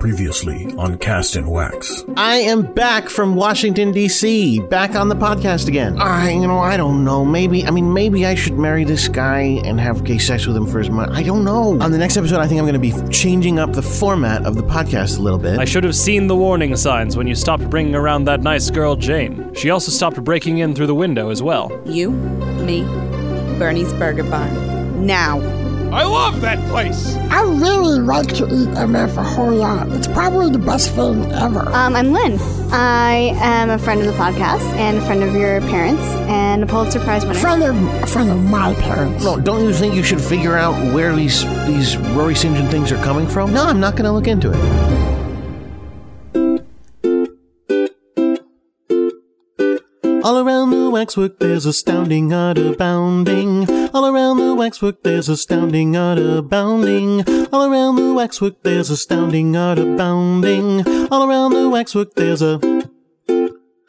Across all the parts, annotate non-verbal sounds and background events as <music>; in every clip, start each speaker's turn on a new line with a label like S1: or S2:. S1: Previously on Cast and Wax.
S2: I am back from Washington D.C. Back on the podcast again. I, Ah, you know, I don't know. Maybe I mean, maybe I should marry this guy and have gay sex with him for his money. I don't know. On the next episode, I think I'm going to be changing up the format of the podcast a little bit.
S3: I should have seen the warning signs when you stopped bringing around that nice girl, Jane. She also stopped breaking in through the window as well.
S4: You, me, Bernie's Burger Barn. Now.
S5: I love that place.
S6: I really like to eat MF a whole lot. It's probably the best thing ever.
S7: Um, I'm Lynn. I am a friend of the podcast and a friend of your parents and a Pulitzer Prize winner.
S6: Friend of friend of my parents.
S2: No, don't you think you should figure out where these these Rory St. John things are coming from? No, I'm not going to look into it. All around the waxwork, there's astounding utter bounding. All around the waxwork, there's astounding utter bounding. All around the waxwork, there's astounding utter bounding. All around the waxwork, there's a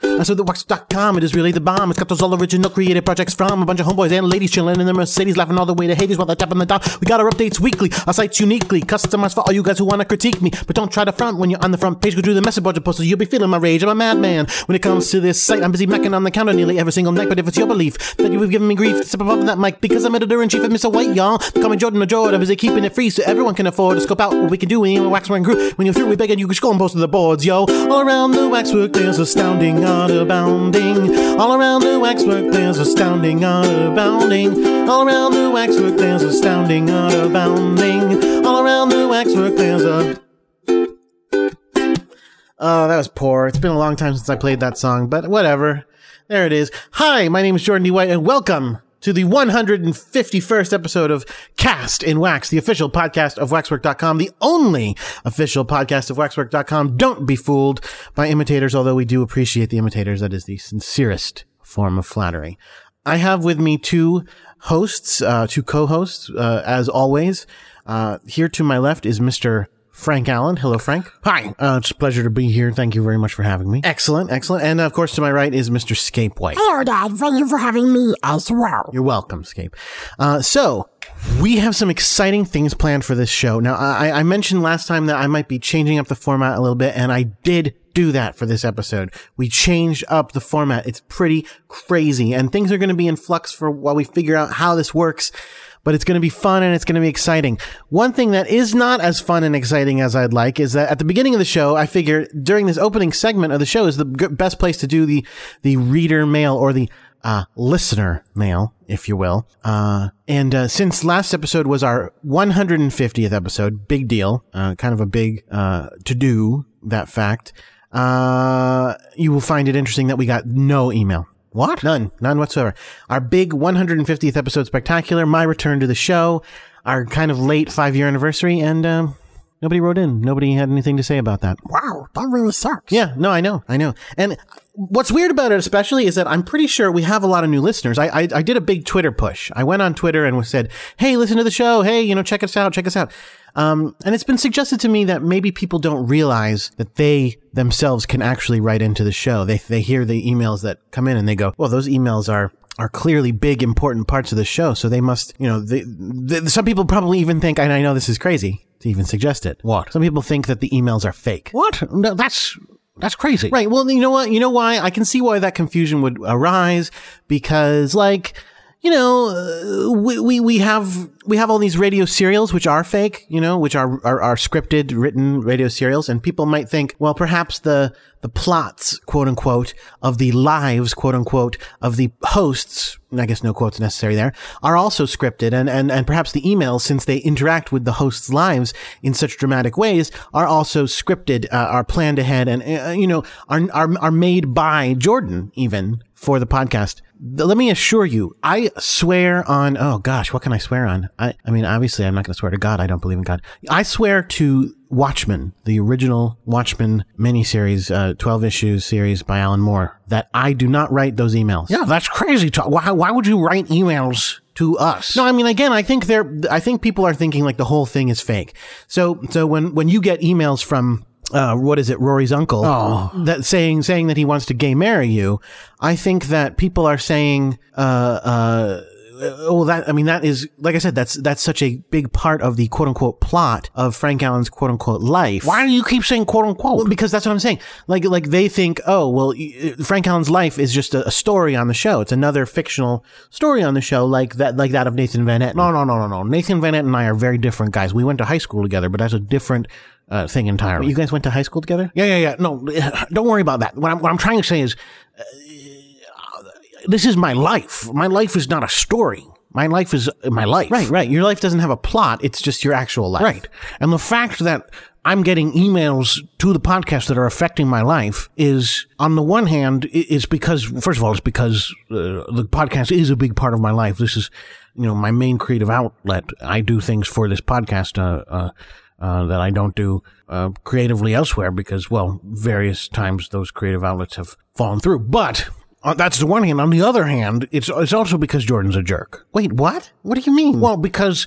S2: I saw the wax.com, it is really the bomb. It's got those all original creative projects from a bunch of homeboys and ladies chilling in their Mercedes, laughing all the way to Hades while they're tapping the dial. We got our updates weekly, our sites uniquely, customized for all you guys who wanna critique me. But don't try to front when you're on the front page, go through the message board to post, you'll be feeling my rage. I'm a madman. When it comes to this site, I'm busy macking on the counter nearly every single night. But if it's your belief that you've given me grief, step above that mic because I'm editor in chief of Mr. White, y'all. Call me Jordan or Jordan, I'm busy keeping it free so everyone can afford to scope out what we can do when you're wax wearing crew. When you're through, we beg and you can scroll and post to the boards, yo. All around the waxwork, there's astounding honor bounding. All around the waxwork, there's astounding honor bounding. All around the waxwork, there's astounding honor bounding. All around the waxwork, there's a. Oh, that was poor. It's been a long time since I played that song, but whatever. There it is. Hi, my name is Jordan D. White, and welcome to the 151st episode of Cast in Wax, the official podcast of waxwork.com, the only official podcast of waxwork.com. Don't be fooled by imitators, although we do appreciate the imitators. That is the sincerest form of flattery. I have with me two hosts, uh, two co-hosts, uh, as always. Uh, here to my left is Mr. Frank Allen. Hello, Frank. Hi. Uh, it's a pleasure to be here. Thank you very much for having me. Excellent, excellent. And uh, of course, to my right is Mr. Scape White.
S6: Hello, Dad. Thank you for having me as well.
S2: You're welcome, Scape. Uh, so we have some exciting things planned for this show. Now, I, I mentioned last time that I might be changing up the format a little bit, and I did do that for this episode. We changed up the format. It's pretty crazy, and things are going to be in flux for while we figure out how this works. But it's going to be fun and it's going to be exciting. One thing that is not as fun and exciting as I'd like is that at the beginning of the show, I figured during this opening segment of the show is the g- best place to do the the reader mail or the uh, listener mail, if you will. Uh, and uh, since last episode was our 150th episode, big deal, uh, kind of a big uh, to do, that fact, uh, you will find it interesting that we got no email. What? None. None whatsoever. Our big 150th episode spectacular, my return to the show, our kind of late five year anniversary, and um, nobody wrote in. Nobody had anything to say about that.
S6: Wow, that really sucks.
S2: Yeah, no, I know, I know. And what's weird about it, especially, is that I'm pretty sure we have a lot of new listeners. I, I, I did a big Twitter push. I went on Twitter and was said, "Hey, listen to the show. Hey, you know, check us out. Check us out." Um, and it's been suggested to me that maybe people don't realize that they themselves can actually write into the show. They they hear the emails that come in and they go, "Well, those emails are." Are clearly big, important parts of the show, so they must, you know, they, they, some people probably even think, and I know this is crazy to even suggest it. What? Some people think that the emails are fake.
S1: What? No, that's that's crazy.
S2: Right. Well, you know what? You know why? I can see why that confusion would arise because, like, you know, uh, we, we, we have we have all these radio serials which are fake, you know, which are, are are scripted, written radio serials, and people might think, well, perhaps the the plots, quote unquote, of the lives, quote unquote, of the hosts. and I guess no quotes necessary there are also scripted, and and and perhaps the emails, since they interact with the hosts' lives in such dramatic ways, are also scripted, uh, are planned ahead, and uh, you know, are are are made by Jordan even for the podcast. Th- Let me assure you, I swear on, oh gosh, what can I swear on? I, I mean, obviously, I'm not going to swear to God. I don't believe in God. I swear to Watchmen, the original Watchmen miniseries, uh, 12 issues series by Alan Moore, that I do not write those emails.
S1: Yeah, that's crazy talk. Why, why would you write emails to us?
S2: No, I mean, again, I think they're, I think people are thinking like the whole thing is fake. So, so when, when you get emails from, uh, what is it, Rory's uncle,
S1: Oh.
S2: that saying, saying that he wants to gay marry you, I think that people are saying, uh, uh,
S8: uh, well, that I mean, that is like I said, that's that's such a big part of the quote unquote plot of Frank Allen's quote unquote life.
S2: Why do you keep saying quote unquote?
S8: Well, because that's what I'm saying. Like, like they think, oh, well, y- uh, Frank Allen's life is just a, a story on the show. It's another fictional story on the show, like that, like that of Nathan Van Etten. No, no, no, no, no. Nathan Van Etten and I are very different guys. We went to high school together, but that's a different uh, thing entirely. You guys went to high school together?
S2: yeah, yeah, yeah.
S8: <sighs>
S2: No, don't worry about that. What I'm, what I'm trying to say is, uh, this is my life. My life is not a story. My life is my life.
S8: Right, right. Your life doesn't have a plot. It's just your actual life.
S2: Right. And the fact that I'm getting emails to the podcast that are affecting my life is, on the one hand, i- is because, first of all, it's because uh, the podcast is a big part of my life. This is, you know, my main creative outlet. I do things for this podcast, uh, uh, uh, that I don't do uh, creatively elsewhere because, well, various times those creative outlets have fallen through. But uh, that's the one hand. On the other hand, it's it's also because Jordan's a jerk.
S8: Wait, what? What do you mean?
S2: Well, because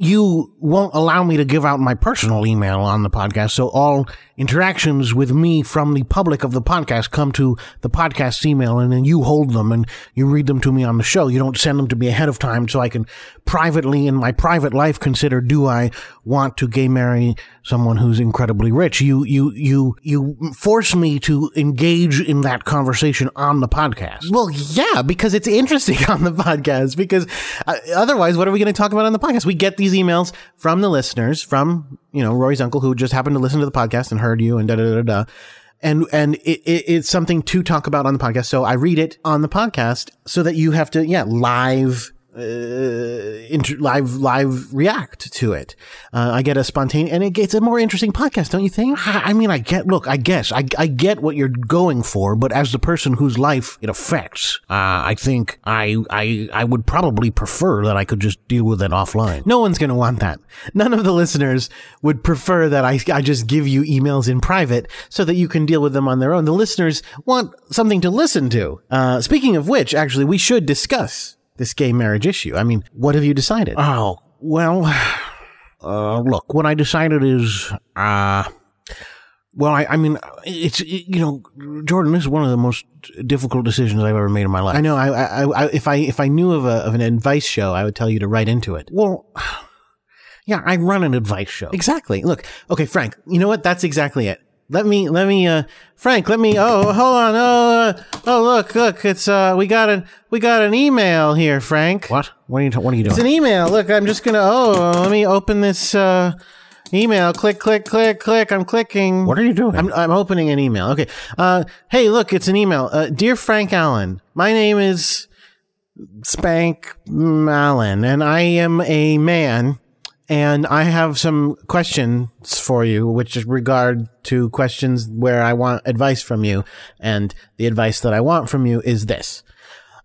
S2: you won't allow me to give out my personal email on the podcast, so all interactions with me from the public of the podcast come to the podcast's email, and then you hold them and you read them to me on the show. You don't send them to me ahead of time, so I can privately, in my private life, consider do I want to gay marry someone who's incredibly rich? You you you you force me to engage in that conversation on the podcast.
S8: Well, yeah, because it's interesting <laughs> on the podcast. Because uh, otherwise, what are we going to talk about on the podcast? We get these emails from the listeners, from you know Roy's uncle who just happened to listen to the podcast and heard you, and da da da da. da. And and it, it, it's something to talk about on the podcast. So I read it on the podcast so that you have to yeah live uh, inter- live live react to it. Uh, I get a spontaneous, and it gets a more interesting podcast, don't you think?
S2: I I mean, I get, look, I guess, I, I get what you're going for, but as the person whose life it affects, uh, I think I, I, I would probably prefer that I could just deal with it offline.
S8: No one's going to want that. None of the listeners would prefer that I, I just give you emails in private so that you can deal with them on their own. The listeners want something to listen to. Uh, speaking of which, actually, we should discuss this gay marriage issue. I mean, what have you decided?
S2: Oh, well, uh, look, what I decided is, uh, well, I, I mean, it's, you know, Jordan, this is one of the most difficult decisions I've ever made in my life.
S8: I know. I, I, I, if I if I knew of, a, of an advice show, I would tell you to write into it.
S2: Well, <sighs> yeah, I run an advice show.
S8: Exactly. Look, okay, Frank. You know what? That's exactly it. Let me, let me, uh, Frank. Let me. Oh, hold on. Oh, uh, oh, look, look. It's uh, we got an, we got an email here, Frank.
S2: What? What are you, ta- what are you doing?
S8: It's an email. Look, I'm just gonna. Oh, let me open this uh, email. Click, click, click, click. I'm clicking.
S2: What are you doing?
S8: I'm, I'm opening an email. Okay. Uh, hey, look, it's an email. Uh, dear Frank Allen, my name is Spank Allen, and I am a man, and I have some questions for you, which is regard to questions where I want advice from you, and the advice that I want from you is this.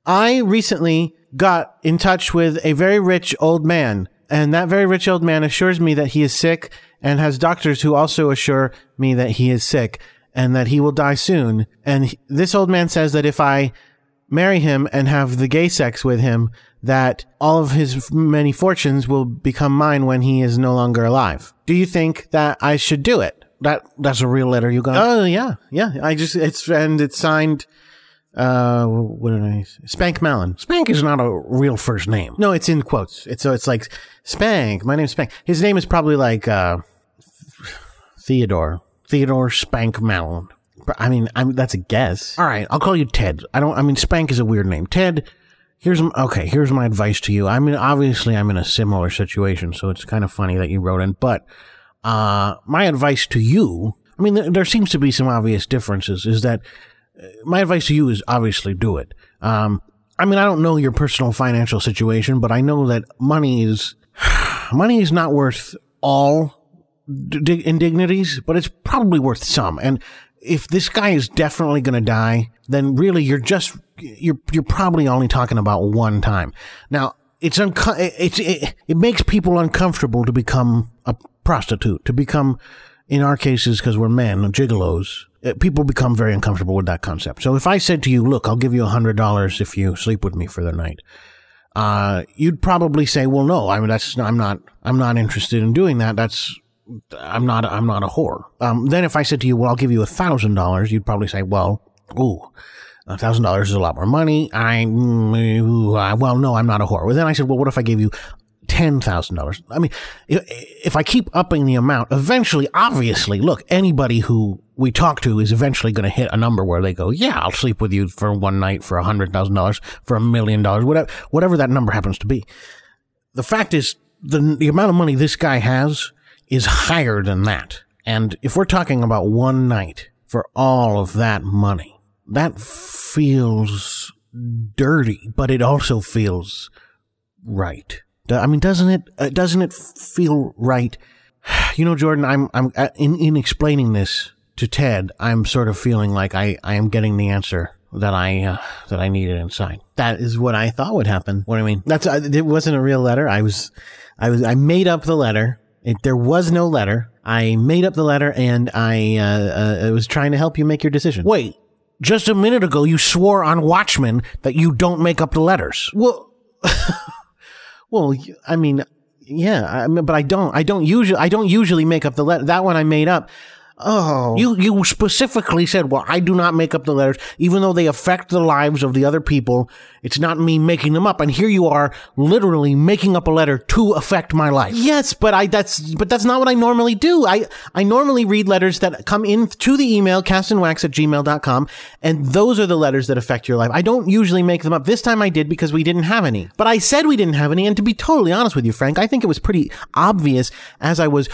S8: I recently got in touch with a very rich old man, and that very rich old man assures me that he is sick and has doctors who also assure me that he is sick and that he will die soon. And he- this old man says that if I marry him and have the gay sex with him, that all of his f- many fortunes will become mine when he is no longer alive. Do you think that I should do it?
S2: that, that's a real letter you got?
S8: Oh yeah, yeah. I just it's and it's signed. Uh, what did I say? Spank Malin?
S2: Spank is not a real first name.
S8: No, it's in quotes. It's so it's like Spank. My name's Spank. His name is probably like uh, Theodore.
S2: Theodore Spank Malin.
S8: But, I mean, I'm, that's a guess.
S2: All right, I'll call you Ted. I don't. I mean, Spank is a weird name. Ted. Here's m- okay. Here's my advice to you. I mean, obviously, I'm in a similar situation, so it's kind of funny that you wrote in. But uh, my advice to you. I mean, there, there seems to be some obvious differences. Is that uh, my advice to you is obviously do it. Um, I mean, I don't know your personal financial situation, but I know that money is <sighs> money is not worth all d- indignities, but it's probably worth some. And if this guy is definitely going to die, then really you're just you're you're probably only talking about one time. Now it's unco- it's it, it makes people uncomfortable to become a prostitute, to become in our cases because we're men, gigolos. uh, People become very uncomfortable with that concept. So if I said to you, "Look, I'll give you a hundred dollars if you sleep with me for the night," uh, you'd probably say, "Well, no, I mean that's I'm not I'm not interested in doing that. That's I'm not I'm not a whore." Um, then if I said to you, "Well, I'll give you a thousand dollars," you'd probably say, "Well, ooh, A thousand dollars is a lot more money. I, mm, uh, well, no, I'm not a whore. Well, then I said, well, what if I gave you ten thousand dollars? I mean, i- if I keep upping the amount, eventually, obviously, look, anybody who we talk to is eventually going to hit a number where they go, yeah, I'll sleep with you for one night for a hundred thousand dollars, for a million dollars, whatever, whatever that number happens to be. The fact is, the, the amount of money this guy has is higher than that. And if we're talking about one night for all of that money, that feels dirty, but it also feels right. Do- I mean, doesn't it? Uh, doesn't it feel
S8: <sighs>
S2: right? You know, Jordan, I'm I'm uh, in in explaining this to Ted. I'm sort of feeling like I I am getting the answer that I uh, that I needed inside.
S8: That is what I thought would happen.
S2: What do you mean?
S8: That's uh, it wasn't a real letter. I was, I was, I made up the letter. It, there was no letter. I made up the letter, and I uh, uh, was trying to help you make your decision.
S2: Wait, just a minute ago you swore on Watchmen that you don't make up the letters.
S8: Well, well, y- I mean, yeah, I mean, but I don't. I don't usually. I don't usually make up the letter. That one I made up. Oh,
S2: You you specifically said, "Well, I do not make up the letters, even though they affect the lives of the other people. It's not me making them up." And here you are, literally making up a letter to affect my life.
S8: Yes, but I that's but that's not what I normally do. I I normally read letters that come in to the email castandwax at gmail.com, and those are the letters that affect your life. I don't usually make them up. This time I did because we didn't have any. But I said we didn't have any, and to be totally honest with you, Frank, I think it was pretty obvious as I was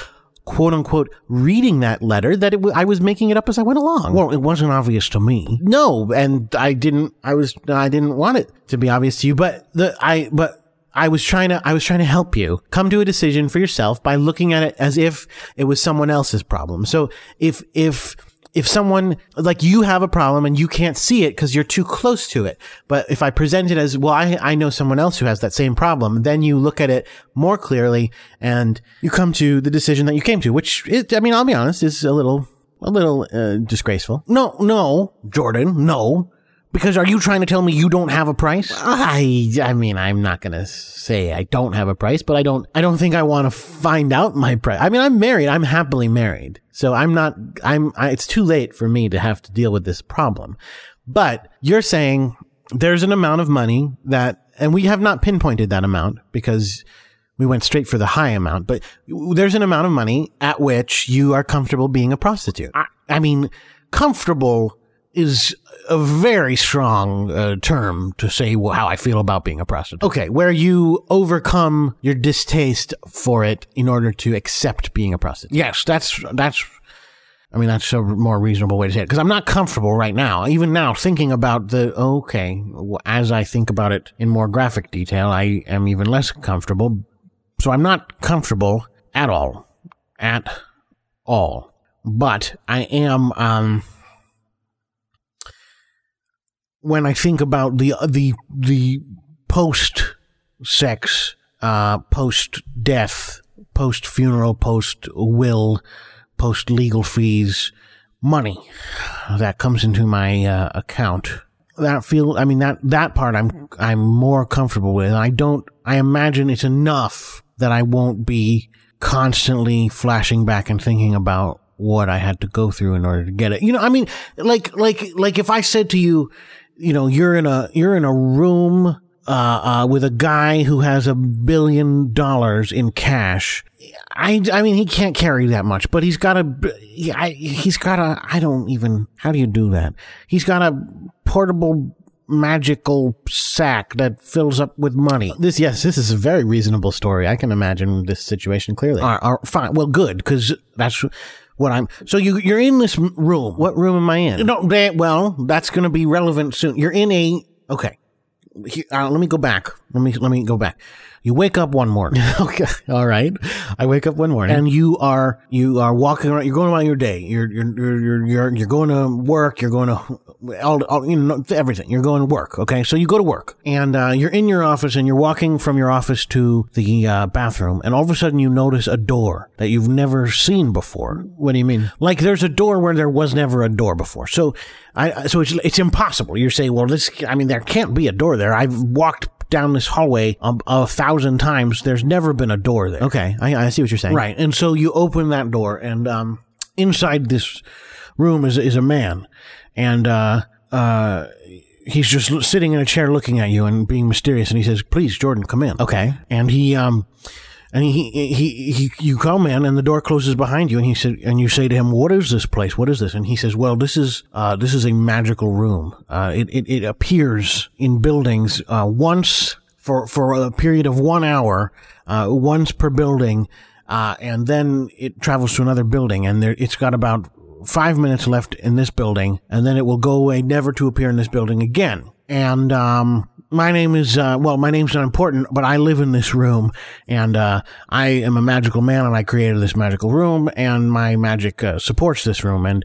S8: quote unquote reading that letter that it w- I was making it up as I went along.
S2: Well, it wasn't obvious to me.
S8: No, and I didn't. I was. I didn't want it to be obvious to you, but the I. But I was trying to. I was trying to help you come to a decision for yourself by looking at it as if it was someone else's problem. So if if if someone like you have a problem and you can't see it because you're too close to it, but if I present it as well, I I know someone else who has that same problem, then you look at it more clearly and you come to the decision that you came to, which it, I mean, I'll be honest, is a little. A little uh, disgraceful.
S2: No, no, Jordan, no. Because are you trying to tell me you don't have a price?
S8: I I mean I'm not gonna say I don't have a price, but I don't I don't think I want to find out my price. I mean I'm married. I'm happily married, so I'm not I'm I, it's too late for me to have to deal with this problem. But you're saying there's an amount of money that, and we have not pinpointed that amount because we went straight for the high amount. But there's an amount of money at which you are comfortable being a prostitute.
S2: I, I mean, comfortable is a very strong uh, term to say wh- how I feel about being a prostitute.
S8: Okay, where you overcome your distaste for it in order to accept being a prostitute.
S2: Yes, that's that's. I mean, that's a more reasonable way to say it because I'm not comfortable right now. Even now, thinking about the okay, w- as I think about it in more graphic detail, I am even less comfortable. So I'm not comfortable at all, at all. But I am. Um, when I think about the uh, the the post sex, uh, post death, post funeral, post will, post legal fees, money that comes into my uh, account. That feel, I mean that that part I'm I'm more comfortable with. I don't. I imagine it's enough that I won't be constantly flashing back and thinking about what I had to go through in order to get it. You know, I mean, like like like if I said to you, you know, you're in a you're in a room uh, uh, with a guy who has a billion dollars in cash. I, I mean, he can't carry that much, but he's got a, b- he- I, he's got a, I don't even, how do you do that? He's got a portable magical sack that fills up with money.
S8: This yes, this is a very reasonable story. I can imagine this situation clearly.
S2: Are, are fine. Well, good, because that's what I'm, so you, you're in this m- room.
S8: what room am I in?
S2: No, that, well, that's going to be relevant soon. You're in a okay. He- uh, let me go back. Let me let me go back. You wake up one morning
S8: <laughs> Okay. All right. I wake up one morning.
S2: and you are you are walking around. You're going about your day. You're you're you're you're you're, you're going to work. You're going to all, all you know everything. You're going to work. Okay, so you go to work and uh, you're in your office and you're walking from your office to the uh, bathroom and all of a sudden you notice a door that you've never seen before.
S8: what do you mean?
S2: Like there's a door where there was never a door before. So I so it's it's impossible. You say, well, this I mean there can't be a door there. I've walked down this hallway a, a thousand times. There's never been a door there.
S8: Okay, I, I see what you're saying.
S2: Right. And so you open that door and um inside this room is is a man and uh uh, he's just l- sitting in a chair looking at you and being mysterious. And he says, "Please, Jordan, come in."
S8: Okay.
S2: And he um, and he, he he you come in and the door closes behind you. And he said, and you say to him, "What is this place? What is this?" And he says, "Well, this is uh, this is a magical room. Uh, it, it it appears in buildings uh, once." For, for a period of one hour, uh, once per building, uh, and then it travels to another building, and there, it's got about five minutes left in this building, and then it will go away, never to appear in this building again. And um, my name is uh, well, my name's not important, but I live in this room, and uh, I am a magical man, and I created this magical room, and my magic uh, supports this room. And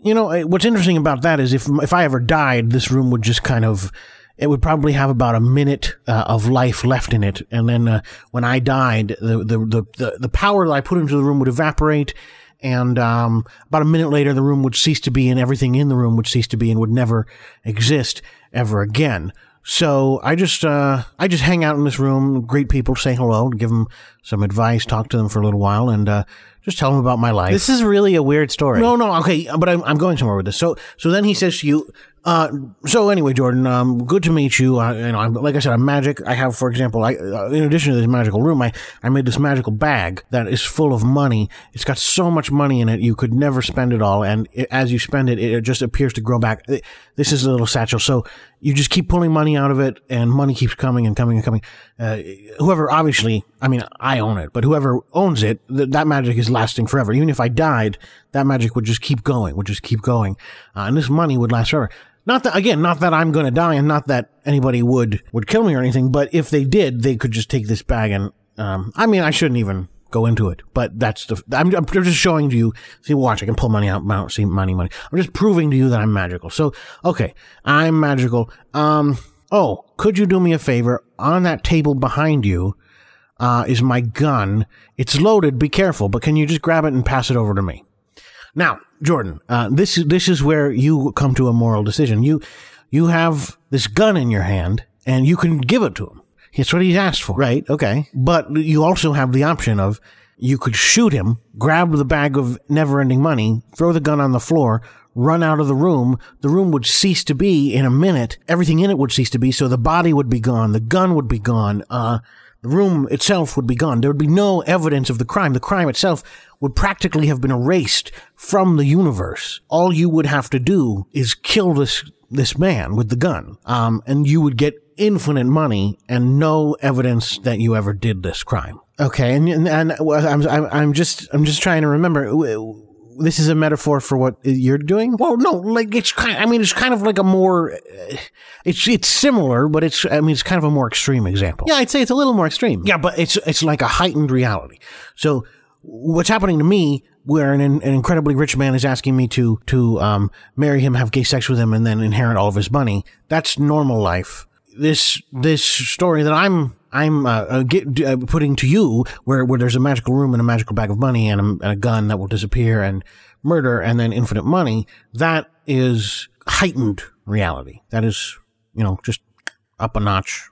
S2: you know eh, what's interesting about that is if if I ever died, this room would just kind of it would probably have about a minute uh, of life left in it, and then uh, when I died, the, the the the the power that I put into the room would evaporate, and um, about a minute later, the room would cease to be, and everything in the room would cease to be, and would never exist ever again. So I just uh, I just hang out in this room, greet people, say hello, give them some advice, talk to them for a little while, and uh, just tell them about my life.
S8: This is really a weird story.
S2: No, no, okay, but I'm, I'm going somewhere with this. So, so then he says to you, uh, so anyway, Jordan, um, good to meet you. Uh, you know, I'm, like I said, I'm magic. I have, for example, I, uh, in addition to this magical room, I, I made this magical bag that is full of money. It's got so much money in it, you could never spend it all. And i as you spend it, it just appears to grow back. Th- This is a little satchel. So you just keep pulling money out of it and money keeps coming and coming and coming. Uh, whoever, obviously, I mean, I own it, but whoever owns it, th- that magic is lasting forever. Even if I died, that magic would just keep going, would just keep going. Uh, and this money would last forever. Not that, again, not that I'm going to die and not that anybody would, would kill me or anything, but if they did, they could just take this bag and, um, I mean, I shouldn't even go into it, but that's the, I'm, I'm just showing to you, see, watch, I can pull money out, mount, see, money, money. I'm just proving to you that I'm magical. So, okay, I'm magical. Um, oh, could you do me a favor? On that table behind you, uh, is my gun. It's loaded. Be careful, but can you just grab it and pass it over to me? Now, Jordan, uh, this is this is where you come to a moral decision. You you have this gun in your hand, and you can give it to him. It's what he's asked for,
S8: Right, okay.
S2: But you also have the option of you could shoot him, grab the bag of never-ending money, throw the gun on the floor, run out of the room. The room would cease to be in a minute. Everything in it would cease to be. So the body would be gone, the gun would be gone. Uh, the room itself would be gone. There would be no evidence of the crime. The crime itself would practically have been erased from the universe. All you would have to do is kill this this man with the gun, um, and you would get infinite money and no evidence that you ever did this crime.
S8: Okay, and and, and well, I'm, I'm I'm just I'm just trying to remember. W- w- This is a metaphor for what you're doing.
S2: Well, no, like it's kind. I mean, it's kind of like a more. uh, It's it's similar, but it's. I mean, it's kind of a more extreme example.
S8: Yeah, I'd say it's a little more extreme.
S2: Yeah, but it's it's like a heightened reality. So what's happening to me, where an, an incredibly rich man is asking me to to um, marry him, have gay sex with him, and then inherit all of his money, that's normal life. This this story that I'm I'm uh, uh, get, uh, putting to you, where where there's a magical room and a magical bag of money and a, and a gun that will disappear and murder and then infinite money, that is heightened reality. That is you know just up a notch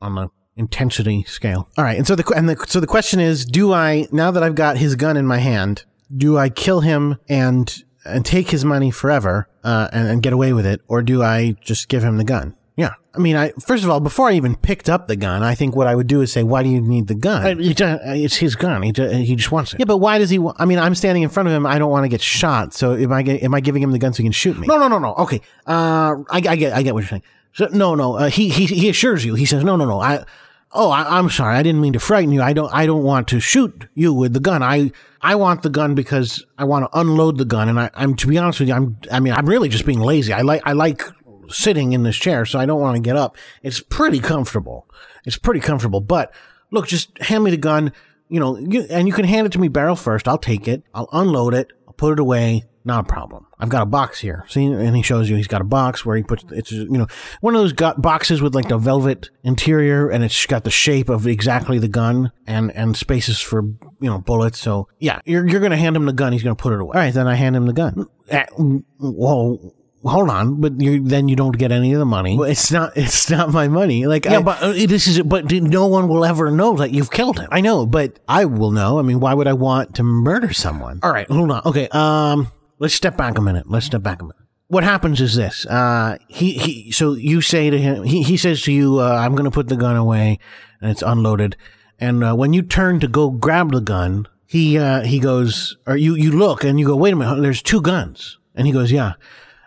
S2: on the intensity scale.
S8: All right, and so the que- and the so the question is, do I now that I've got his gun in my hand, do I kill him and and take his money forever uh, and, and get away with it, or do I just give him the gun?
S2: Yeah.
S8: I mean, I first of all, before I even picked up the gun, I think what I would do is say, why do you need the gun?
S2: Uh, he do- uh, it's his gun. He, do- he just wants it.
S8: yeah, but why does he? wa- I mean, I'm standing in front of him. I don't want to get shot. So am I? ge- Am I giving him the gun so he can shoot me?
S2: No, no, no, no. Okay. Uh, I, I get, I get what you're saying. So, no, no. Uh, he, he, he assures you. He says, no, no, no. I, oh, I, I'm sorry. I didn't mean to frighten you. I don't, I don't want to shoot you with the gun. I, I want the gun because I want to unload the gun. And I, I'm, to be honest with you, I'm, I mean, I'm really just being lazy. I like, I like sitting in this chair, so I don't want to get up. It's pretty comfortable. It's pretty comfortable. But look, just hand me the gun. You know, you, and you can hand it to me barrel first. I'll take it. I'll unload it. I'll put it away. Not a problem. I've got a box here. See, and he shows you he's got a box where he puts it's you know one of those got boxes with like the velvet interior, and it's got the shape of exactly the gun and and spaces for you know bullets. So yeah, you're you're gonna hand him the gun. He's gonna put it away.
S8: All right, then I hand him the gun.
S2: Uh, well, hold on, but you then you don't get any of the money.
S8: Well, it's not.
S2: <laughs>
S8: It's not my money. Like
S2: yeah,
S8: I,
S2: but uh, this is but no one will ever know that you've killed him.
S8: I know, but I will know. I mean, why would I want to murder someone?
S2: All right, hold on. Okay, um, let's step back a minute. Let's step back a minute. what happens is this. Uh, he, he, so you say to him, he, he says to you, uh, I'm going to put the gun away and it's unloaded. And, uh, when you turn to go grab the gun, he, uh, he goes, or you, you look and you go, wait a minute, there's two guns. And he goes, yeah.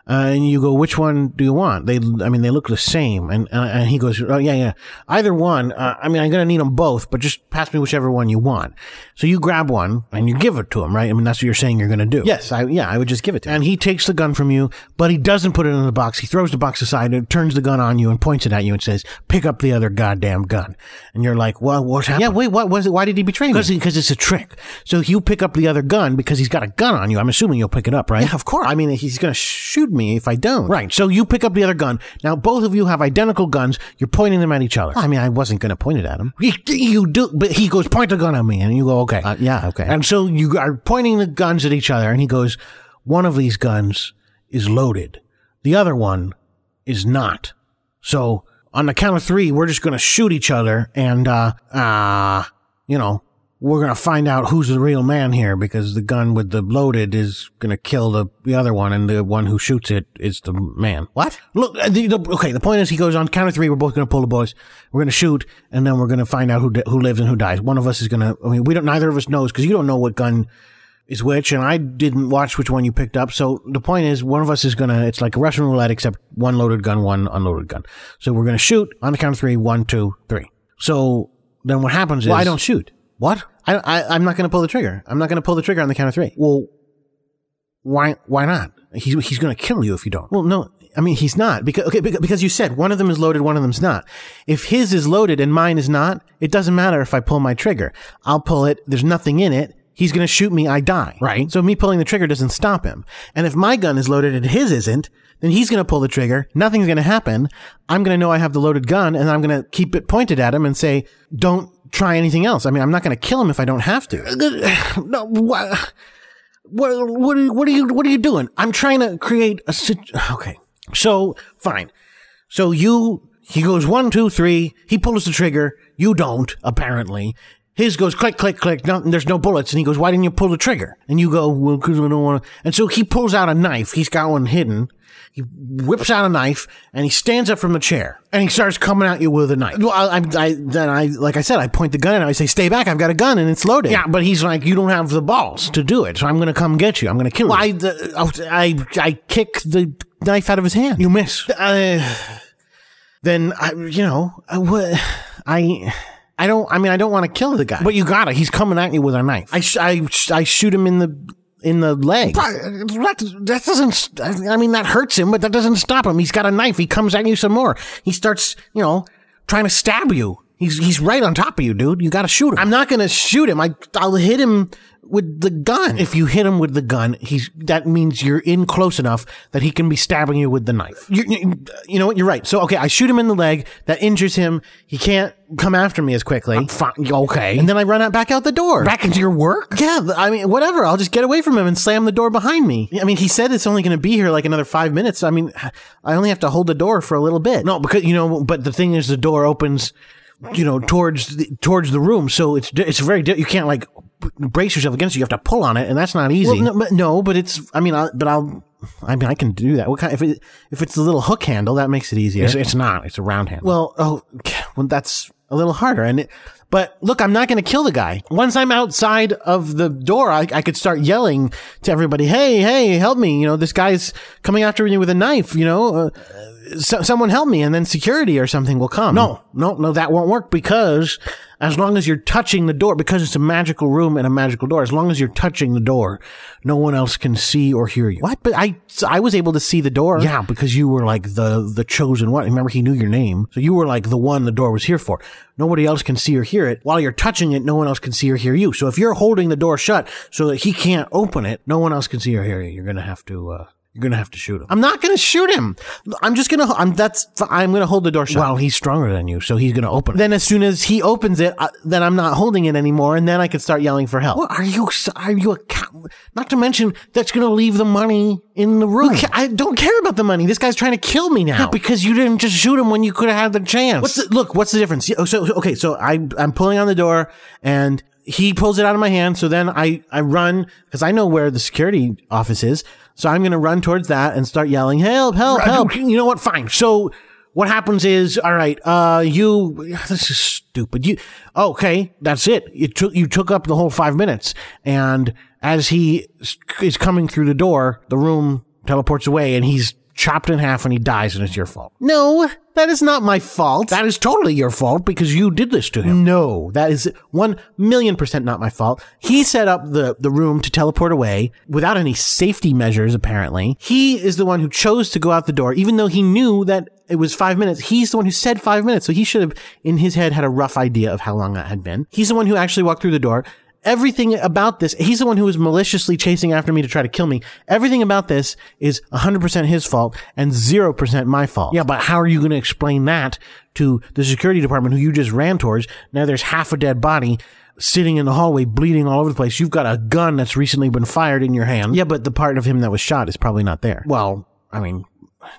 S2: Uh, and you go, which one do you want? They, I mean, they look the same. And, uh, and he goes, oh, yeah, yeah. Either one. Uh, I mean, I'm going to need them both, but just pass me whichever one you want. So you grab one and you give it to him, right? I mean, that's what you're saying you're going to do.
S9: Yes, I yeah, I would just give it to him.
S2: And he takes the gun from you, but he doesn't put it in the box. He throws the box aside and turns the gun on you and points it at you and says, pick up the other goddamn gun. And you're like, well, what happened?
S9: yeah, wait, what was it? Why did he betray me?
S2: Because it's a trick. So you pick up the other gun because he's got a gun on you. I'm assuming you'll pick it up, right?
S9: yeah, of course. I mean, he's gonna shoot me if I don't.
S2: Right. So you pick up the other gun. Now both of you have identical guns. You're pointing them at each other.
S9: I mean, I wasn't gonna point it at him.
S2: You- You do, but he goes, point the gun at me. And you go, okay.
S9: Uh, yeah, okay.
S2: And so you are pointing the guns at each other. And he goes, one of these guns is loaded. The other one is not. So on the count of three, we're just going to shoot each other. And, uh, uh, you know, we're going to find out who's the real man here because the gun with the loaded is going to kill the, the other one. And the one who shoots it is the man.
S9: what?
S2: Look, uh, the, the, okay. The point is, he goes on count of three. We're both going to pull the boys. We're going to shoot, and then we're going to find out who di- who lives and who dies. One of us is going to. I mean, we don't. Neither of us knows because you don't know what gun is which, and I didn't watch which one you picked up. So the point is, one of us is going to. It's like a Russian roulette, except one loaded gun, one unloaded gun. So we're going to shoot on the count of three. One, two, three. So then what happens
S9: Well,
S2: is
S9: I don't shoot.
S2: What?
S9: I, I I'm not gonna pull the trigger. I'm not gonna pull the trigger on the count of three.
S2: Well, why why not? He's he's going to kill you if you don't.
S9: Well, no, I mean he's not because okay beca- because you said one of them is loaded, one of them's not. If his is loaded and mine is not, it doesn't matter if I pull my trigger. I'll pull it. There's nothing in it. He's gonna shoot me. I die.
S2: Right.
S9: So me pulling the trigger doesn't stop him. And if my gun is loaded and his isn't, then he's gonna pull the trigger. Nothing's gonna happen. I'm gonna know I have the loaded gun, and I'm gonna keep it pointed at him and say, "Don't try anything else." I mean, I'm not gonna kill him if I don't have to.
S2: <sighs> no, wha- what, what, are- what are you, what are you doing? I'm trying to create a sit- okay. So fine. So you, he goes one, two, three. He pulls the trigger. You don't apparently. His goes click, click, click. No, there's no bullets. And he goes, why didn't you pull the trigger? And you go, well, cause I don't want to. And so he pulls out a knife. He's got one hidden. He whips out a knife and he stands up from the chair and he starts coming at you with a knife.
S9: Well, I, I, I then I like I said, I point the gun and I say, "Stay back! I've got a gun and it's loaded."
S2: Yeah, but he's like, you don't have the balls to do it, so I'm going to come get you. I'm going to kill
S9: Well, I,
S2: you.
S9: the, oh, I, I kick the knife out of his hand.
S2: you miss.
S9: Uh, then I, you know, I, wa- I, I don't. I mean, I don't want to kill the guy.
S2: But you got it. He's coming at you with a knife.
S9: I, sh- I, sh- I shoot him in the in the leg.
S2: that, that doesn't, st- I mean, that hurts him, but that doesn't stop him. He's got a knife. He comes at you some more. He starts, you know, trying to stab you. He's, he's right on top of you, dude. You got to shoot him.
S9: I'm not gonna shoot him. I, I'll hit him with the gun.
S2: if you hit him with the gun, he's, that means you're in close enough that he can be stabbing you with the knife.
S9: you, you, you know what? You're right. So okay, I shoot him in the leg. That injures him. He can't come after me as quickly.
S2: Fine. Okay.
S9: and then I run out back out the door.
S2: back into your work?
S9: Yeah, th- I mean, whatever. I'll just get away from him and slam the door behind me. I mean, he said it's only going to be here like another five minutes. I mean, I only have to hold the door for a little bit.
S2: No, because you know, but the thing is, the door opens, you know, towards the, towards the room, so it's it's very di- you can't like b- brace yourself against it. You have to pull on it, and that's
S9: Well,
S2: not easy.
S9: no, but, no, but it's. I mean, I, but I'll. I mean, I can do that. What kind? If it, if it's a little hook handle, that makes it easier.
S2: it's, it's not. It's a round hand.
S9: well, oh, <laughs> well, that's a little harder. And it, but look, I'm not going to kill the guy. Once I'm outside of the door, I, I could start yelling to everybody, "Hey, hey, help me! You know, this guy's coming after me with a knife. You know, uh, so, someone help me!" And then security or something will come.
S2: no, no, no, that won't work because as long as you're touching the door, because it's a magical room and a magical door, as long as you're touching the door, no one else can see or hear you.
S9: what? But I, I was able to see the door.
S2: Yeah, because you were like the the chosen one. Remember, he knew your name, so you were like the one the door was here for. Nobody else can see or hear it. While you're touching it, no one else can see or hear you. So if you're holding the door shut so that he can't open it, no one else can see or hear you. You're gonna have to uh, you're gonna have to shoot him.
S9: I'm not going to shoot him. I'm just going to. I'm that's. I'm going to hold the door shut.
S2: well, he's stronger than you, so he's gonna open it.
S9: then as soon as he opens it, I, then I'm not holding it anymore, and then I can start yelling for help.
S2: What are you? s- Are you a cow? Not to mention that's gonna leave the money in the room.
S9: Ca- I don't care about the money. This guy's trying to kill me now.
S2: Yeah, because you didn't just shoot him when you could have had the chance.
S9: what's the, look? What's the difference? Yeah, oh, So okay, so I I'm pulling on the door, and he pulls it out of my hand. So then I, I run because I know where the security office is. So I'm going to run towards that and start yelling, help, help, help.
S2: You know what? Fine.
S9: So what happens is, all right, uh, you, <sighs> this is stupid. You, okay, that's it. You took, you took up the whole five minutes. And as he s- is coming through the door, the room teleports away and he's chopped in half and he dies and it's your fault. No, that is not my fault.
S2: That is totally your fault because you did this to him.
S9: No, that is one million percent not my fault. He set up the, the room to teleport away without any safety measures, apparently. He is the one who chose to go out the door, even though he knew that it was five minutes. He's the one who said five minutes, so he should have, in his head, had a rough idea of how long that had been. He's the one who actually walked through the door. Everything about this, he's the one who was maliciously chasing after me to try to kill me. Everything about this is 100% his fault and 0% my fault.
S2: Yeah, but how are you going to explain that to the security department who you just ran towards? Now there's half a dead body sitting in the hallway bleeding all over the place. You've got a gun that's recently been fired in your hand.
S9: Yeah, but the part of him that was shot is probably not there.
S2: Well, I mean,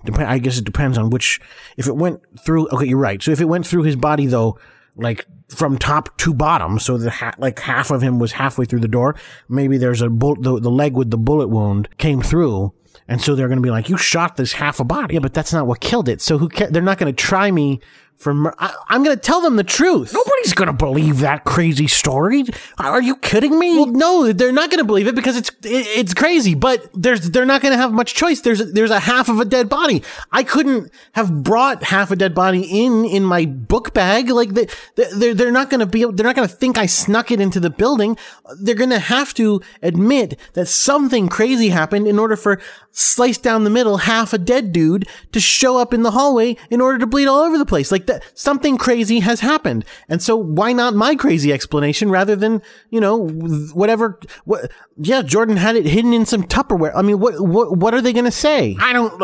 S2: dep- I guess it depends on which. If it went through, okay, you're right. So if it went through his body, though, like from top to bottom, so the ha- like half of him was halfway through the door. Maybe there's a bull- the, the leg with the bullet wound came through, and so they're going to be like, "You shot this half a body."
S9: Yeah, but that's not what killed it. So who ca- they're not going to try me for mur- I- I'm going to tell them the truth.
S2: nobody's going to believe that crazy story. Are you kidding me?
S9: Well, no, they're not going to believe it because it's it, it's crazy. But there's they're not going to have much choice. There's there's a half of a dead body. I couldn't have brought half a dead body in in my book bag. Like they they're they're not going to be able- they're not going to think I snuck it into the building. They're going to have to admit that something crazy happened in order for slice down the middle half a dead dude to show up in the hallway in order to bleed all over the place. Like that something crazy has happened. And so why not my crazy explanation rather than, you know, wh- whatever what yeah, Jordan had it hidden in some Tupperware. I mean, what what what are they going to say?
S2: I don't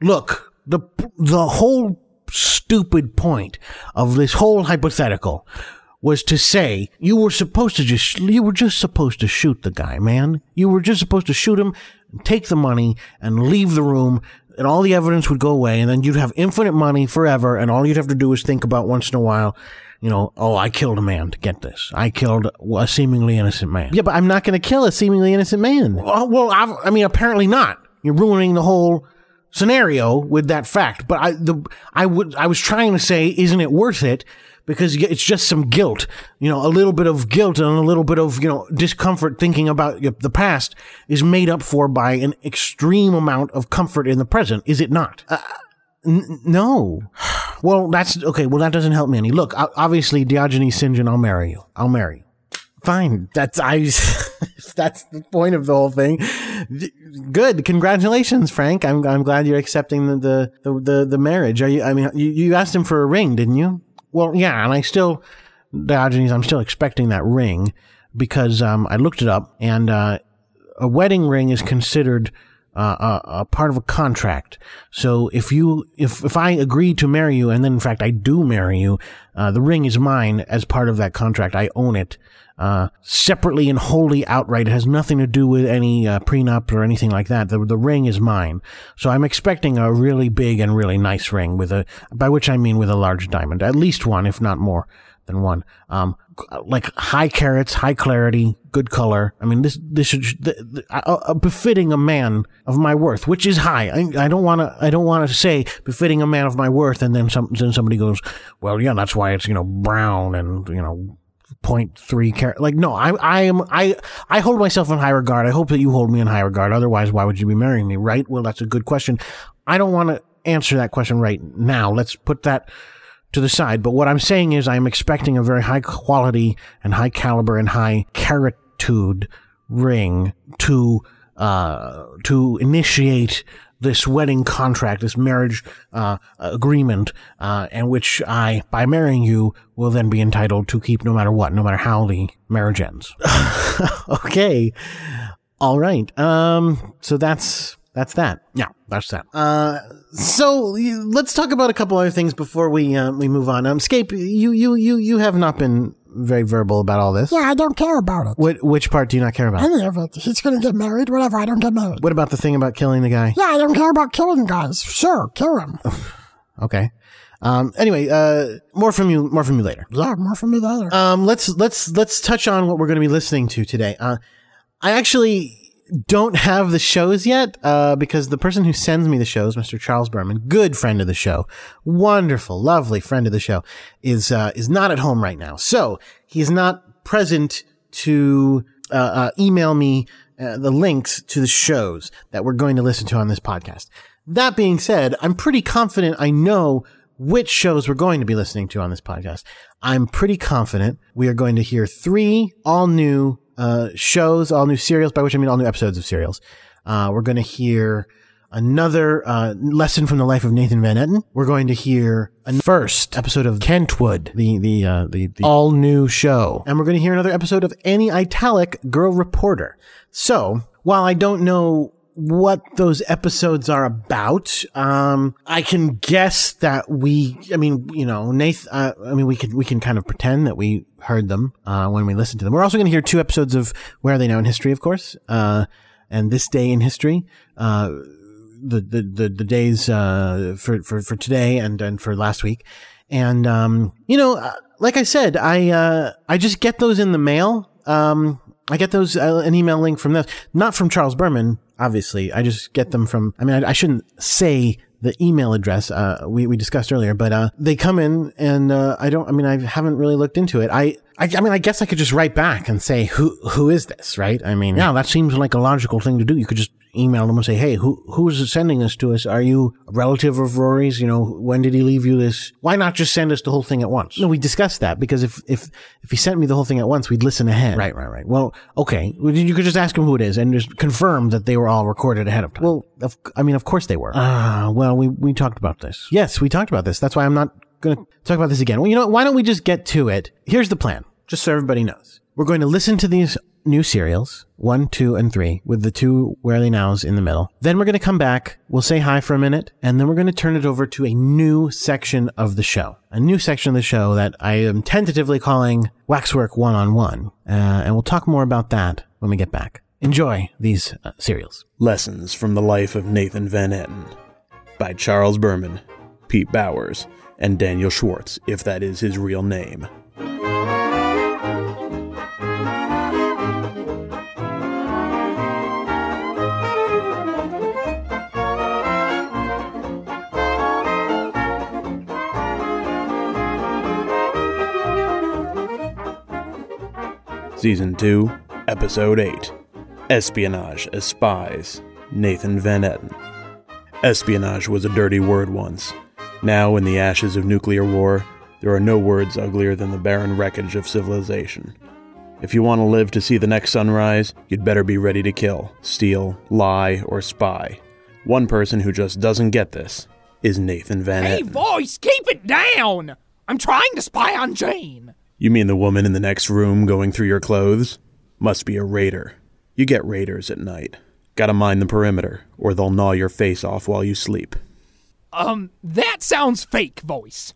S2: look the the whole stupid point of this whole hypothetical was to say you were supposed to just you were just supposed to shoot the guy, man. You were just supposed to shoot him, take the money, and leave the room. And all the evidence would go away, and then you'd have infinite money forever. And all you'd have to do is think about once in a while, you know, oh, I killed a man to get this. I killed a seemingly innocent man.
S9: Yeah, but I'm not going to kill a seemingly innocent man.
S2: Oh, well, I've, I mean, apparently not. You're ruining the whole scenario with that fact. But I, the, I would, I was trying to say, isn't it worth it? Because y- it's just some guilt, you know, a little bit of guilt and a little bit of, you know, discomfort thinking about y- the past is made up for by an extreme amount of comfort in the present, is it not?
S9: No.
S2: <sighs> well, that's okay. Well, that doesn't help me any. Look, o- obviously, Diogenes Sinjin, I'll marry you. I'll marry you.
S9: Fine. That's I <laughs> that's the point of the whole thing. Good. Congratulations, Frank. I'm I'm glad you're accepting the the the, the, the marriage. Are you I mean you, you asked him for a ring, didn't you?
S2: Well, yeah, and I still, Diogenes, I'm still expecting that ring because um, I looked it up, and uh, a wedding ring is considered uh, a, a part of a contract. So if you, if if I agree to marry you, and then in fact I do marry you, uh, the ring is mine as part of that contract. I own it uh, separately and wholly outright. It has nothing to do with any uh, prenup or anything like that. The, the ring is mine. So I'm expecting a really big and really nice ring with a, by which I mean with a large diamond, at least one, if not more than one. Um, g- like high carats, high clarity, good color. I mean, this, this should, th th- uh, uh, befitting a man of my worth, which is high. I, I don't want to, I don't want to say befitting a man of my worth. And then some, then somebody goes, well, yeah, that's why it's, you know, brown and, you know, 0.3 carat. Like, no, I, I am, I, I hold myself in high regard. I hope that you hold me in high regard. Otherwise, why would you be marrying me, right? Well, that's a good question. I don't want to answer that question right now. Let's put that to the side. But what I'm saying is I'm expecting a very high quality and high caliber and high caritude ring to, uh, to initiate this wedding contract, this marriage uh, agreement, uh, in which I, by marrying you, will then be entitled to keep no matter what, no matter how the marriage ends. <laughs>
S9: Okay. All right. Um so that's that's that.
S2: yeah, that's that.
S9: Uh, so y- let's talk about a couple other things before we uh, we move on. Um, Scape, you you you you have not been very verbal about all this.
S1: Yeah, I don't care about it.
S9: What which part do you not care about?
S1: Any of it. He's gonna get married, whatever. I don't get married.
S9: What about the thing about killing the guy?
S1: Yeah, I don't care about killing guys. Sure, kill him.
S9: Okay.
S2: Um, anyway, uh, more from you, more from you later.
S10: Yeah, more from me later.
S2: Um, let's let's let's touch on what we're going to be listening to today. Uh, I actually don't have the shows yet uh, because the person who sends me the shows, Mr. Charles Berman, good friend of the show, wonderful, lovely friend of the show, is uh, is not at home right now, so he's not present to uh, uh, email me uh, the links to the shows that we're going to listen to on this podcast. That being said, I'm pretty confident I know which shows we're going to be listening to on this podcast. I'm pretty confident we are going to hear three all new uh, shows, all new serials, by which I mean all new episodes of serials. Uh, we're going to hear another uh, lesson from the life of Nathan Van Etten. We're going to hear a first episode of Kentwood, the the uh, the, the all new show, and we're going to hear another episode of Annie Italic Girl Reporter. So while I don't know what those episodes are about. Um, I can guess that we, I mean, you know, Nathan, uh, I mean, we can, we can kind of pretend that we heard them, uh, when we listen to them. We're also going to hear two episodes of Where Are They Now in History, of course, uh, and This Day in History, uh, the, the, the, the days, uh, for, for, for today and, and for last week. And, um, you know, uh, like I said, I, uh, I just get those in the mail. Um, I get those uh, an email link from those, not from Charles Berman. Obviously, I just get them from. I mean, I, I shouldn't say the email address uh, we we discussed earlier, but uh, they come in, and uh, I don't. I mean, I haven't really looked into it. I, I I mean, I guess I could just write back and say who who is this, right? I mean, yeah, that seems like a logical thing to do. You could just email them and say, hey, who who's sending this to us? Are you a relative of Rory's? You know, when did he leave you this? Why not just send us the whole thing at once? No, we discussed that because if if if he sent me the whole thing at once, we'd listen ahead. Right, right, right. Well, okay, Well, you could just ask him who it is and just confirm that they were all recorded ahead of time. Well, of, I mean, of course they were. Ah, well, we we talked about this. Yes, we talked about this. That's why I'm not going to talk about this again. Well, you know, what? why don't we just get to it? Here's the plan, just so everybody knows. We're going to listen to these new serials, one, two, and three, with the two Where Are They Nows in the middle. Then we're going to come back, we'll say hi for a minute, and then we're going to turn it over to a new section of the show. A new section of the show that I am tentatively calling Waxwork One on One. And we'll talk more about that when we get back. Enjoy these uh, serials.
S11: Lessons from the Life of Nathan Van Etten by Charles Berman, Pete Bowers, and Daniel Schwartz, if that is his real name. Season 2, Episode 8 Espionage as Spies, Nathan Van Etten. Espionage was a dirty word once. Now, in the ashes of nuclear war, there are no words uglier than the barren wreckage of civilization. If you want to live to see the next sunrise, you'd better be ready to kill, steal, lie, or spy. One person who just doesn't get this is Nathan Van
S12: Hey,
S11: Etten.
S12: voice, keep it down! I'm trying to spy on Jane.
S11: You mean the woman in the next room going through your clothes? Must be a raider. You get raiders at night. Gotta mind the perimeter, or they'll gnaw your face off while you sleep.
S12: Um, that sounds fake, voice.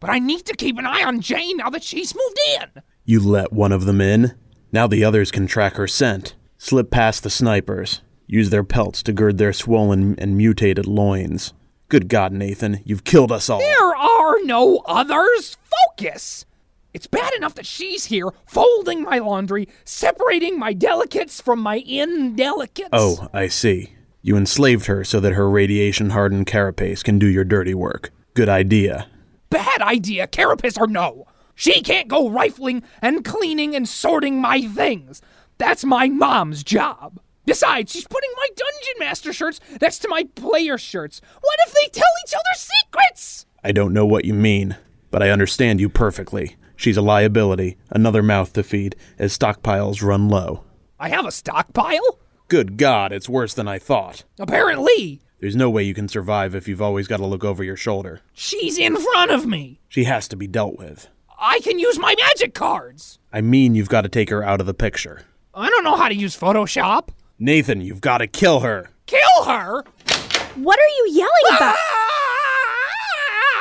S12: But I need to keep an eye on Jane now that she's moved in.
S11: You let one of them in. Now the others can track her scent, slip past the snipers, use their pelts to gird their swollen and mutated loins. Good God, Nathan, you've killed us all.
S12: There are no others. Focus! It's bad enough that she's here, folding my laundry, separating my delicates from my indelicates.
S11: Oh, I see. You enslaved her so that her radiation hardened carapace can do your dirty work. Good idea.
S12: Bad idea, carapace or no. She can't go rifling and cleaning and sorting my things. That's my mom's job. Besides, she's putting my dungeon master shirts next to my player shirts. What if they tell each other secrets?
S11: I don't know what you mean, but I understand you perfectly. She's a liability, another mouth to feed, as stockpiles run low.
S12: I have a stockpile?
S11: Good God, it's worse than I thought.
S12: Apparently,
S11: There's no way you can survive if you've always got to look over your shoulder.
S12: she's in front of me.
S11: She has to be dealt with.
S12: I can use my magic cards.
S11: I mean, you've got to take her out of the picture.
S12: I don't know how to use Photoshop.
S11: Nathan, you've got to kill her!
S12: Kill her? Ah!
S13: What are you yelling about?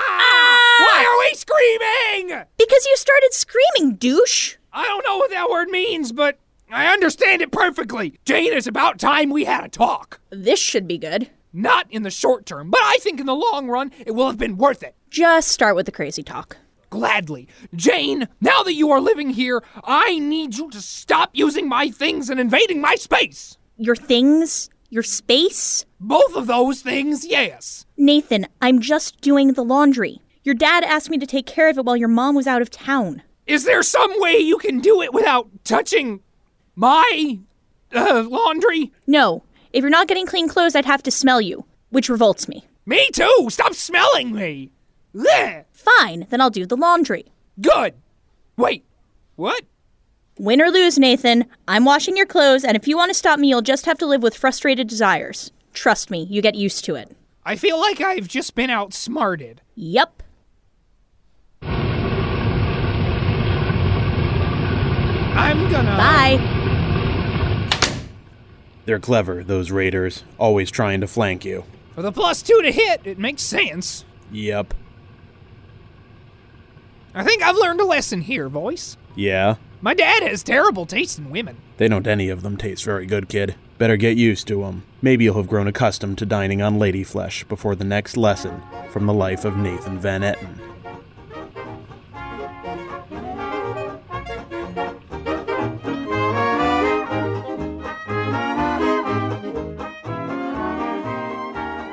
S14: Ah!
S12: Why are we screaming?
S15: Because you started screaming, douche!
S12: I don't know what that word means, but I understand it perfectly. Jane, it's about time we had a talk.
S15: This should be good.
S12: Not in the short term, but I think in the long run, it will have been worth it.
S14: Just start with the crazy talk.
S12: Gladly. Jane, now that you are living here, I need you to stop using my things and invading my space.
S14: Your things? Your space?
S12: Both of those things, yes.
S14: Nathan, I'm just doing the laundry. Your dad asked me to take care of it while your mom was out of town.
S12: Is there some way you can do it without touching my uh, laundry?
S14: No. If you're not getting clean clothes, I'd have to smell you, which revolts me.
S12: Me too! Stop smelling me! Blech.
S14: Fine, then I'll do the laundry.
S12: Good! Wait, what?
S14: Win or lose, Nathan, I'm washing your clothes, and if you want to stop me, you'll just have to live with frustrated desires. Trust me, you get used to it.
S12: I feel like I've just been outsmarted.
S14: Yep.
S12: I'm gonna.
S14: Bye.
S11: They're clever, those raiders, always trying to flank you.
S12: For the plus two to hit, it makes sense.
S11: Yep.
S12: I think I've learned a lesson here, voice.
S11: Yeah.
S12: My dad has terrible taste in women.
S11: They don't any of them taste very good, kid. Better get used to 'em. Maybe you'll have grown accustomed to dining on lady flesh before the next lesson from the life of Nathan Van Etten.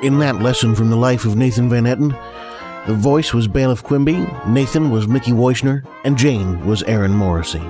S16: In that lesson from the life of Nathan Van Etten, the voice was Bailiff Quimby, Nathan was Mickey Weishner, and Jane was Aaron Morrissey.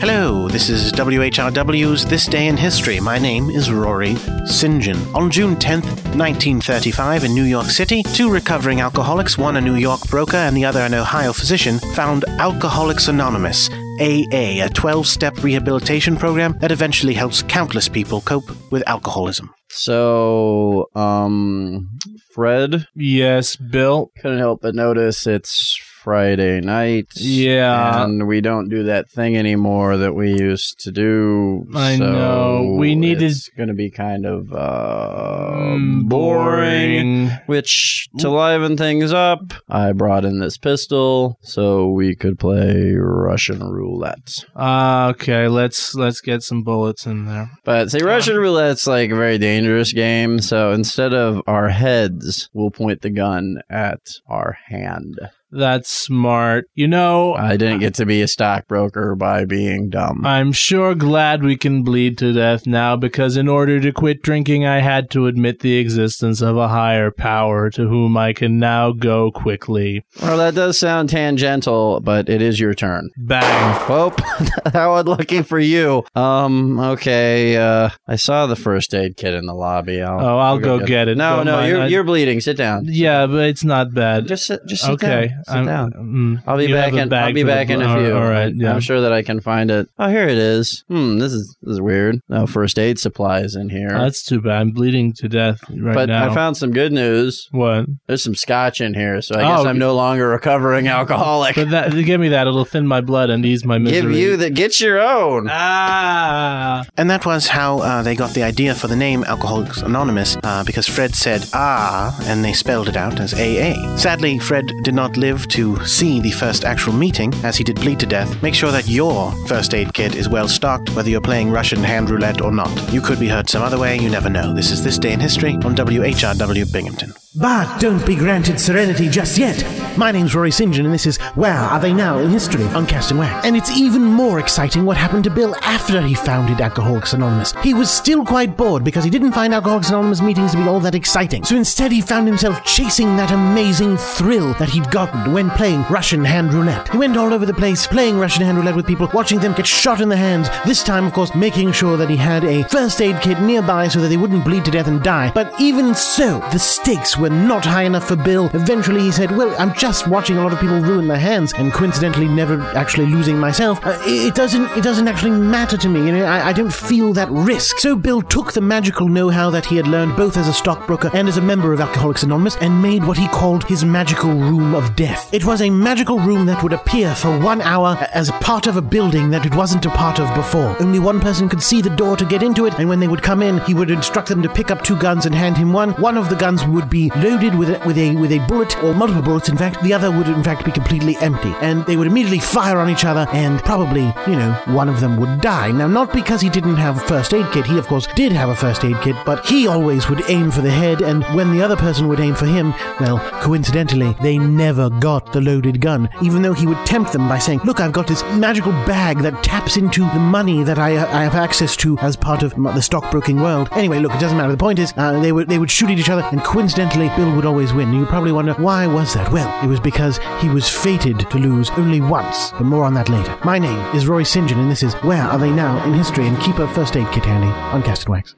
S16: Hello, this is WHRW's This Day in History. My name is Rory St. John. On June 10th, 1935, in New York City, two recovering alcoholics, one a New York broker and the other an Ohio physician, found Alcoholics Anonymous, AA, a 12 step rehabilitation program that eventually helps countless people cope with alcoholism.
S17: So, um, Fred
S18: Yes, Bill.
S17: couldn't help but notice it's Friday night.
S18: Yeah.
S17: and we don't do that thing anymore that we used to do.
S18: I
S17: so
S18: know. We needed-
S17: It's going to be kind of uh,
S18: Mm,
S17: boring. Which to liven things up, I brought in this pistol so we could play Russian roulette.
S18: Ah, okay. Let's let's get some bullets in there.
S17: But see, Russian roulette's like a very dangerous game. So instead of our heads, we'll point the gun at our hand.
S18: That's smart. You know,
S17: I didn't get to be a stockbroker by being dumb.
S18: I'm sure glad we can bleed to death now because in order to quit drinking, I had to admit the existence of a higher power to whom I can now go quickly.
S17: Well, that does sound tangential, but it is your turn.
S18: Bang.
S17: Well, <laughs> how unlucky for you. Um, okay. Uh, I saw the first aid kit in the lobby. I'll,
S18: Oh, I'll go get it.
S17: No,
S18: Don't
S17: no,
S18: mind.
S17: you're,
S18: I-
S17: you're bleeding. Sit down.
S18: Yeah, but it's not bad.
S17: Just sit, just sit
S18: okay.
S17: down. Sit
S18: I'm-
S17: down.
S18: mm,
S17: I'll be
S18: you
S17: back
S18: have a
S17: in.
S18: bag
S17: I'll be
S18: for the
S17: back in a
S18: bl-
S17: few.
S18: All right. Yeah.
S17: I'm sure that I can find it. Oh, here it is. Hmm. This is this is weird. No first aid supplies in here.
S18: That's too bad. I'm bleeding to death right
S17: but
S18: now.
S17: I found some good news.
S18: what?
S17: There's some scotch in here, so I guess
S18: Oh.
S17: I'm no longer recovering <laughs> alcoholic.
S18: But that, give me that. It'll thin my blood and ease my misery.
S17: Give you the get your own.
S18: ah.
S16: And that was how uh, they got the idea for the name Alcoholics Anonymous, uh, because Fred said ah, and they spelled it out as AA. Sadly, Fred did not live to see the first actual meeting, as he did bleed to death. Make sure that your first aid kit is well stocked, whether you're playing Russian hand roulette or not. You could be hurt some other way, you never know. This is This Day in History on WHRW Binghamton.
S2: But don't be granted serenity just yet. My name's Rory St. John, and this is Where Are They Now in History on Cast and Wax. And it's even more exciting what happened to Bill after he founded Alcoholics Anonymous. He was still quite bored because he didn't find Alcoholics Anonymous meetings to be all that exciting. So instead, he found himself chasing that amazing thrill that he'd gotten when playing Russian hand roulette. He went all over the place playing Russian hand roulette with people, watching them get shot in the hands. This time, of course, making sure that he had a first aid kit nearby so that they wouldn't bleed to death and die. But even so, the stakes were not high enough for Bill. Eventually, he said, Well, I'm just watching a lot of people ruin their hands and coincidentally never actually losing myself. Uh, it it doesn't, it doesn't actually matter to me. You know, I, I don't feel that risk. So Bill took the magical know how that he had learned both as a stockbroker and as a member of Alcoholics Anonymous and made what he called his magical room of death. It was a magical room that would appear for one hour a- as a part of a building that it wasn't a part of before. Only one person could see the door to get into it, and when they would come in, he would instruct them to pick up two guns and hand him one. One of the guns would be loaded with a, with a with a bullet or multiple bullets. In fact, the other would in fact be completely empty, and they would immediately fire on each other, and probably you know one of them would die. Now, not because he didn't have a first aid kit. He of course did have a first aid kit, but he always would aim for the head, and when the other person would aim for him, well, coincidentally, they never got the loaded gun, even though he would tempt them by saying, "Look, I've got this magical bag that taps into the money that I, uh, I have access to as part of m- the stockbroking world." Anyway, look, it doesn't matter. The point is, uh, they would they would shoot at each other, and coincidentally, Bill would always win. You probably wonder why was that? Well, it was because he was fated to lose only once. But more on that later. My name is Roy St. John, and this is Where Are They Now in History? And keep a first aid kit handy on Casted Wax.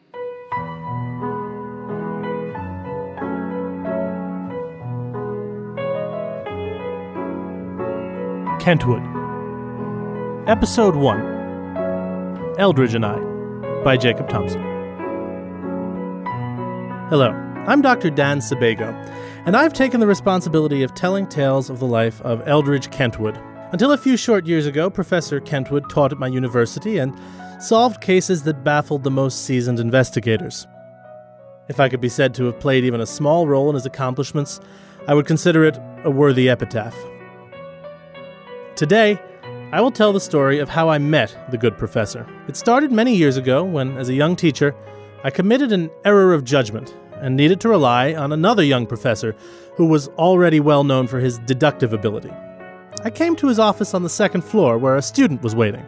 S18: Kentwood. Episode 1 Eldridge and I by Jacob Thompson. Hello, I'm Dr. Dan Sebago, and I've taken the responsibility of telling tales of the life of Eldridge Kentwood. Until a few short years ago, Professor Kentwood taught at my university and solved cases that baffled the most seasoned investigators. If I could be said to have played even a small role in his accomplishments, I would consider it a worthy epitaph. Today, I will tell the story of how I met the good professor. It started many years ago when, as a young teacher, I committed an error of judgment and needed to rely on another young professor who was already well known for his deductive ability. I came to his office on the second floor where a student was waiting.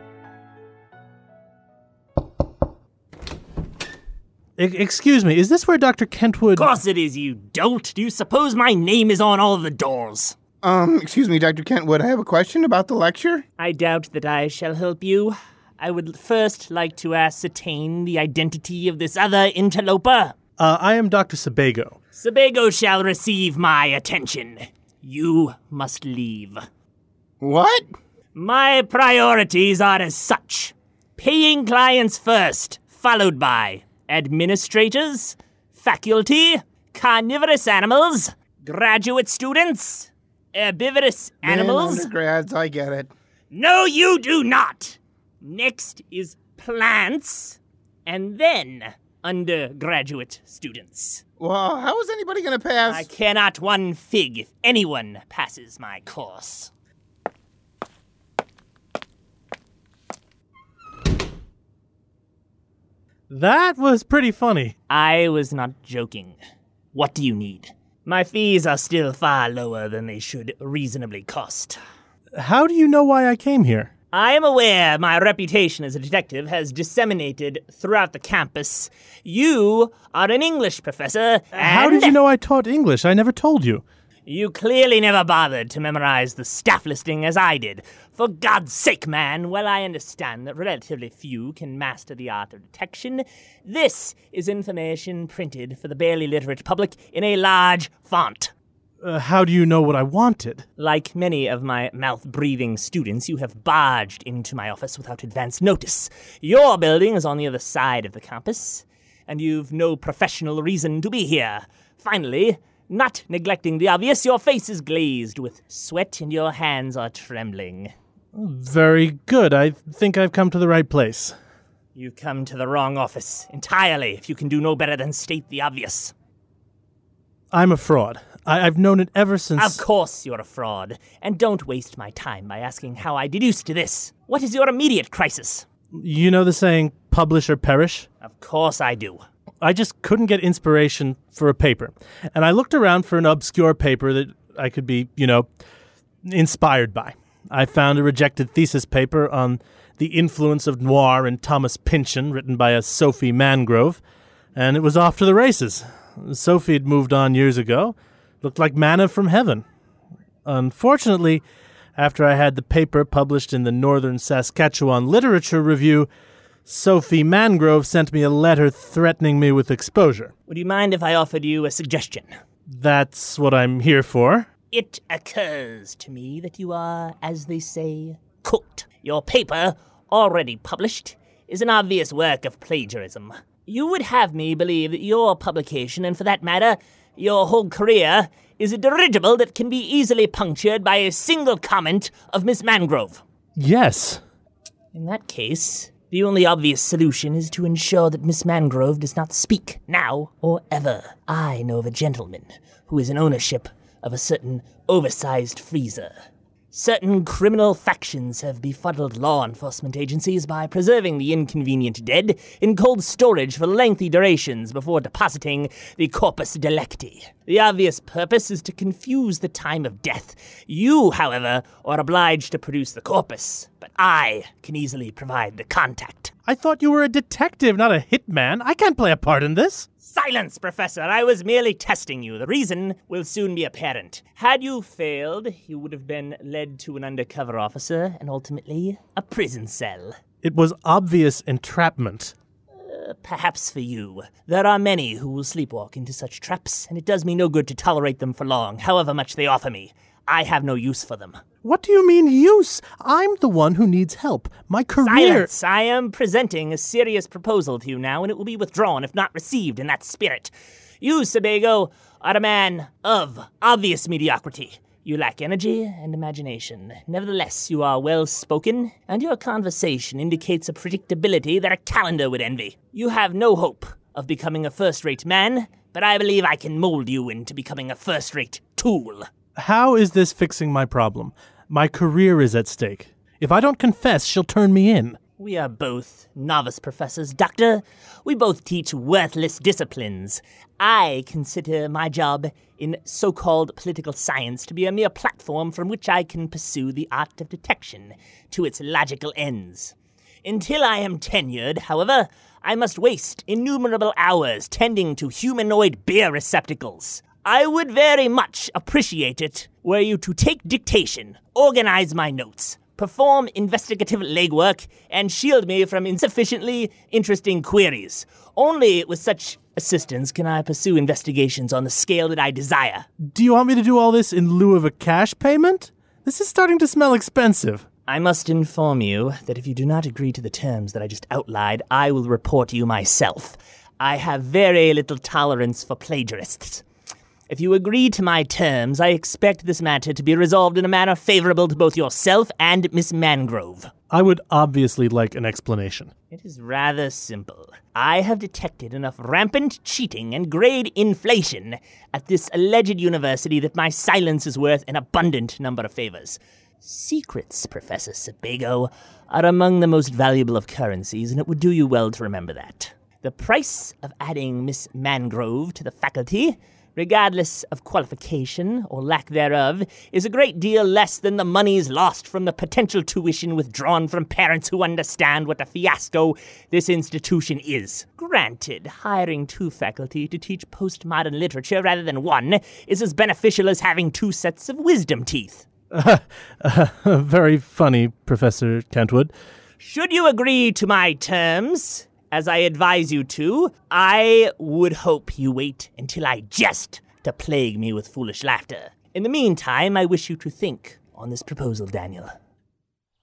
S18: E- excuse me, is this where Dr. Kentwood.
S19: Of course it is, you dolt. Do you suppose my name is on all of the doors?
S20: Um, excuse me, Dr. Kentwood, I have a question about the lecture.
S19: I doubt that I shall help you. I would first like to ascertain the identity of this other interloper.
S18: Uh, I am Dr. Sebago.
S19: Sebago shall receive my attention. You must leave.
S20: What?
S19: My priorities are as such paying clients first, followed by administrators, faculty, carnivorous animals, graduate students, herbivorous
S20: Man,
S19: animals.
S20: undergrads, I get it.
S19: No, you do not. Next is plants, and then undergraduate students.
S20: Well, how is anybody going to pass?
S19: I cannot one fig if anyone passes my course.
S18: That was pretty funny.
S19: I was not joking. What do you need? My fees are still far lower than they should reasonably cost.
S18: How do you know why I came here?
S19: I am aware my reputation as a detective has disseminated throughout the campus. You are an English professor,
S18: How
S19: and
S18: did you know I taught English? I never told you.
S19: you clearly never bothered to memorize the staff listing as I did. For God's sake, man, while I understand that relatively few can master the art of detection, this is information printed for the barely literate public in a large font.
S18: Uh, how do you know what I wanted?
S19: Like many of my mouth breathing students, you have barged into my office without advance notice. Your building is on the other side of the campus, and you've no professional reason to be here. Finally, not neglecting the obvious, your face is glazed with sweat and your hands are trembling.
S18: Very good. I think I've come to the right place.
S19: You've come to the wrong office entirely if you can do no better than state the obvious.
S18: I'm a fraud. I- I've known it ever since.
S19: Of course you're a fraud, and don't waste my time by asking how I deduced this. What is your immediate crisis?
S18: You know the saying, publish or perish?
S19: Of course I do.
S18: I just couldn't get inspiration for a paper. And I looked around for an obscure paper that I could be, you know, inspired by. I found a rejected thesis paper on the influence of noir and Thomas Pynchon, written by a Sophie Mangrove, and it was off to the races. Sophie had moved on years ago, looked like manna from heaven. Unfortunately, after I had the paper published in the Northern Saskatchewan Literature Review, Sophie Mangrove sent me a letter threatening me with exposure.
S19: Would you mind if I offered you a suggestion?
S18: That's what I'm here for.
S19: It occurs to me that you are, as they say, cooked. Your paper, already published, is an obvious work of plagiarism. You would have me believe that your publication, and for that matter, your whole career, is a dirigible that can be easily punctured by a single comment of Miss Mangrove.
S18: Yes.
S19: In that case, The only obvious solution is to ensure that Miss Mangrove does not speak now or ever. I know of a gentleman who is in ownership of a certain oversized freezer. Certain criminal factions have befuddled law enforcement agencies by preserving the inconvenient dead in cold storage for lengthy durations before depositing the corpus delicti. The obvious purpose is to confuse the time of death. You, however, are obliged to produce the corpus, but I can easily provide the contact.
S18: I thought you were a detective, not a hitman. I can't play a part in this.
S19: Silence, Professor. I was merely testing you. The reason will soon be apparent. Had you failed, you would have been led to an undercover officer and ultimately a prison cell.
S18: It was obvious entrapment.
S19: Uh, perhaps for you. There are many who will sleepwalk into such traps, and it does me no good to tolerate them for long, however much they offer me. I have no use for them.
S18: What do you mean use? I'm the one who needs help. My career.
S19: Silence! I am presenting a serious proposal to you now, and it will be withdrawn if not received in that spirit. You, Sebago, are a man of obvious mediocrity. You lack energy and imagination. Nevertheless, you are well spoken, and your conversation indicates a predictability that a calendar would envy. You have no hope of becoming a first rate man, but I believe I can mold you into becoming a first rate tool.
S18: How is this fixing my problem? My career is at stake. If I don't confess, she'll turn me in.
S19: We are both novice professors, Doctor. We both teach worthless disciplines. I consider my job in so called political science to be a mere platform from which I can pursue the art of detection to its logical ends. Until I am tenured, however, I must waste innumerable hours tending to humanoid beer receptacles. I would very much appreciate it were you to take dictation, organize my notes, perform investigative legwork, and shield me from insufficiently interesting queries. Only with such assistance can I pursue investigations on the scale that I desire.
S18: Do you want me to do all this in lieu of a cash payment? This is starting to smell expensive.
S19: I must inform you that if you do not agree to the terms that I just outlined, I will report you myself. I have very little tolerance for plagiarists. If you agree to my terms, I expect this matter to be resolved in a manner favorable to both yourself and Miss Mangrove.
S18: I would obviously like an explanation. <laughs>
S19: It is rather simple. I have detected enough rampant cheating and grade inflation at this alleged university that my silence is worth an abundant number of favors. Secrets, Professor Sebago, are among the most valuable of currencies, and it would do you well to remember that. The price of adding Miss Mangrove to the faculty regardless of qualification or lack thereof, is a great deal less than the monies lost from the potential tuition withdrawn from parents who understand what a fiasco this institution is. Granted, hiring two faculty to teach postmodern literature rather than one is as beneficial as having two sets of wisdom teeth.
S18: Uh, uh, very funny, Professor Kentwood.
S19: Should you agree to my terms, as I advise you to, I would hope you wait until I jest to plague me with foolish laughter. In the meantime, I wish you to think on this proposal, Daniel.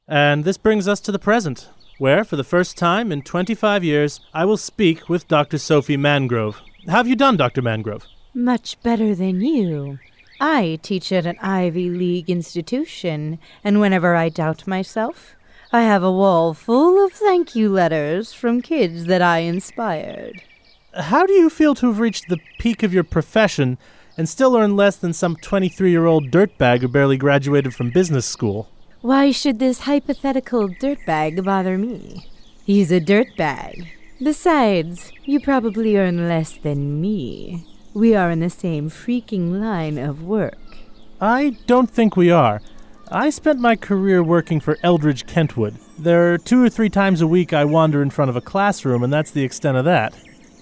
S18: And this brings us to the present, where, for the first time in 25 years, I will speak with Dr. Sophie Mangrove. How have you done, Dr. Mangrove?
S21: Much better than you. I teach at an Ivy League institution, and whenever I doubt myself, I have a wall full of thank you letters from kids that I inspired.
S18: How do you feel to have reached the peak of your profession and still earn less than some 23 year old dirtbag who barely graduated from business school?
S21: Why should this hypothetical dirtbag bother me? He's a dirtbag. Besides, you probably earn less than me. We are in the same freaking line of work.
S18: I don't think we are. I spent my career working for Eldridge Kentwood. There are two or three times a week I wander in front of a classroom, and that's the extent of that.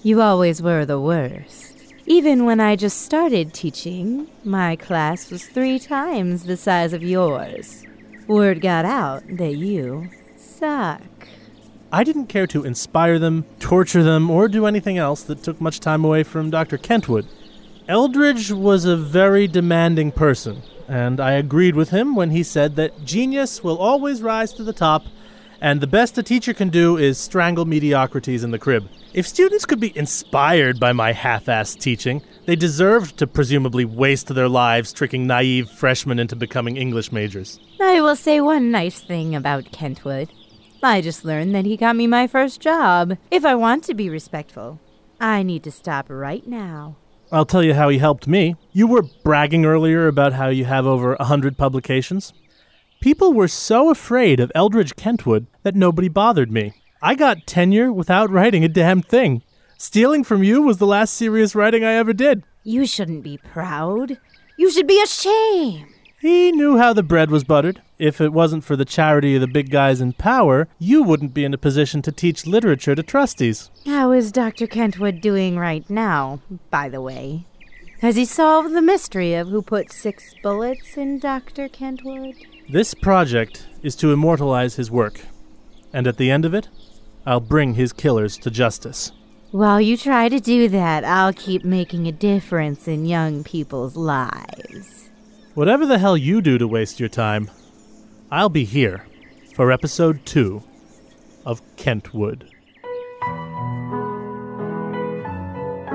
S21: You always were the worst. Even when I just started teaching, my class was three times the size of yours. Word got out that you suck.
S18: I didn't care to inspire them, torture them, or do anything else that took much time away from Dr. Kentwood. Eldridge was a very demanding person, and I agreed with him when he said that genius will always rise to the top, and the best a teacher can do is strangle mediocrities in the crib. If students could be inspired by my half assed teaching, they deserved to presumably waste their lives tricking naive freshmen into becoming English majors.
S21: I will say one nice thing about Kentwood. I just learned that he got me my first job. If I want to be respectful, I need to stop right now.
S18: I'll tell you how he helped me. You were bragging earlier about how you have over a 100 publications. People were so afraid of Eldridge Kentwood that nobody bothered me. I got tenure without writing a damn thing. Stealing from you was the last serious writing I ever did.
S21: You shouldn't be proud. You should be ashamed.
S18: He knew how the bread was buttered. If it wasn't for the charity of the big guys in power, you wouldn't be in a position to teach literature to trustees.
S21: How is Dr. Kentwood doing right now, by the way? Has he solved the mystery of who put six bullets in Dr. Kentwood?
S18: This project is to immortalize his work, and at the end of it, I'll bring his killers to justice.
S21: While you try to do that, I'll keep making a difference in young people's lives.
S18: Whatever the hell you do to waste your time, I'll be here for episode two of Kentwood.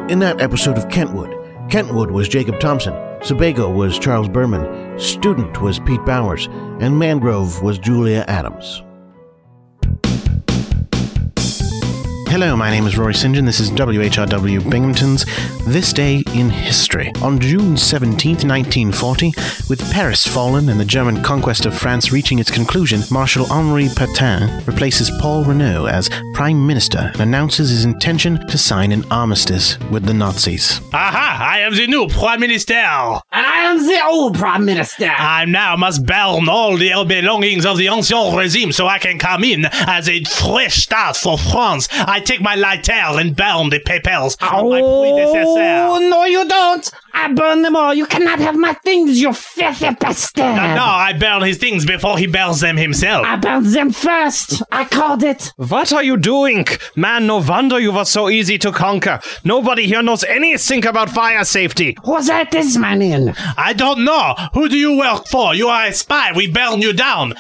S22: In that episode of Kentwood, Kentwood was Jacob Thompson, Sebago was Charles Berman, Student was Pete Bowers, and Mangrove was Julia Adams.
S2: Hello, my name is Rory St. John. This is WHRW Binghamton's This Day in History. On June 17, 1940, with Paris fallen and the German conquest of France reaching its conclusion, Marshal Henri Pétain replaces Paul Renault as Prime Minister and announces his intention to sign an armistice with the Nazis.
S23: Aha! I am the new Prime Minister! And I am the old Prime Minister! I now must burn all the belongings of the ancien regime so I can come in as a fresh start for France. I take my lighter and burn the papers of my predecessor.
S24: Oh, no, you don't! I burn them all. You cannot have my things, you filthy bastard!
S23: No, no, I burn his things before he burns them himself.
S24: I burned them first. I called it.
S25: What are you doing? Man, no wonder you were so easy to conquer. Nobody here knows anything about fire safety.
S24: Who's that this man in?
S23: I don't know. Who do you work for? You are a spy. We burn you down.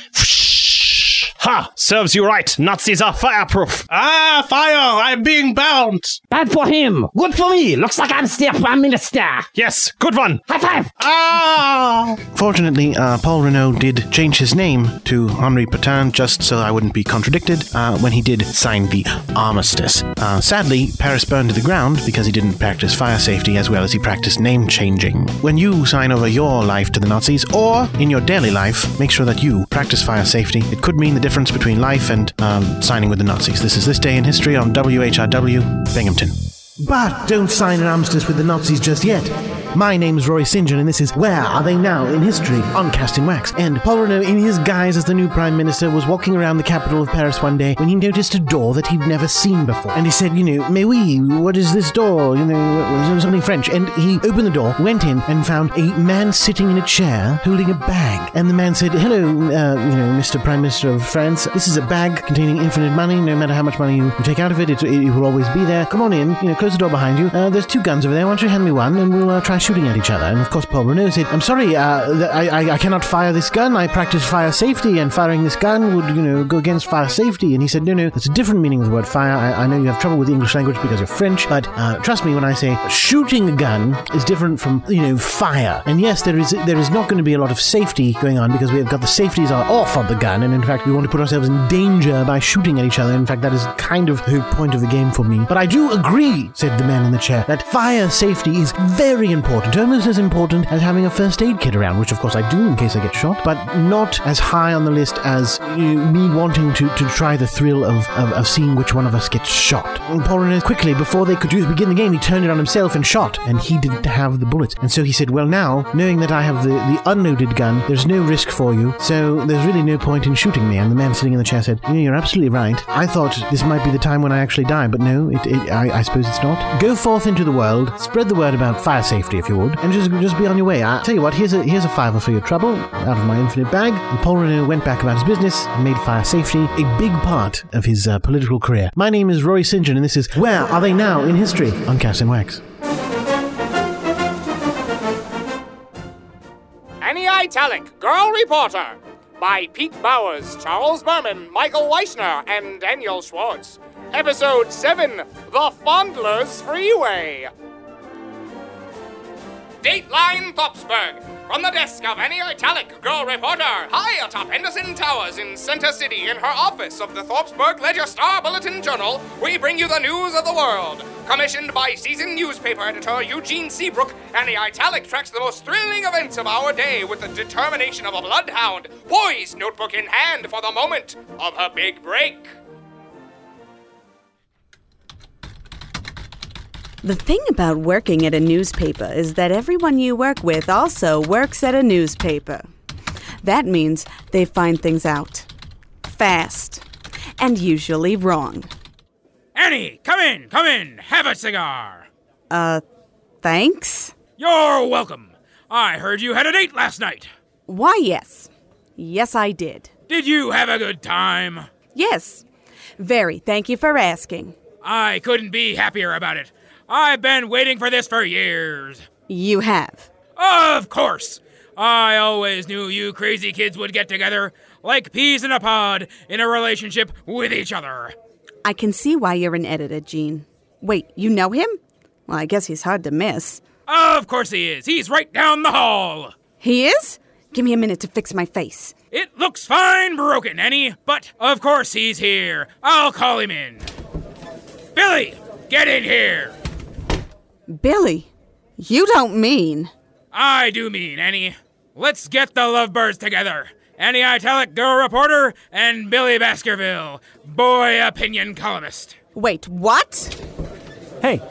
S25: Ha! Serves you right. Nazis are fireproof.
S23: Ah, fire! I'm being bound.
S24: Bad for him. Good for me. Looks like I'm still prime minister.
S25: Yes, good one.
S24: High five.
S23: Ah!
S2: <laughs> Fortunately, uh, Paul Renault did change his name to Henri Pétain just so I wouldn't be contradicted uh, when he did sign the armistice. Uh, sadly, Paris burned to the ground because he didn't practice fire safety as well as he practiced name changing. When you sign over your life to the Nazis, or in your daily life, make sure that you practice fire safety. It could mean the difference between life and um, signing with the Nazis. This is This Day in History on WHRW, Binghamton.
S8: But don't sign an armistice with the Nazis just yet. My name's Roy St. John, and this is Where Are They Now in History on Casting Wax.
S2: And Paul Renault, in his guise as the new Prime Minister, was walking around the capital of Paris one day when he noticed a door that he'd never seen before. And he said, You know, mais oui, what is this door? You know, something French. And he opened the door, went in, and found a man sitting in a chair holding a bag. And the man said, Hello, uh, you know, Mr. Prime Minister of France. This is a bag containing infinite money. No matter how much money you take out of it, it, it will always be there. Come on in, you know, close the door behind you. Uh, there's two guns over there. Why don't you hand me one and we'll uh, try shooting at each other. And of course, Paul Renault said, "I'm sorry, uh, th- I, I I cannot fire this gun. I practice fire safety, and firing this gun would you know go against fire safety." And he said, "No, no, that's a different meaning of the word fire. I, I know you have trouble with the English language because you're French, but uh, trust me when I say shooting a gun is different from you know fire. And yes, there is there is not going to be a lot of safety going on because we have got the safeties are off of the gun, and in fact, we want to put ourselves in danger by shooting at each other. In fact, that is kind of the point of the game for me. But I do agree," said the man in the chair, "that fire safety is very important." important, almost as important as having a first aid kit around, which of course I do in case I get shot, but not as high on the list as uh, me wanting to, to try the thrill of, of, of seeing which one of us gets shot. And Paul Renault quickly, before they could do, begin the game, he turned it on himself and shot, and he didn't have the bullets. And so he said, Well, now, knowing that I have the, the unloaded gun, there's no risk for you, so there's really no point in shooting me. And the man sitting in the chair said, You know, you're absolutely right. I thought this might be the time when I actually die, but no, it, it, I, I suppose it's not. Go forth into the world, spread the word about fire safety if you would, and just just be on your way. I tell you what, here's a here's a fiver for your trouble out of my infinite bag. And Paul Renault went back about his business and made fire safety a big part of his uh, political career. My name is Rory St. John, and this is Where Are They Now in History on Cast and Wax.
S20: Annie Italic, Girl Reporter, by Pete Bowers, Charles Berman, Michael Weisner, and Daniel Schwartz. Episode 7 The Fondler's Freeway. Dateline Popsburg. From the desk of any italic girl reporter, high atop Henderson Towers in Center City, in her office of the Thorpsburg Ledger Star Bulletin Journal, we bring you the news of the world. Commissioned by seasoned newspaper editor Eugene Seabrook, and the italic tracks the most thrilling events of our day with the determination of a bloodhound, poised notebook in hand for the moment of her big break.
S4: The thing about working at a newspaper is that everyone you work with also works at a newspaper. That means they find things out fast and usually wrong.
S26: Annie, come in, come in, have a cigar.
S4: Uh, thanks?
S26: You're welcome. I heard you had a date last night.
S4: Why, yes. Yes, I did.
S26: Did you have a good time?
S4: Yes. Very, thank you for asking.
S26: I couldn't be happier about it. I've been waiting for this for years.
S4: You have.
S26: Of course. I always knew you crazy kids would get together like peas in a pod in a relationship with each other.
S4: I can see why you're an editor, Gene. Wait, you know him? Well, I guess he's hard to miss.
S26: Of course he is. He's right down the hall.
S4: He is? Give me a minute to fix my face.
S26: It looks fine broken, Annie, but of course he's here. I'll call him in. Billy, get in here.
S4: Billy, you don't mean.
S26: I do mean, Annie. Let's get the lovebirds together. Annie Italic Girl Reporter and Billy Baskerville, Boy Opinion Columnist.
S4: Wait, what?
S18: Hey.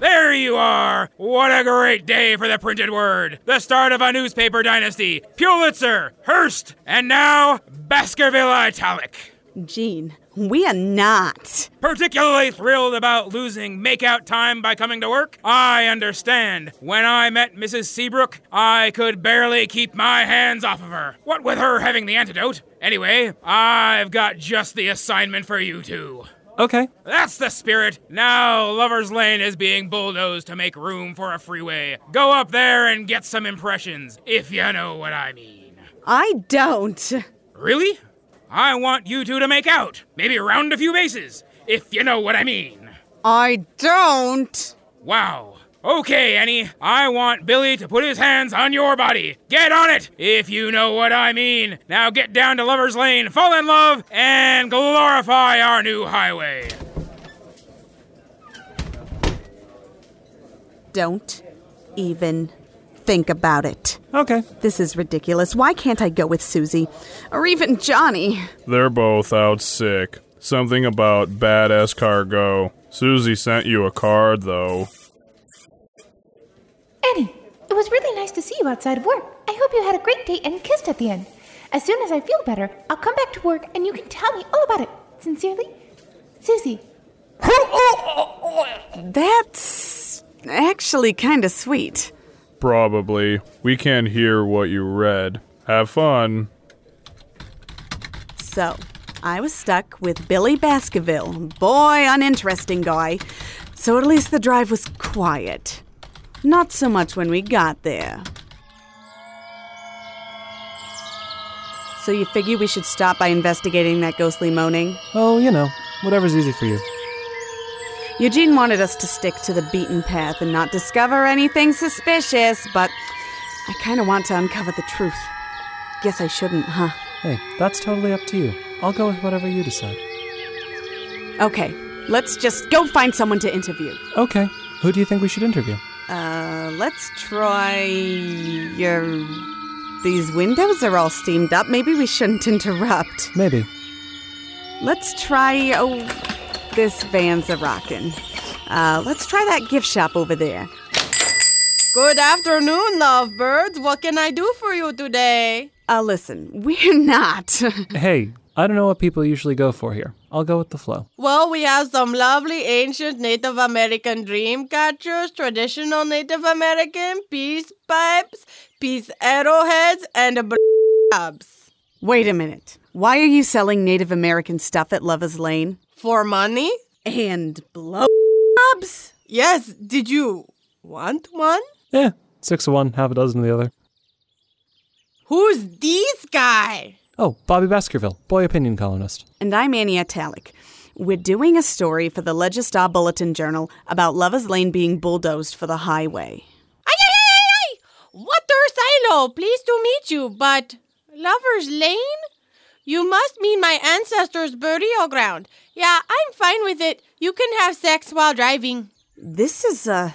S26: There you are! What a great day for the printed word! The start of a newspaper dynasty! Pulitzer, Hearst, and now Baskerville Italic!
S4: Gene, we are not.
S26: Particularly thrilled about losing makeout time by coming to work? I understand. When I met Mrs. Seabrook, I could barely keep my hands off of her. What with her having the antidote? Anyway, I've got just the assignment for you two.
S18: Okay.
S26: That's the spirit. Now, Lover's Lane is being bulldozed to make room for a freeway. Go up there and get some impressions, if you know what I mean.
S4: I don't.
S26: Really? I want you two to make out. Maybe round a few bases, if you know what I mean.
S4: I don't.
S26: Wow. Okay, Annie, I want Billy to put his hands on your body. Get on it, if you know what I mean. Now get down to Lover's Lane, fall in love, and glorify our new highway.
S4: Don't even think about it.
S18: Okay.
S4: This is ridiculous. Why can't I go with Susie? Or even Johnny?
S27: They're both out sick. Something about badass cargo. Susie sent you a card, though.
S28: Annie, it was really nice to see you outside work. I hope you had a great date and kissed at the end. As soon as I feel better, I'll come back to work and you can tell me all about it. Sincerely, Susie.
S4: That's actually kind of sweet.
S27: Probably. We can't hear what you read. Have fun.
S4: So, I was stuck with Billy Baskerville. Boy, uninteresting guy. So at least the drive was quiet. Not so much when we got there. So you figure we should stop by investigating that ghostly moaning?
S17: Oh, you know, whatever's easy for you.
S4: Eugene wanted us to stick to the beaten path and not discover anything suspicious, but I kind of want to uncover the truth. Guess I shouldn't, huh?
S17: Hey, that's totally up to you. I'll go with whatever you decide.
S4: Okay, let's just go find someone to interview.
S17: Okay, who do you think we should interview?
S4: Uh, let's try. Your. These windows are all steamed up. Maybe we shouldn't interrupt.
S17: Maybe.
S4: Let's try. Oh this van's a rockin'. Uh, let's try that gift shop over there.
S29: Good afternoon, lovebirds. What can I do for you today?
S4: Uh, listen, we're not.
S17: hey, I don't know what people usually go for here. I'll go with the flow.
S29: Well, we have some lovely ancient Native American dream catchers, traditional Native American peace pipes, peace arrowheads, and abs.
S4: Wait a minute. Why are you selling Native American stuff at Lover's Lane?
S29: for money
S4: and blowjobs.
S29: Yes, did you want one?
S17: Yeah, six of one, half a dozen of the other.
S29: Who's this guy?
S17: Oh, Bobby Baskerville, boy opinion columnist.
S4: And I'm Annie Italic. We're doing a story for the Ledger Star Bulletin Journal about Lovers Lane being bulldozed for the highway.
S28: Ay, ay,
S29: Hello, pleased to meet you, but Lover's Lane? You must mean my ancestors' burial ground. Yeah, I'm fine with it. You can have sex while driving.
S4: This is a,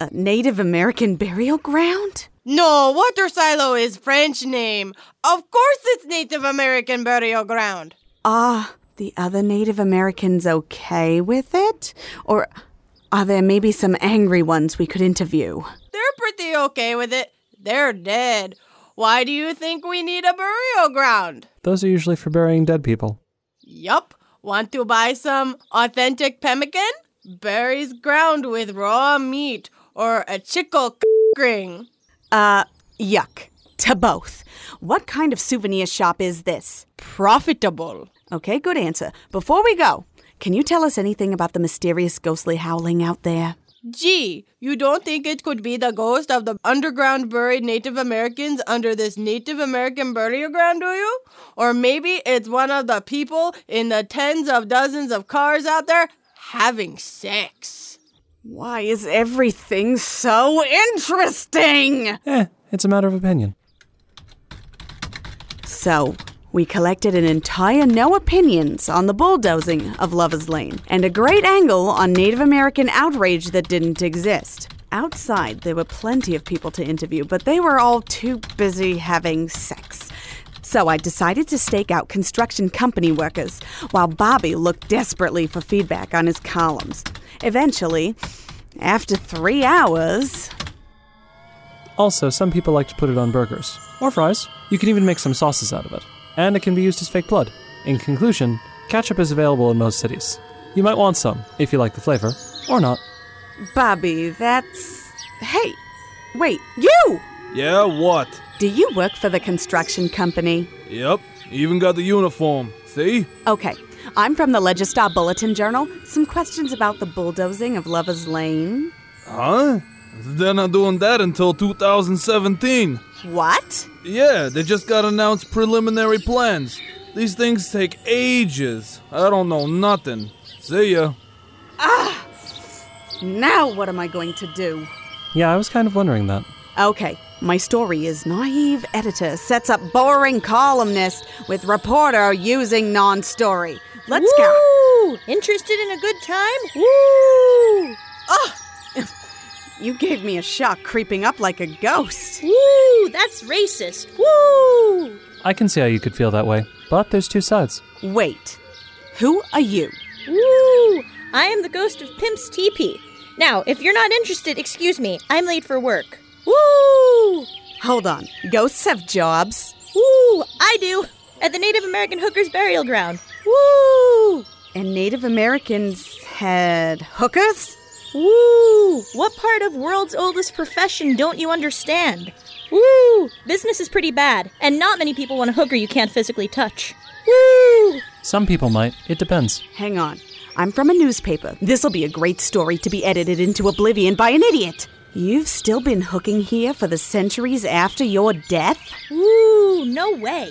S4: a Native American burial ground?
S29: No, water silo is French name. Of course it's Native American burial ground.
S4: Are Ah, the other Native Americans okay with it? Or are there maybe some angry ones we could interview?
S29: They're pretty okay with it. They're dead. Why do you think we need a burial ground?
S3: Those are usually for burying dead people.
S29: Yup. Want to buy some authentic pemmican? Buries ground with raw meat or a chickle ring.
S4: Uh, yuck. To both. What kind of souvenir shop is this?
S29: Profitable.
S4: Okay, good answer. Before we go, can you tell us anything about the mysterious ghostly howling out there?
S29: Gee, you don't think it could be the ghost of the underground buried Native Americans under this Native American burial ground, do you? Or maybe it's one of the people in the tens of dozens of cars out there having sex.
S4: Why is everything so interesting?
S3: Eh, it's a matter of opinion.
S4: So, we collected an entire no opinions on the bulldozing of Lover's Lane and a great angle on Native American outrage that didn't exist. Outside, there were plenty of people to interview, but they were all too busy having sex. So I decided to stake out construction company workers while Bobby looked desperately for feedback on his columns. Eventually, after three hours,
S3: Also, some people like to put it on burgers or fries. You can even make some sauces out of it. And it can be used as fake blood. In conclusion, ketchup is available in most cities. You might want some if you like the flavor or not.
S4: Bobby, that's. Hey, wait, you!
S30: Yeah, what?
S4: Do you work for the construction company?
S30: Yep, even got the uniform. See?
S4: Okay, I'm from the Legistar Bulletin Journal. Some questions about the bulldozing of Lover's Lane.
S30: Huh? They're not doing that until 2017.
S4: What?
S30: Yeah, they just got announced preliminary plans. These things take ages. I don't know nothing. See ya.
S4: Ah! Now what am I going to do?
S3: Yeah, I was kind of wondering that.
S4: Okay, my story is naive editor sets up boring columnist with reporter using non story. Let's go.
S29: Woo! Interested in a good time? Woo!
S4: Oh, you gave me a shock creeping up like a ghost.
S29: Woo! That's racist. Woo!
S3: I can see how you could feel that way, but there's two sides.
S4: Wait, who are you?
S29: Woo! I am the ghost of Pimp's teepee. Now, if you're not interested, excuse me. I'm late for work. Woo!
S4: Hold on, ghosts have jobs.
S29: Woo! I do. At the Native American Hookers Burial Ground. Woo!
S4: And Native Americans had hookers?
S29: Woo! What part of world's oldest profession don't you understand? Woo! Business is pretty bad, and not many people want a hooker you can't physically touch. Woo!
S3: Some people might. It depends.
S4: Hang on, I'm from a newspaper. This'll be a great story to be edited into oblivion by an idiot. You've still been hooking here for the centuries after your death?
S29: Woo! No way.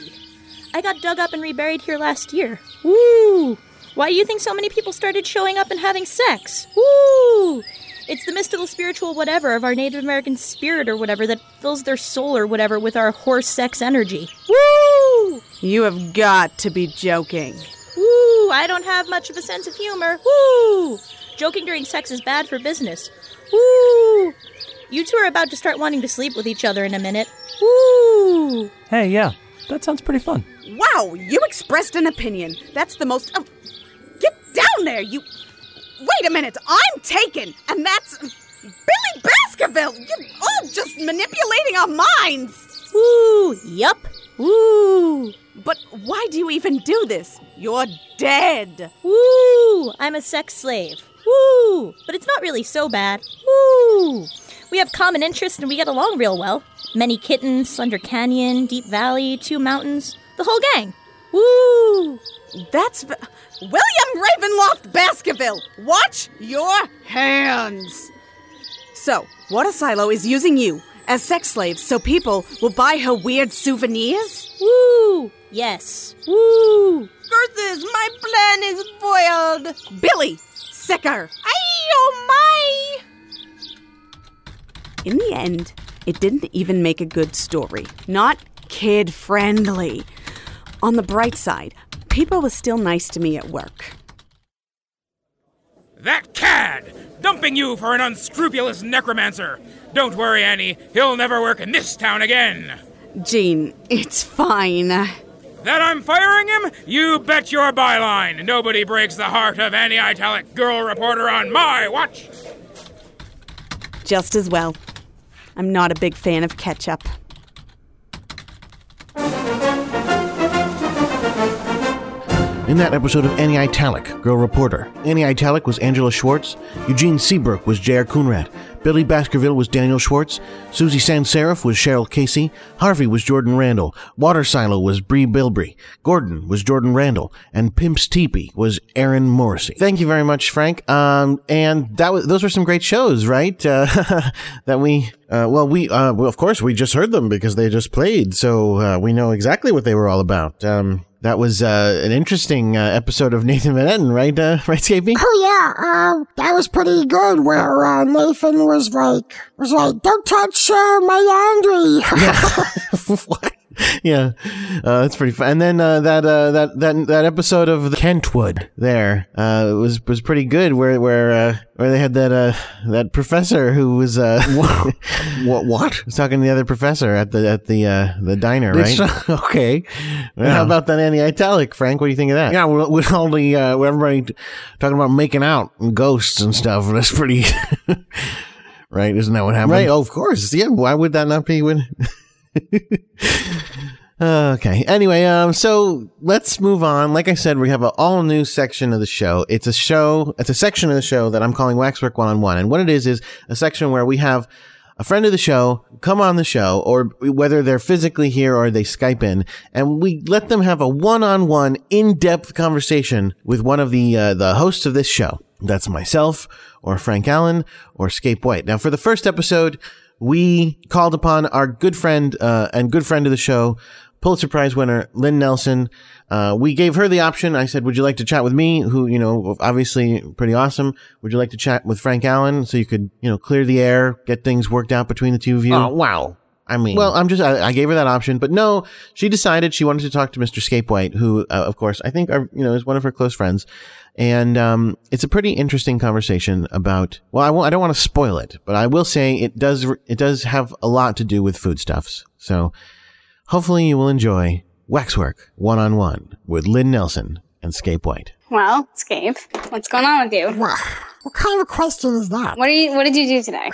S29: I got dug up and reburied here last year. Woo! Why do you think so many people started showing up and having sex? Woo! It's the mystical spiritual whatever of our Native American spirit or whatever that fills their soul or whatever with our horse sex energy. Woo!
S4: You have got to be joking.
S29: Woo! I don't have much of a sense of humor. Woo! Joking during sex is bad for business. Woo! You two are about to start wanting to sleep with each other in a minute. Woo!
S3: Hey, yeah, that sounds pretty fun.
S4: Wow, you expressed an opinion. That's the most. Oh, get down there, you. Wait a minute, I'm taken, and that's. Billy Baskerville! You're all just manipulating our minds!
S29: Woo, yup. Woo!
S4: But why do you even do this? You're dead!
S29: Woo! I'm a sex slave. Woo! But it's not really so bad. Woo! We have common interests and we get along real well. Many kittens, Slender Canyon, Deep Valley, Two Mountains, the whole gang. Woo!
S4: That's. v- William Ravenloft Baskerville! Watch your hands! So, Water Silo is using you as sex slaves so people will buy her weird souvenirs?
S29: Woo! Yes. Woo! Curses, my plan is foiled!
S4: Billy! Sicker!
S29: Ay, oh my!
S4: In the end, It didn't even make a good story. Not kid friendly. On the bright side, people were still nice to me at work.
S26: That cad! Dumping you for an unscrupulous necromancer! Don't worry, Annie. He'll never work in this town again!
S4: Gene, it's fine.
S26: That I'm firing him? You bet your byline! Nobody breaks the heart of any italic girl reporter on my watch!
S4: Just as well. I'm not a big fan of ketchup.
S2: In that episode of Annie Italic, Girl Reporter, Annie Italic was Angela Schwartz, Eugene Seabrook was J.R. Coonrad, Billy Baskerville was Daniel Schwartz, Susie Sanserif was Cheryl Casey, Harvey was Jordan Randall, Water Silo was Bree Bilbrey, Gordon was Jordan Randall, and Pimp's Teepee was Aaron Morrissey. Thank you very much, Frank. Um, and that was, those were some great shows, right? Uh, <laughs> that we uh, well, we uh, well, of course we just heard them because they just played, so uh, we know exactly what they were all about. Um, that was uh, an interesting uh, episode of <laughs> Nathan Van Etten, right? Uh, right, Scapey?
S6: Oh yeah, uh, that was pretty good. Where uh, Nathan was like, was like, "Don't touch uh, my laundry." <laughs>
S2: what? <laughs> Yeah, uh, that's pretty fun. And then uh, that uh, that that that episode of the Kentwood there uh, was was pretty good. Where where uh, where they had that uh, that professor who was <laughs> uh, <laughs> what what was talking to the other professor at the at the uh, the diner, right?
S1: It's-
S2: <laughs> okay.
S1: Yeah.
S2: How about that anti italic, Frank? What do you think of that? Yeah, we're, we're <laughs> only uh, we're everybody t- talking about making out and ghosts and stuff. That's pretty <laughs> right. Isn't that what happened? Right. Oh, of course. Yeah. Why would that not be when? <laughs> Okay. Anyway, um, so let's move on. Like I said, we have an all new section of the show. It's a show, it's a section of the show that I'm calling Waxwork One on One. And what it is, is a section where we have a friend of the show come on the show, or whether they're physically here or they Skype in, and we let them have a one on one, in depth conversation with one of the, uh, the hosts of this show. That's myself, or Frank Allen, or Scape White. Now, for the first episode, we called upon our good friend uh, and good friend of the show, Pulitzer Prize winner Lynn Nelson. Uh, we gave her the option. I said, "Would you like to chat with me? Who you know, obviously pretty awesome. Would you like to chat with Frank Allen so you could you know clear the air, get things worked out between the two of you?"
S1: Oh, wow.
S2: I mean, well, I'm just, I, I gave her that option, but no, she decided she wanted to talk to Mr. Scapewhite, who, uh, of course, I think, are, you know, is one of her close friends. And, um, it's a pretty interesting conversation about, well, I won't, I don't want to spoil it, but I will say it does, it does have a lot to do with foodstuffs. So hopefully you will enjoy Waxwork one on one with Lynn Nelson and Scapewhite.
S6: Well, Scape, what's going on with you? What, kind of question is that? What do you? What did you do today?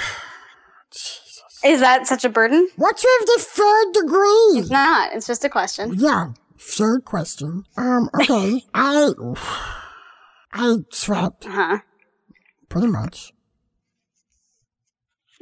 S6: Is that such a burden? What's with the third degree? It's not. It's just a question. yeah, third question. Um, okay, I, I slept Uh-huh. pretty much.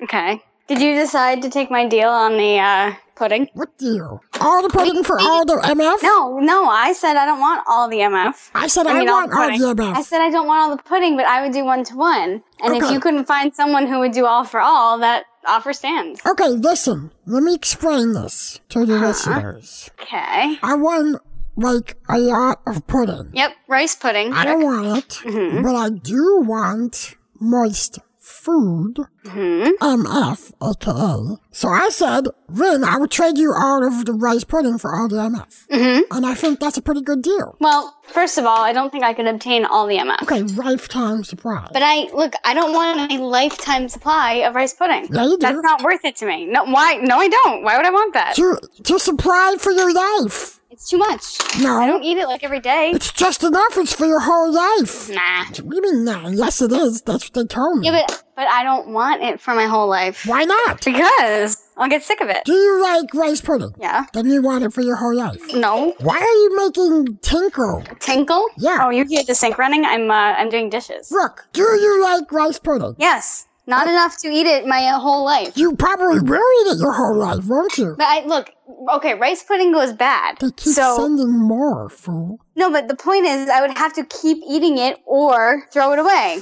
S6: Okay. Did you decide to take my deal on the uh, pudding? What deal? All the pudding for all the MF? No, no. I said I don't want all the MF. I said I all want all the pudding. MF. I said I don't want all the pudding, but I would do one to one. And if Okay. you couldn't find someone who would do all for all, that offer stands. Okay, listen. Let me explain this. to the listeners. Okay. I won like a lot of pudding. Yep, rice pudding. I don't want it, Mhm. but I do want moist food. MF, aka. So I said, Rin, I will trade you all of the rice pudding for all the MF. And I think that's a pretty good deal. Well, first of all, I don't think I could obtain all the MF. Okay, lifetime supply. But I look, I don't want a lifetime supply of rice pudding. Yeah, you do. That's not worth it to me. No, why? No, I don't. Why would I want that? To- to supply for your life. It's too much. No. I don't eat it like every day. It's just enough. It's for your whole life. Nah. What do you mean, nah? Yes, it is. That's what they told me. Yeah, but but I don't want it for my whole life. Why not? Because I'll get sick of it. Do you like rice pudding? Yeah. Then you want it for your whole life. No. Why are you making tinkle? Tinkle? Yeah. Oh, you hear the sink running? I'm uh, I'm doing dishes. Look, Do you like rice pudding? Yes. Not enough to eat it my whole life. you probably will eat it your whole life, won't you? But I look, okay, rice pudding goes bad. They keep so- sending more, fool. No, but the point is, I would have to keep eating it or throw it away.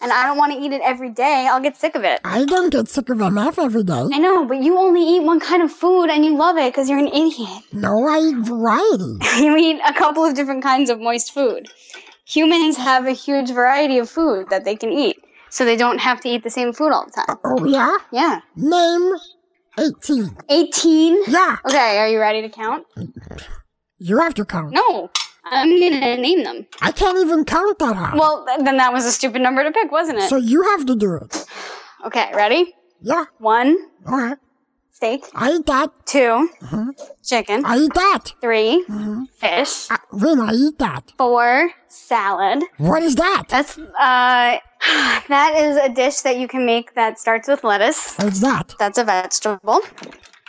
S6: And I don't want to eat it every day. I'll get sick of it. I don't get sick of MF every day. I know, but you only eat one kind of food and you love it because you're an idiot. No, I eat variety. <laughs> you eat a couple of different kinds of moist food. Humans have a huge variety of food that they can eat, so they don't have to eat the same food all the time. Oh, yeah? Yeah. oh, Name 18. 18? Yeah. Okay, are you ready to count?
S1: You have to count.
S6: No. I'm gonna name them.
S1: I can't even count that high.
S6: Well, th- then that was a stupid number to pick, wasn't it?
S1: Um, So you have to do it.
S6: Okay, ready?
S1: Yeah.
S6: One,
S1: All right.
S6: steak.
S1: I eat that. Mm-hmm.
S6: 2 chicken.
S1: I eat that.
S6: 3 fish.
S1: Then I eat that.
S6: Four, salad.
S1: What is that?
S6: That's uh, <sighs> that is a dish that you can make that starts with lettuce.
S1: What's that?
S6: That's a vegetable.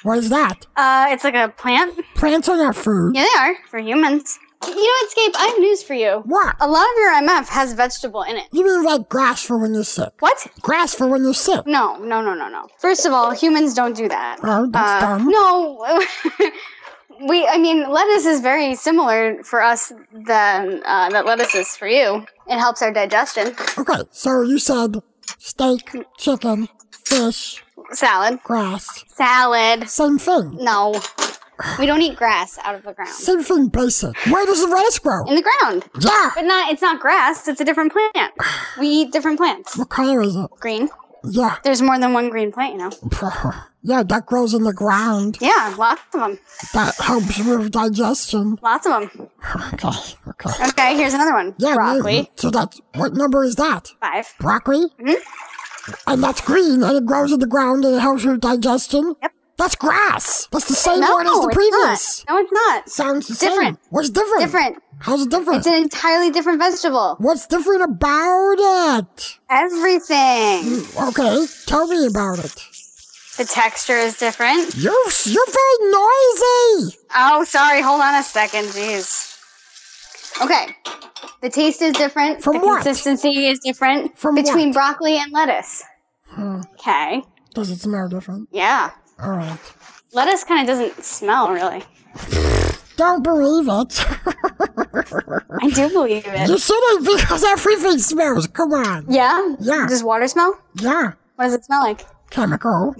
S1: What is that?
S6: Uh, it's like a plant.
S1: Plants are not food.
S6: Yeah, they are for humans. You know what, Scape? I have news for you.
S1: What?
S6: A lot of your MF has vegetable in it.
S1: You mean like grass for when you're sick?
S6: What?
S1: Grass for when you're sick.
S6: No, no, no, no, no. First of all, humans don't do that.
S1: Oh, that's
S6: Uh,
S1: dumb.
S6: No. <laughs> We, I mean, lettuce is very similar for us than uh, that lettuce is for you. It helps our digestion.
S1: Okay, so you said steak, chicken, fish,
S6: Salad.
S1: Grass.
S6: Salad.
S1: Same thing.
S6: No. We don't eat grass out of the ground.
S1: same thing basic. Where does the rice grow?
S6: In the ground.
S1: Yeah.
S6: But not it's not grass, it's a different plant. We eat different plants.
S1: What color is it?
S6: Green.
S1: Yeah.
S6: There's more than one green plant, you know.
S1: <laughs> Yeah, that grows in the ground.
S6: Yeah, lots of them.
S1: That helps with digestion.
S6: Lots of them.
S1: Okay, okay.
S6: Okay, here's another one.
S1: Yeah,
S6: Broccoli.
S1: no, so that's what number is that?
S6: Five.
S1: Broccoli? Mm-hmm. And that's green and it grows in the ground and it helps with digestion? Yep. That's grass. That's the same
S6: no,
S1: word as the
S6: it's
S1: previous.
S6: Not. No, it's not.
S1: Sounds the
S6: different.
S1: same. What's different?
S6: Different.
S1: How's it different?
S6: It's an entirely different vegetable.
S1: What's different about it? Hmm,
S6: Everything.
S1: Okay, tell me about it.
S6: The texture is different.
S1: You're, you're very noisy.
S6: Oh, sorry. Hold on a second. Jeez. Okay. The taste is different. the
S1: From what?
S6: consistency is different
S1: From
S6: between
S1: what?
S6: broccoli and lettuce.
S1: Hmm.
S6: Okay.
S1: Does it smell different?
S6: Yeah.
S1: All right.
S6: Lettuce kind of doesn't smell really.
S1: Don't believe it.
S6: I do believe it.
S1: You shouldn't because everything smells. Come on.
S6: Yeah?
S1: Yeah.
S6: Does water smell?
S1: Yeah.
S6: What does it smell like? <laughs>
S1: Chemical.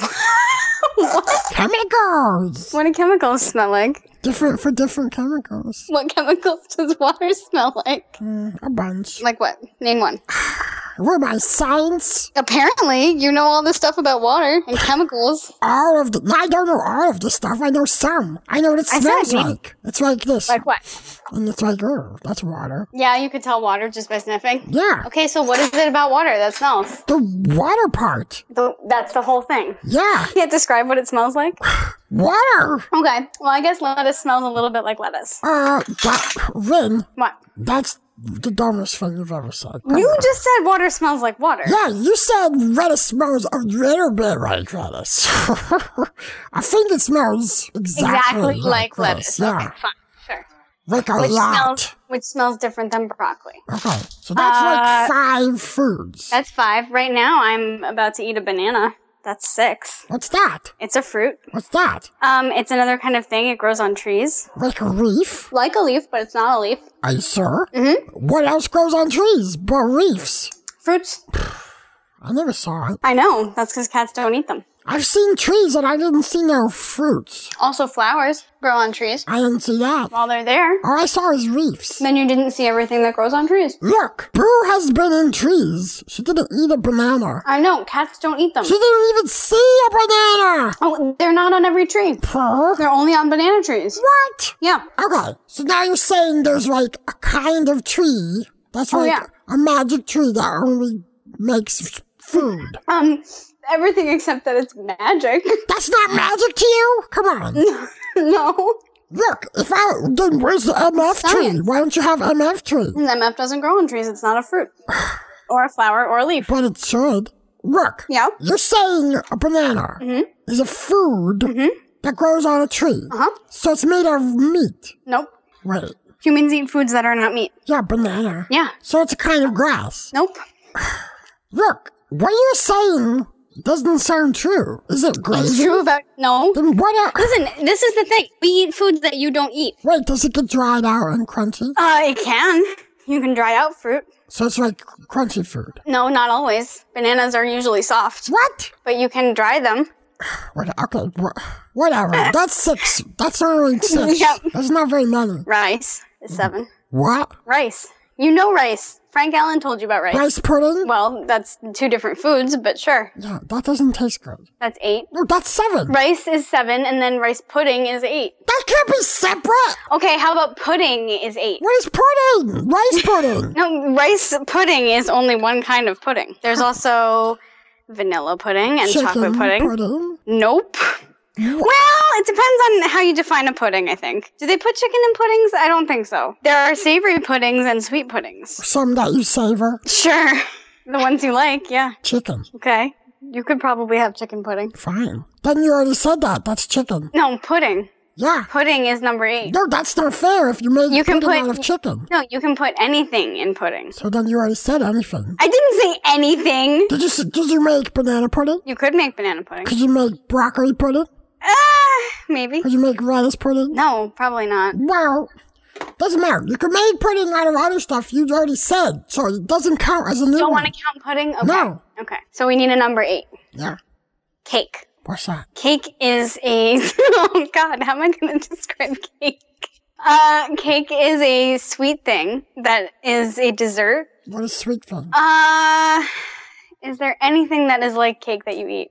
S1: Chemicals.
S6: What do chemicals smell like?
S1: Different for different chemicals. Mm,
S6: What chemicals does water smell like?
S1: A bunch.
S6: Like what? Name one.
S1: <sighs> What my science?
S6: Apparently, you know all this stuff about water
S1: <sighs>
S6: and chemicals.
S1: All of the. no, I don't know all of the stuff. I know some. I know what it
S6: I said
S1: smells
S6: maybe-
S1: like. It's like this.
S6: Like what?
S1: And it's like, oh, that's water.
S6: Yeah, you could tell water just by sniffing.
S1: Yeah.
S6: Okay, so what is it about water that smells?
S1: The water part.
S6: The, that's the whole thing.
S1: Yeah.
S6: Can't describe what it smells like.
S1: <sighs> Water.
S6: Okay. Well, I guess lettuce smells a little bit like lettuce.
S1: Uh, that, Rin,
S6: What?
S1: that's the dumbest thing you've ever said. Come
S6: You
S1: on.
S6: just said water smells like water.
S1: Yeah, you said lettuce smells a little bit like lettuce. <laughs> I think it smells exactly,
S6: Exactly like lettuce.
S1: Yeah,
S6: Okay, fine. Sure.
S1: like a
S6: which
S1: lot.
S6: smells which smells different than broccoli.
S1: Okay, so that's like
S6: Uh,
S1: five foods.
S6: That's five. Right now I'm about to eat a banana. That's six.
S1: What's that?
S6: It's a fruit.
S1: What's that?
S6: Um, it's another kind of thing. It grows on trees.
S1: Like a leaf?
S6: Like a leaf, but it's not a leaf.
S1: Are you sure?
S6: Mm-hmm.
S1: What else grows on trees but leaves?
S6: Fruits.
S1: <sighs> I never saw it.
S6: I know. That's because cats don't eat them.
S1: I've seen trees and I didn't see no fruits.
S6: Also, flowers grow on trees.
S1: I didn't see that.
S6: While they're there,
S1: All I saw is leaves.
S6: then you didn't see everything that grows on trees.
S1: Look, Boo has been in trees. She didn't eat a banana.
S6: I know. Cats don't eat them.
S1: She didn't even see a banana.
S6: Oh, they're not on every tree. They're only on banana trees.
S1: What?
S6: Yeah.
S1: Okay, so now you're saying there's like a kind of tree that's
S6: Oh,
S1: like
S6: yeah.
S1: a magic tree that only makes food.
S6: Um, everything except that it's magic. <laughs>
S1: That's not magic to you? Come on.
S6: no.
S1: Look, if I then where's the MF tree? Why don't you have MF tree?
S6: MF doesn't grow on trees. It's not a
S1: <sighs>
S6: fruit, or a flower, or a leaf.
S1: But it should. Look,
S6: Yeah. Mm-hmm.
S1: you're saying a banana is a food that grows on a tree.
S6: Uh-huh.
S1: So it's made of meat.
S6: Nope.
S1: Right.
S6: Humans eat foods that are not meat.
S1: Yeah, banana.
S6: Yeah.
S1: So it's a kind of grass.
S6: Nope.
S1: <sighs> Look, what you're saying doesn't sound true. Is it crazy?
S6: It's true about no.
S1: Then what are-
S6: Listen, this is the thing. We eat foods that you don't eat.
S1: Wait, does it get dried out and crunchy?
S6: Uh, it can. You can dry out fruit.
S1: So it's like crunchy food.
S6: No, not always. Bananas are usually soft.
S1: What?
S6: But you can dry them.
S1: What, okay, wha-
S6: <laughs>
S1: whatever. That's six. That's only six.
S6: Yep.
S1: That's not very many.
S6: Rice is seven.
S1: What?
S6: Rice. You know rice. Frank Allen told you about rice.
S1: Rice pudding?
S6: Well, that's two different foods, but sure.
S1: Yeah, that doesn't taste good.
S6: That's eight.
S1: No, that's seven.
S6: Rice is seven, and then rice pudding is eight.
S1: That can't be separate.
S6: Okay, how about pudding is eight?
S1: What is
S6: <laughs>
S1: pudding? Rice pudding.
S6: No, rice pudding is only one kind of pudding. There's also vanilla pudding and chocolate
S1: Chicken
S6: pudding.
S1: pudding?
S6: Nope. Well, it depends on how you define a pudding, I think. Do they put chicken in puddings? I don't think so. There are savory puddings and sweet puddings.
S1: Some that you savor.
S6: Sure. <laughs> The ones you like, yeah.
S1: Chicken.
S6: Okay. You could probably have chicken pudding.
S1: Fine. Then you already said that. That's chicken.
S6: No, pudding.
S1: Yeah.
S6: Pudding is number eight.
S1: No, that's not fair if you made
S6: You can
S1: pudding
S6: put
S1: out of chicken.
S6: No, you can put anything in pudding.
S1: So then you already said anything.
S6: I didn't say anything.
S1: Did you s- did you make banana pudding?
S6: You could make banana pudding. Ah,
S1: Could you make broccoli pudding?
S6: Maybe.
S1: Could you make lettuce pudding?
S6: No, probably not.
S1: Well, doesn't matter. You can make pudding out of other stuff you already said, so it doesn't count as a new
S6: Don't
S1: one.
S6: want to count pudding? Okay.
S1: No.
S6: Okay. So we need a number eight.
S1: Yeah.
S6: Cake.
S1: What's that?
S6: Cake is a <laughs> oh god, how am I gonna describe cake? Uh, cake is a sweet thing that is a dessert.
S1: What is sweet thing?
S6: Uh, is there anything that is like cake that you eat?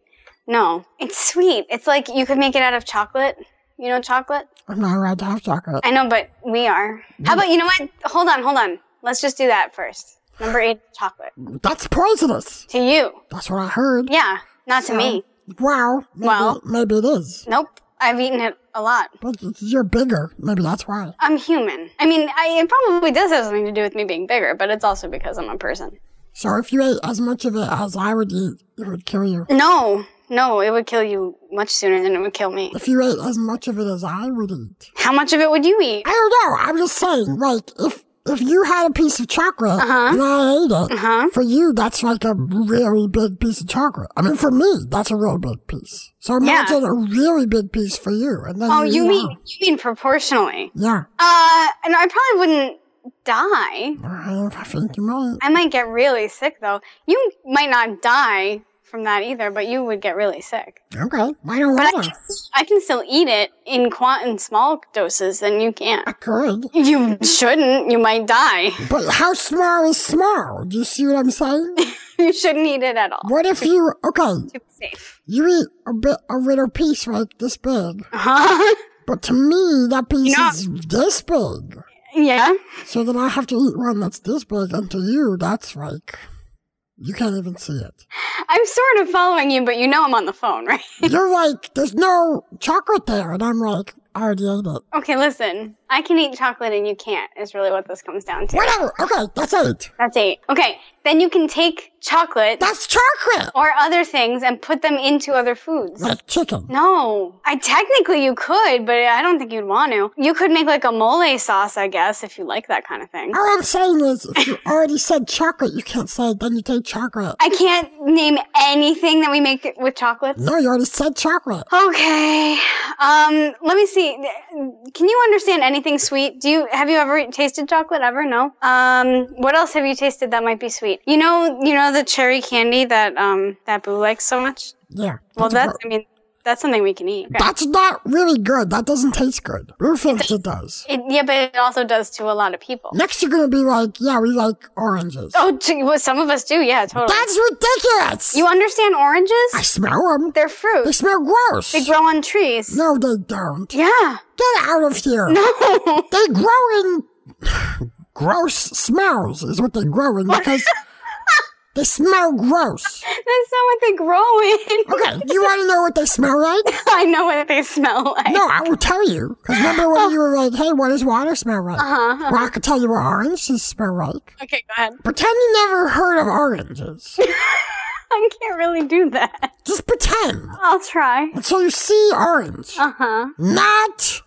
S6: No, it's sweet. It's like you could make it out of chocolate. You know chocolate?
S1: I'm not allowed to have chocolate.
S6: I know, but we are. How about you know what? Hold on, hold on. Let's just do that first. Number eight, chocolate.
S1: That's poisonous.
S6: To you.
S1: That's what I heard.
S6: Yeah, not to me.
S1: Wow. Maybe,
S6: Well.
S1: maybe it is.
S6: Nope. I've eaten it a lot.
S1: But you're bigger. Maybe that's why.
S6: I'm human. I mean, I, it probably does have something to do with me being bigger, but it's also because I'm a person.
S1: So if you ate as much of it as I would eat, it would kill you.
S6: No, no, it would kill you much sooner than it would kill me.
S1: If you ate as much of it as I would eat,
S6: How much of it would you eat?
S1: I don't know. I'm just saying, like if if you had a piece of chocolate
S6: Uh-huh.
S1: and I ate it, for you that's like a really big piece of chocolate. I mean, for me, that's a real big piece. So
S6: Yeah.
S1: imagine a really big piece for you, and then
S6: Oh,
S1: you,
S6: you
S1: eat
S6: mean
S1: all.
S6: you mean proportionally?
S1: yeah.
S6: Uh, and I probably wouldn't die.
S1: I I think you might.
S6: I might get really sick though. You might not die from that either, but you would get really sick.
S1: Okay, why don't
S6: But I
S1: matter.
S6: can, I can still eat it in quant in small doses, and you can't. I
S1: could.
S6: You shouldn't. You might die. <laughs>
S1: But how small is small? Do you see what I'm saying?
S6: <laughs> you shouldn't eat it at all.
S1: What if you
S6: <laughs>
S1: okay?
S6: Safe.
S1: You eat a bit a little piece right this big.
S6: Huh? <laughs>
S1: But to me that piece is this big.
S6: Yeah.
S1: So then I have to eat one that's this big and to you that's like you can't even see it.
S6: <laughs> I'm sort of following you, but you know I'm on the phone, <laughs> right?
S1: You're like, there's no chocolate there and I'm like, I already ate it.
S6: Okay, listen. I can eat chocolate and you can't, is really what this comes down to.
S1: Whatever. Okay, that's it.
S6: That's eight. Okay, then you can take chocolate.
S1: That's chocolate!
S6: Or other things and put them into other foods.
S1: Like chicken.
S6: No. I technically you could, but I don't think you'd want to. You could make like a mole sauce, I guess, if you like that kind of thing.
S1: All I'm saying is if you already said chocolate, you can't say then you take chocolate.
S6: I can't name anything that we make with chocolate.
S1: No, you already said chocolate.
S6: Okay. Um, let me see. Can you understand anything sweet? Do you have you ever tasted chocolate ever? No. Um, what else have you tasted that might be sweet? You know, you know the cherry candy that um that Boo likes so much.
S1: Yeah.
S6: Well,
S1: that's
S6: that's I mean that's something we can eat. Okay.
S1: That's not really good. That doesn't taste good. Who thinks it does?
S6: It, yeah, but it also does to a lot of people.
S1: Next, you're gonna be like, yeah, we like oranges.
S6: Oh, gee, well, some of us do. Yeah, totally.
S1: That's ridiculous.
S6: You understand oranges?
S1: I smell them.
S6: They're fruit.
S1: They smell gross.
S6: They grow on trees.
S1: No, they don't.
S6: Yeah.
S1: Get out of here.
S6: No.
S1: They grow in <sighs> gross smells, is what they grow in because
S6: <laughs>
S1: they smell gross.
S6: That's not what they grow <laughs> in.
S1: Okay, you want to know what they smell like?
S6: <laughs> I know what they smell like.
S1: No, I will tell you. Because remember when you were like, hey, what does water smell like?
S6: Uh-huh, uh-huh.
S1: Well, I could tell you what oranges smell like.
S6: Okay, go ahead.
S1: Pretend you never heard of oranges.
S6: <laughs> I can't really do that.
S1: Just pretend.
S6: I'll try.
S1: So you see orange,
S6: Uh huh.
S1: not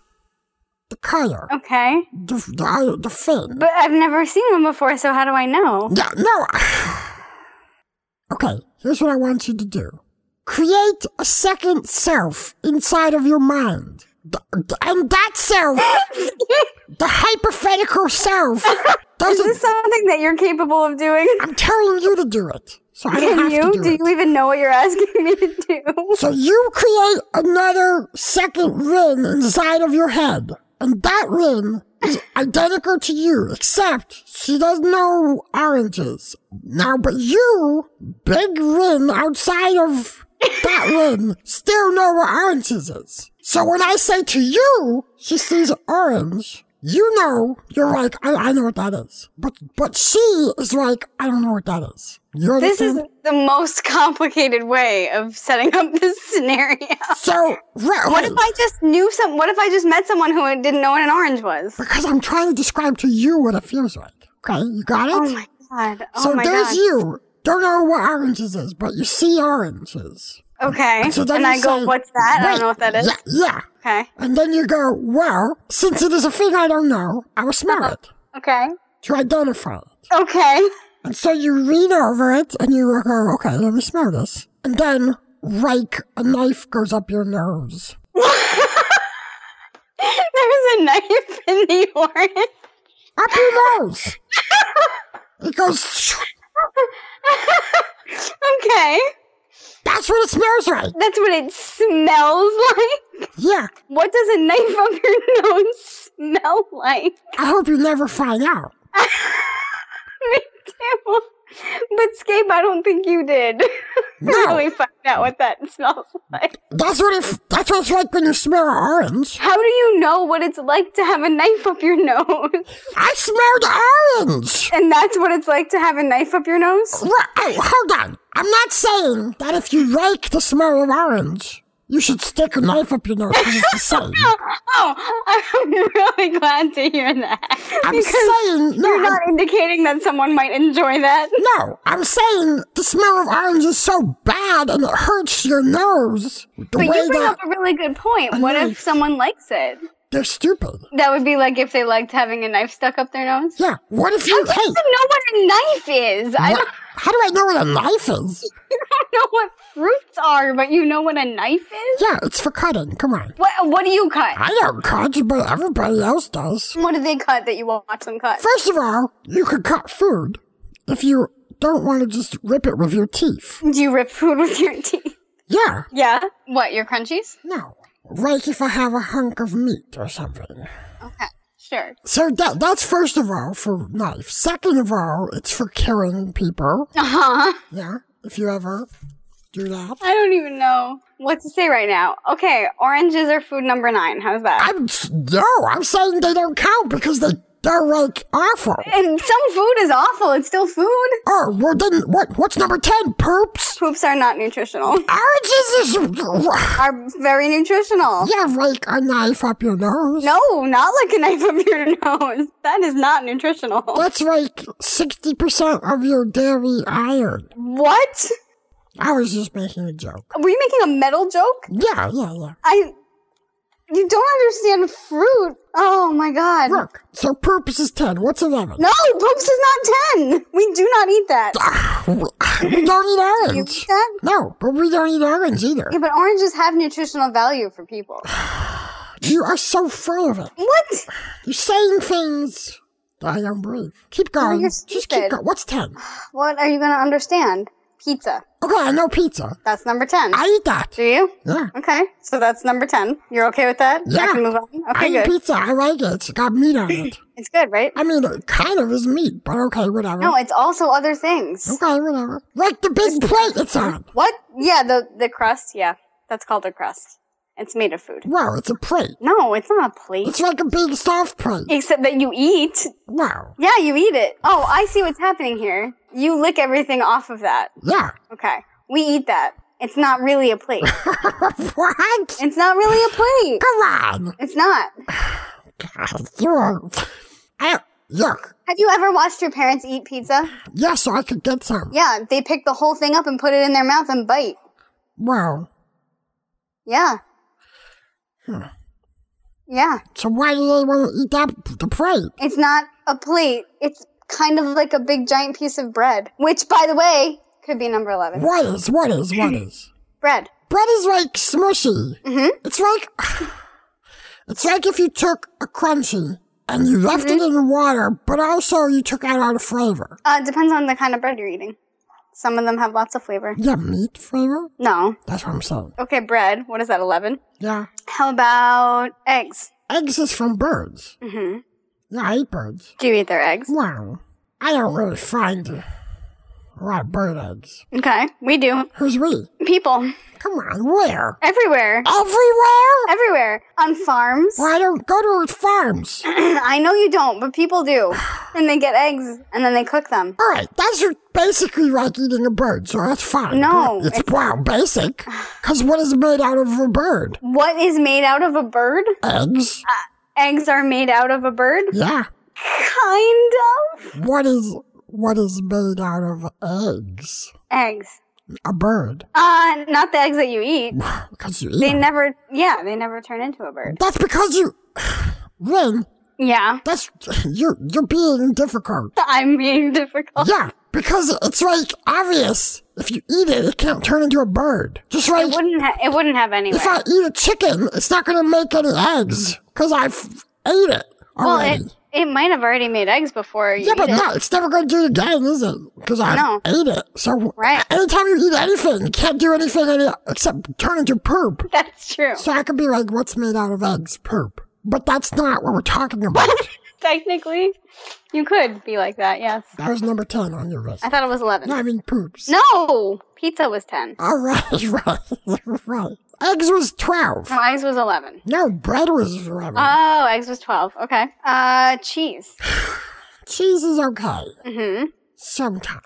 S1: the color,
S6: Okay.
S1: the, the, the thing.
S6: But I've never seen one before, so how do I know?
S1: Yeah, no. okay, here's what I want you to do create a second self inside of your mind. Th- th- And that
S6: <laughs>
S1: self, the hypothetical self,
S6: Is
S1: doesn't.
S6: this something that you're capable of doing?
S1: I'm telling you to do it. So I don't
S6: Can
S1: have
S6: you?
S1: to do, it.
S6: you even know what you're asking me to do?
S1: So you create another second ring inside of your head. And that ring is identical to you, except she doesn't know oranges. Now, but you, big Rin outside of that Rin, still know what oranges is. So when I say to you, she sees orange, you know, you're like, I, I know what that is. But, but she is like, I don't know what that is. You
S6: This is
S1: understand?
S6: the most <laughs> complicated way of setting up this scenario.
S1: So,
S6: what if I just knew some? What if I just met someone who didn't know what an orange was?
S1: Because I'm trying to describe to you what it feels like. Okay, you got it?
S6: Oh my god! Oh
S1: so
S6: my
S1: there's
S6: god.
S1: you. Don't know what oranges is, but you see oranges.
S6: Okay,
S1: And so then
S6: and
S1: you
S6: I go,
S1: say,
S6: "What's that? I don't
S1: "Wait,
S6: know what that is."
S1: Yeah, yeah.
S6: Okay.
S1: And then you go, well, since it is a thing I don't know, I will smell it
S6: Uh-huh. Okay.
S1: to identify it.
S6: Okay.
S1: And so you read over it and you go, okay, let me smell this. And then, like, a knife goes up your nose.
S6: <laughs> There's a knife in the orange.
S1: Up your
S6: <laughs>
S1: nose. It goes.
S6: <laughs> okay.
S1: That's what it smells like.
S6: That's what it smells like.
S1: Yeah.
S6: What does a knife up your <laughs> nose smell like?
S1: I hope you never find out.
S6: <laughs> Me too. But Scape, I don't think you did <laughs> really find out what that <laughs> smells like.
S1: That's what it, that's what it's like when you smell orange.
S6: How do you know what it's like to have a knife up your nose?
S1: I smelled orange!
S6: And that's what it's like to have a knife up your nose?
S1: Oh, hold on. I'm not saying that if you like the smell of orange, you should stick a knife up your nose
S6: <laughs>
S1: 'cause it's the same.
S6: Oh, <laughs> I'm really glad to hear that.
S1: I'm
S6: because
S1: saying- no,
S6: you're
S1: I'm-
S6: not indicating that someone might enjoy that.
S1: No, I'm saying the smell of orange is so bad and it hurts your nose. The
S6: But
S1: way
S6: you bring
S1: that
S6: up a really good point. What if someone likes it?
S1: they're stupid.
S6: That would be like if they liked having a knife stuck up their nose.
S1: Yeah. What if
S6: How
S1: you
S6: do you
S1: hey?
S6: even know what a knife is? I
S1: what-
S6: don't,
S1: how do I know what a knife is?
S6: you don't know what fruits are, but you know what a knife is.
S1: Yeah, it's for cutting. Come on.
S6: What What do you cut?
S1: I don't cut, but everybody else does.
S6: What do they cut that you won't watch them cut?
S1: First of all, you could cut food if you don't want to just rip it with your teeth.
S6: do you rip food with your teeth?
S1: Yeah,
S6: Yeah. What? Your crunchies?
S1: No. like if I have a hunk of meat or something.
S6: Okay. Sure. <laughs>
S1: So that that's first of all for knife. Second of all, it's for killing people.
S6: Uh huh.
S1: Yeah, if you ever do that.
S6: I don't even know what to say right now. Okay, oranges are food number nine. How's that?
S1: I'm no, I'm saying they don't count because they they're like awful.
S6: And some food is awful. It's still food.
S1: Oh well, then what? What's number ten? Poops.
S6: Poops are not nutritional.
S1: Oranges is
S6: <laughs> are very nutritional.
S1: Yeah, like a knife up your nose.
S6: No, not like a knife up your <laughs> nose. That is not nutritional.
S1: That's like sixty percent of your daily iron.
S6: What?
S1: I was just making a joke.
S6: Were you making a metal joke?
S1: Yeah, yeah, yeah.
S6: I. You don't understand fruit. Oh my god.
S1: Look. So poops is ten. What's eleven?
S6: No, poops is not ten. We do not eat that.
S1: Ah, we don't eat
S6: You
S1: orange.
S6: eat that?
S1: No, but we don't eat orange either.
S6: yeah, but oranges have nutritional value for people. <sighs>
S1: You are so full of it.
S6: What?
S1: You're saying things that I don't believe. Keep going.
S6: Oh, you're
S1: Just
S6: stupid.
S1: keep going. What's 10?
S6: What are you going to understand? Pizza.
S1: Okay, I know pizza.
S6: That's number 10.
S1: I eat that.
S6: Do you?
S1: Yeah.
S6: Okay, so that's number 10. You're okay with that? I
S1: Yeah.
S6: can move on. Okay,
S1: I eat
S6: good.
S1: pizza. I like it. It's got meat on it.
S6: <laughs> It's good, right?
S1: I mean, it kind of is meat, but okay, whatever.
S6: No, it's also other things.
S1: Okay, whatever. Like the big plate it's on.
S6: What? Yeah, the, the crust. Yeah, that's called a crust. It's made of food.
S1: Wow, it's a plate.
S6: No, it's not a plate.
S1: It's like a big soft plate.
S6: Except that you eat.
S1: Wow.
S6: Yeah, you eat it. Oh, I see what's happening here. You lick everything off of that.
S1: Yeah.
S6: Okay, we eat that. It's not really a plate.
S1: <laughs> what?
S6: It's not really a plate.
S1: Come on.
S6: It's not.
S1: You are. I, look.
S6: Have you ever watched your parents eat pizza?
S1: Yeah, so I could get some.
S6: Yeah, they pick the whole thing up and put it in their mouth and bite.
S1: Wow.
S6: Yeah,
S1: Hmm.
S6: yeah.
S1: So why do they want to eat that the plate?
S6: It's not a plate. It's kind of like a big giant piece of bread, which, by the way, could be number 11.
S1: What is? What is?
S6: <clears throat>
S1: What is?
S6: Bread.
S1: Bread is like smushy.
S6: Mm-hmm.
S1: It's like it's like if you took a crunchy and you left it
S6: Mm-hmm.
S1: in the water, but also you took out all the flavor.
S6: Uh, it depends on the kind of bread you're eating. Some of them have lots of flavor.
S1: Yeah, meat flavor.
S6: No.
S1: That's what I'm saying.
S6: Okay, bread. What is that, 11?
S1: Yeah.
S6: How about eggs?
S1: Eggs is from birds.
S6: Mm-hmm.
S1: I eat birds.
S6: Do you eat their eggs?
S1: Wow. I don't really find a lot of bird eggs.
S6: Okay, we do.
S1: Who's we?
S6: People.
S1: Come on, where?
S6: Everywhere.
S1: Everywhere?
S6: Everywhere. On farms.
S1: Well, I don't go to farms.
S6: <clears throat> I know you don't, but people
S1: <sighs>
S6: do. And they get eggs and then they cook them.
S1: All right, that's basically like eating a bird, so that's fine.
S6: No,
S1: But it's, wow,
S6: <sighs>
S1: basic. Because what is made out of a bird?
S6: What is made out of a bird?
S1: Eggs.
S6: Uh, eggs are made out of a bird?
S1: Yeah.
S6: Kind of.
S1: What is what is made out of eggs?
S6: Eggs.
S1: A bird. <sighs>
S6: Uh, not the eggs that you eat.
S1: Because you eat
S6: They
S1: them.
S6: never, yeah, they never turn into a bird.
S1: That's because you. <sighs> Lynn,
S6: Yeah.
S1: that's <sighs> you're you're being
S6: <laughs>
S1: difficult.
S6: I'm being difficult.
S1: Yeah, because it's like obvious. If you eat it, it can't turn into a bird. Just like
S6: it wouldn't, ha- it wouldn't have anyway.
S1: if I eat a chicken, it's not gonna make any eggs because I've ate it
S6: well,
S1: already.
S6: it, it might have already made eggs before you
S1: yeah,
S6: eat
S1: but
S6: it.
S1: no, it's never gonna do it again, is it? Because I
S6: No.
S1: ate it. So
S6: Right.
S1: anytime you eat anything, you can't do anything any- except turn into poop.
S6: <laughs> That's true.
S1: So I could be like, what's made out of eggs? Poop. But that's not what we're talking
S6: <laughs>
S1: about.
S6: Technically, you could be like that, yes.
S1: that was number ten on your list.
S6: I thought it was 11.
S1: No, I mean poops.
S6: No! Pizza was 10.
S1: All right, <laughs> right, right. Eggs was 12.
S6: No, eggs was 11.
S1: No, bread was 11.
S6: Oh, eggs was 12. Okay. Uh, cheese.
S1: Cheese is okay.
S6: hmm
S1: Sometimes.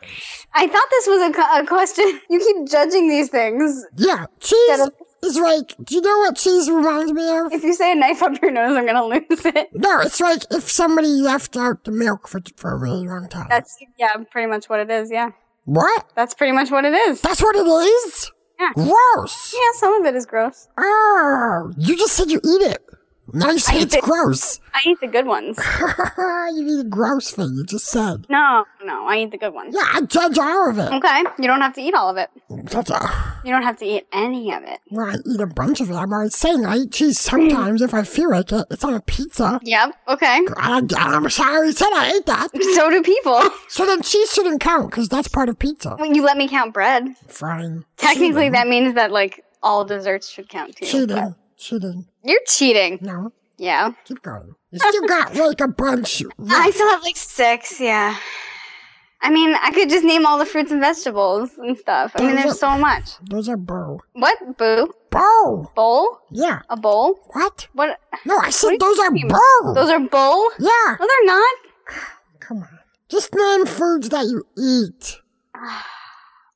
S6: I thought this was a, co- a question. <laughs> You keep judging these things.
S1: Yeah, cheese is like, do you know what cheese reminds me of?
S6: If you say a knife up your nose, I'm gonna lose it.
S1: No, it's like if somebody left out the milk for, for a really long time.
S6: That's yeah, pretty much what it is. Yeah,
S1: What?
S6: that's pretty much what it is.
S1: That's what it is.
S6: Yeah.
S1: Gross.
S6: Yeah, some of it is gross.
S1: Oh, you just said you eat it. Now you say
S6: I
S1: it's
S6: did-
S1: gross.
S6: I eat the good ones.
S1: <laughs> you eat a gross thing you just said.
S6: No, no, I eat the good ones.
S1: Yeah, I judge all of it.
S6: Okay, you don't have to eat all of it.
S1: That's a-
S6: You don't have to eat any of it.
S1: Well, I eat a bunch of it. I'm already saying I eat cheese sometimes if I feel like it. It's on a pizza.
S6: Yep. Okay.
S1: I, I'm sorry, I said I ate that.
S6: So do people.
S1: <laughs> So then cheese shouldn't count because that's part of pizza.
S6: When you let me count bread,
S1: Fine.
S6: technically that means that like all desserts should count too.
S1: Cheating. Cheating.
S6: You're cheating.
S1: No.
S6: Yeah.
S1: Keep going.
S6: <laughs>
S1: You still got like a bunch.
S6: I still have like six, yeah. I mean, I could just name all the fruits and vegetables and stuff. I mean,
S1: Those
S6: there's
S1: are-
S6: so much.
S1: Those are bow.
S6: What? Boo?
S1: Bow.
S6: Bowl?
S1: Yeah.
S6: A bowl?
S1: What?
S6: What?
S1: No, I said
S6: What
S1: those are
S6: talking
S1: bow.
S6: about? Those are bowl?
S1: Yeah.
S6: No, they're not.
S1: Just name foods that you eat.
S6: <sighs>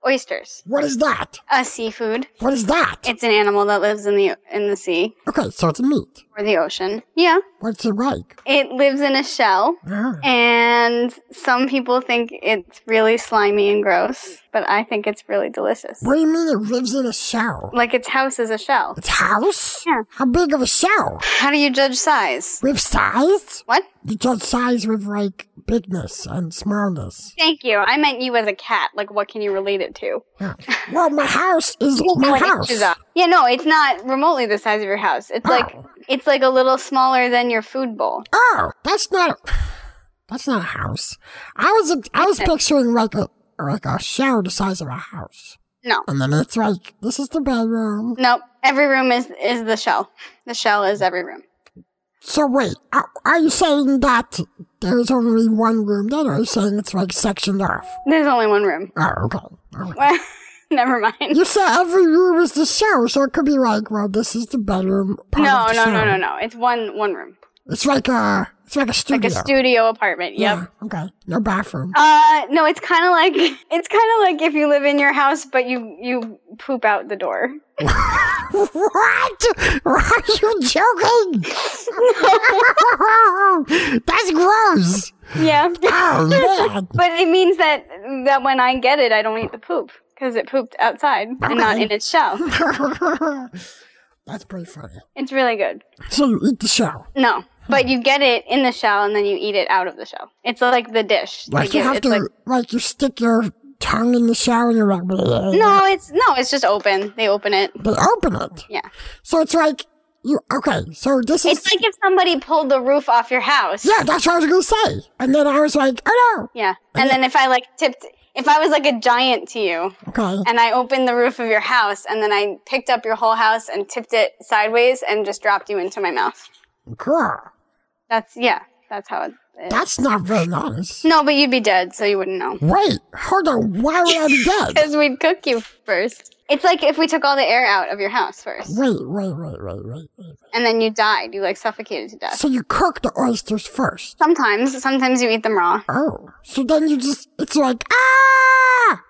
S6: Oysters.
S1: What is that?
S6: A seafood.
S1: What is that?
S6: It's an animal that lives in the in the sea
S1: Okay, so it's meat.
S6: or the ocean. Yeah.
S1: What's it like?
S6: It lives in a shell,
S1: Ah.
S6: and some people think it's really slimy and gross, but I think it's really delicious.
S1: What do you mean it lives in a shell?
S6: Like its house is a shell.
S1: Its house? Yeah. How big of a shell?
S6: How do you judge size?
S1: With size?
S6: What?
S1: You judge size with like bigness and smallness.
S6: Thank you. I meant you as a cat. Like, what can you relate it to?
S1: Yeah. Well, my house is my
S6: What uh,
S1: house.
S6: inches up. Yeah, no, it's not remotely the size of your house. It's like it's like a little smaller than your food bowl.
S1: Oh, that's not a, that's not a house. I was I was picturing like a like a shell the size of a house,
S6: No,
S1: and then it's like this is the bedroom.
S6: no. Every room is is the shell. The shell is every room.
S1: So wait, are, are you saying that there's only one room? Then or are you saying it's like sectioned off?
S6: There's only one room.
S1: Oh, okay.
S6: <laughs> Never mind. <laughs>
S1: You said every room is the shower, so it could be like, well, this is the bedroom. Part
S6: No,
S1: of the
S6: no, no,
S1: shower.
S6: no, no. It's one one room,
S1: It's like a, it's like a
S6: like
S1: studio.
S6: a studio apartment. Yep.
S1: Yeah. Okay. No bathroom.
S6: Uh, no, it's kind of like <laughs> it's kind of like if you live in your house, but you you poop out the door.
S1: <laughs> what?
S6: Oh.
S1: <laughs> Are you joking? <laughs> That's gross.
S6: Yeah.
S1: <laughs> Oh, man.
S6: but it means that that when I get it, I don't eat the poop because it pooped outside and not in its
S1: <laughs>
S6: shell.
S1: That's pretty funny.
S6: It's really good.
S1: So you eat the shell.
S6: No, but you get it in the shell and then you eat it out of the shell. It's like the dish.
S1: Like you
S6: it-
S1: have
S6: it's
S1: to,
S6: like-
S1: like, you stick your tongue in the shell and you're like,
S6: no, it's no, it's just open. They open it.
S1: They open it.
S6: Yeah.
S1: So it's like you. Okay. So this is.
S6: It's like if somebody pulled the roof off your house.
S1: yeah, that's what I was gonna say. And then I was like, oh no.
S6: Yeah. And then if I like tipped, if I was like a giant to you,
S1: Okay.
S6: and I opened the roof of your house, and then I picked up your whole house and tipped it sideways and just dropped you into my mouth.
S1: oh, Girl.
S6: That's yeah. That's how it is.
S1: That's not very honest.
S6: No, but you'd be dead, so you wouldn't know.
S1: Wait, hold on. Why
S6: <laughs>
S1: would I be dead?
S6: Because we'd cook you first. It's like if we took all the air out of your house first,
S1: Right, right, right, right, right.
S6: and then you died. You like suffocated to death.
S1: So you cook the oysters first.
S6: sometimes, sometimes you eat them raw.
S1: Oh, so then you just, it's like, ah!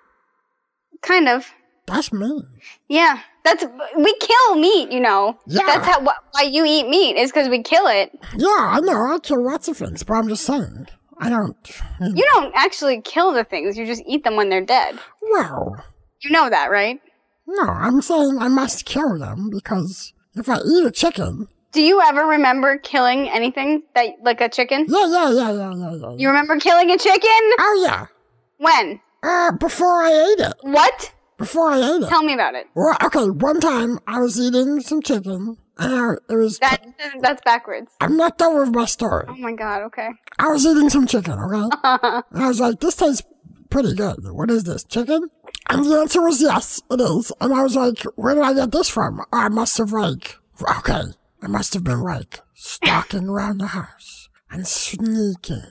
S6: Kind of.
S1: That's me.
S6: Yeah, that's we kill meat. You know.
S1: Yeah.
S6: That's how wh- why you eat meat is because we kill it.
S1: Yeah, I know, I kill lots of things, but I'm just saying. I don't,
S6: You don't actually kill the things. You just eat them when they're dead.
S1: well,
S6: You know that, right?
S1: no, I'm saying I must kill them because if I eat a chicken,
S6: Do you ever remember killing anything that like a chicken?
S1: Yeah, yeah, yeah, yeah, yeah, yeah.
S6: You remember killing a chicken?
S1: Oh yeah.
S6: When?
S1: Uh, before I ate it.
S6: What?
S1: Before I ate it.
S6: Tell me about it.
S1: Well, okay, one time I was eating some chicken and I, it was.
S6: That that's backwards.
S1: I'm not done with my story.
S6: Oh my god. Okay.
S1: I was eating some
S6: <laughs>
S1: chicken, okay? and I was like, this tastes pretty good. What is this, chicken? And the answer was yes, it is. And I was like, where did I get this from? Oh, I must have, like, okay, I must have been, like,
S6: <laughs>
S1: stalking around the house and sneaking.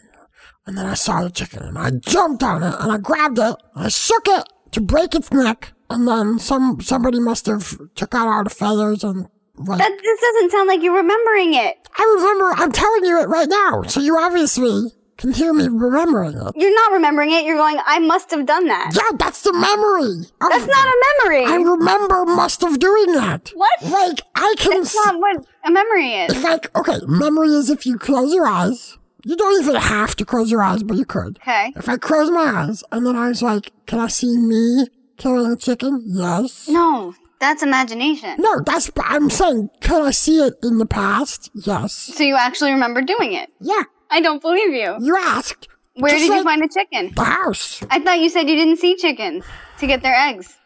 S1: And then I saw the chicken and I jumped on it and I grabbed it and I shook it to break its neck. And then some somebody must have took out all the feathers and like
S6: That this doesn't sound like you're remembering it.
S1: I remember. I'm telling you it right now, so you obviously can hear me remembering it.
S6: You're not remembering it. You're going. I must have done that.
S1: Yeah, that's the memory.
S6: That's not a memory.
S1: I remember must have doing that.
S6: What?
S1: Like I can.
S6: That's not what a memory is.
S1: It's like okay, memory is if you close your eyes. You don't even have to close your eyes, but you could.
S6: Okay.
S1: If I close my eyes and then I was like, "Can I see me killing a chicken?" Yes.
S6: No, that's imagination.
S1: No, that's. I'm saying, can I see it in the past? Yes.
S6: So you actually remember doing it?
S1: Yeah.
S6: I don't believe you.
S1: You asked.
S6: Where
S1: Just
S6: did you
S1: like
S6: find a chicken?
S1: The house.
S6: I thought you said you didn't see chickens to get their eggs.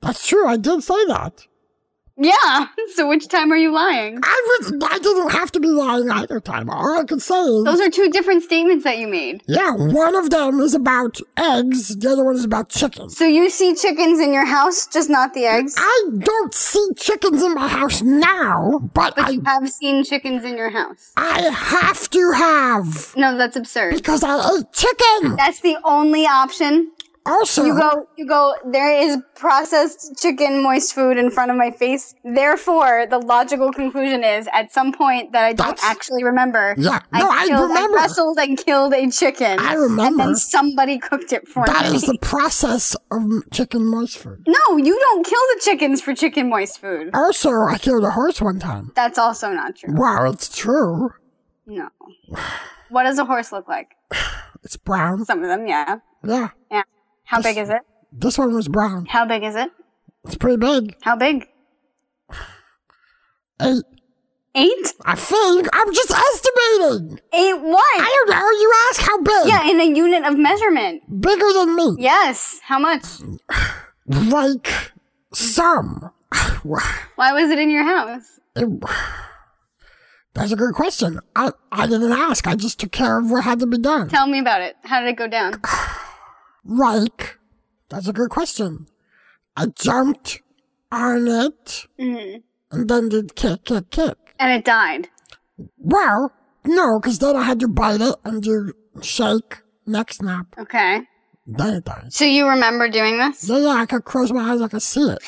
S1: That's true. I did say that.
S6: Yeah. <laughs> So which time are you lying?
S1: I was. I didn't have to be lying either time. All I could say is
S6: Those are two different statements that you made.
S1: yeah. One of them is about eggs. The other one is about chickens.
S6: So you see chickens in your house, just not the eggs.
S1: I don't see chickens in my house now, but I
S6: You have seen chickens in your house.
S1: I have to have
S6: No, that's absurd.
S1: because I ate chicken.
S6: That's the only option.
S1: Also,
S6: you go, you go. Oh, There is processed chicken, moist food in front of my face. Therefore, the logical conclusion is, at some point that I don't actually remember,
S1: Yeah. No, I
S6: killed,
S1: remember.
S6: I wrestled and killed a chicken. I and
S1: remember.
S6: then somebody cooked it for
S1: That
S6: me.
S1: is the process of chicken moist food.
S6: no, you don't kill the chickens for chicken moist food.
S1: Also, I killed a horse one time.
S6: That's also not true.
S1: Wow, it's true.
S6: No. What does a horse look like?
S1: It's brown.
S6: Some of them, yeah,
S1: Yeah.
S6: yeah. How big is it?
S1: This one was brown.
S6: How big is it?
S1: It's pretty big.
S6: How big?
S1: Eight.
S6: Eight?
S1: I think. I'm just estimating.
S6: Eight what?
S1: I don't know. You ask how big.
S6: Yeah, in a unit of measurement.
S1: Bigger than me.
S6: Yes. How much?
S1: Like some. <sighs>
S6: Why was it in your house?
S1: It- <sighs> that's a good question. I, I didn't ask. I just took care of what had to be done.
S6: Tell me about it. How did it go down?
S1: Like, that's a good question. I jumped on it
S6: hmm
S1: and then did kick, kick, kick.
S6: And it died.
S1: Well, no, because then I had to bite it and do shake, neck snap.
S6: Okay.
S1: Then it died.
S6: So you remember doing this?
S1: Yeah, yeah, I could close my eyes, I could see it.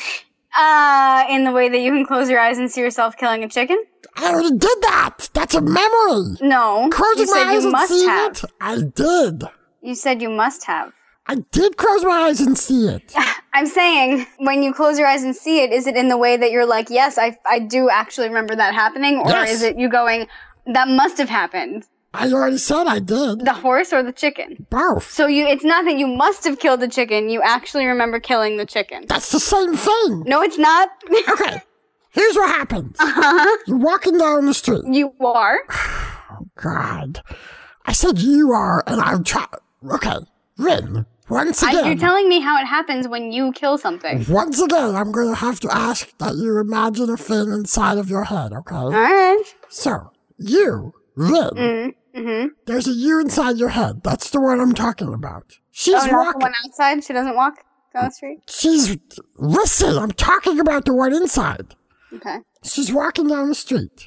S6: Uh, in the way that you can close your eyes and see yourself killing a chicken?
S1: I already did that! That's a memory!
S6: No. you
S1: Closing
S6: said
S1: my eyes
S6: you
S1: and
S6: must
S1: seeing
S6: have.
S1: it? I did.
S6: You said you must have.
S1: I did close my eyes and see it.
S6: <laughs> I'm saying when you close your eyes and see it, is it in the way that you're like, yes, I, I do actually remember that happening? Or
S1: Yes.
S6: is it you going, that must have happened?
S1: I already said I did.
S6: The horse or the chicken?
S1: Both.
S6: So you it's not that you must have killed the chicken, you actually remember killing the chicken.
S1: That's the same thing.
S6: No, it's not.
S1: okay. <laughs> Here's what happens. You're walking down the street.
S6: Uh-huh. You are.
S1: God. I said you are, and I'm trying. Okay. Rin, once
S6: I-
S1: again.
S6: you're telling me how it happens when you kill something.
S1: Once again, I'm going to have to ask that you imagine a thing inside of your head, okay? All
S6: right.
S1: So, you, Lynn,
S6: Mm-hmm.
S1: there's a you inside your head. That's the one I'm talking about. She's
S6: oh, not the
S1: walking.
S6: one outside. She doesn't walk down the street.
S1: She's. Listen, I'm talking about the one inside.
S6: Okay.
S1: She's walking down the street.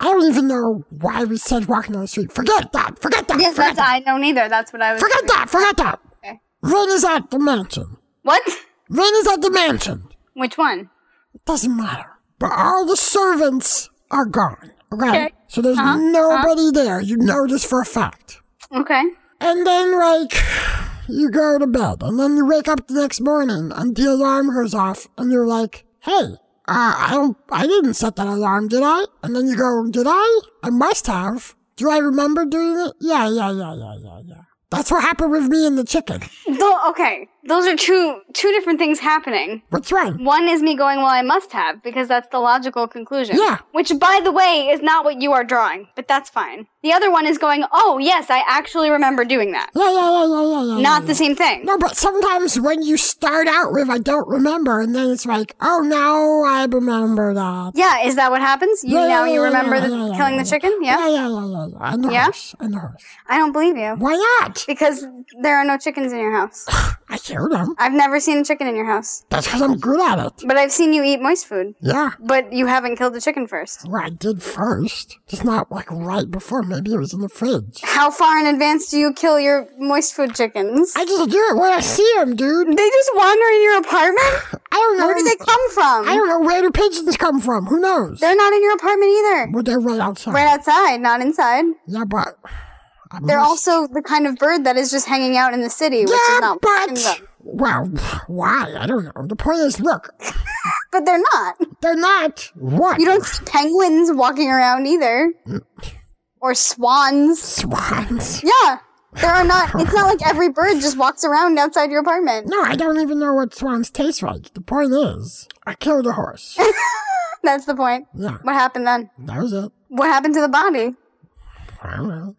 S1: I don't even know why we said walking on the street. Forget that. Forget that.
S6: Yes,
S1: forget
S6: that's,
S1: that.
S6: I don't either. That's what I was.
S1: Forget that. Forget that.
S6: Okay.
S1: Ren is at the mansion.
S6: What?
S1: Ren is at the mansion.
S6: Which one?
S1: It doesn't matter. But all the servants are gone. Okay.
S6: Okay.
S1: So there's
S6: Uh-huh,
S1: nobody there. You know this for a fact.
S6: Okay.
S1: And then, like, you go to bed, and then you wake up the next morning, and the alarm goes off, and you're like, "Hey, uh, I don't, I didn't set that alarm, did I?" And then you go, "Did I? I must have. Do I remember doing it? Yeah, yeah, yeah, yeah, yeah, yeah." That's what happened with me and the chicken.
S6: Tho- okay, those are two two different things happening.
S1: Which one?
S6: One is me going, well, I must have because that's the logical conclusion.
S1: Yeah.
S6: Which, by the way, is not what you are drawing, but that's fine. The other one is going, oh yes, I actually remember doing that.
S1: Yeah, yeah, yeah, yeah, yeah, yeah.
S6: Not
S1: yeah,
S6: the same thing.
S1: No, but sometimes when you start out with "I don't remember," and then it's like, "Oh, now I remember that."
S6: Yeah, is that what happens? You
S1: Yeah, yeah,
S6: now you
S1: yeah,
S6: remember
S1: yeah,
S6: the,
S1: yeah, yeah,
S6: killing the chicken? Yeah.
S1: Yeah, yeah, yeah, yeah, yeah. And the
S6: Yeah?
S1: horse, and the horse.
S6: I don't believe you.
S1: Why not?
S6: Because there are no chickens in your
S1: <laughs>
S6: house.
S1: I hear them.
S6: I've never seen a chicken in your house,
S1: That's because I'm good at it.
S6: but I've seen you eat moist food.
S1: Yeah.
S6: But you haven't killed the chicken first.
S1: Well, I did first. Just not like right before. Maybe it was in the fridge.
S6: How far in advance do you kill your moist food chickens?
S1: I just do it when I see them, dude.
S6: They just wander in your apartment?
S1: <laughs> I don't know.
S6: Where do they come from?
S1: I don't know where do pigeons come from. Who knows?
S6: They're not in your apartment either.
S1: Well, they're right outside.
S6: Right outside, not inside.
S1: Yeah, but
S6: They're also the kind of bird that is just hanging out in the city, which is not but... them.
S1: Well, <sighs> why? I don't know. The point is, look,
S6: But they're not.
S1: They're not. What?
S6: You don't see penguins walking around either. or swans.
S1: Swans?
S6: Yeah. There are not it's not like every bird just walks around outside your apartment.
S1: no, I don't even know what swans taste like. The point is, I killed
S6: <laughs>
S1: a horse.
S6: That's the point.
S1: Yeah.
S6: What happened then?
S1: That was it.
S6: What happened to the body?
S1: I don't know.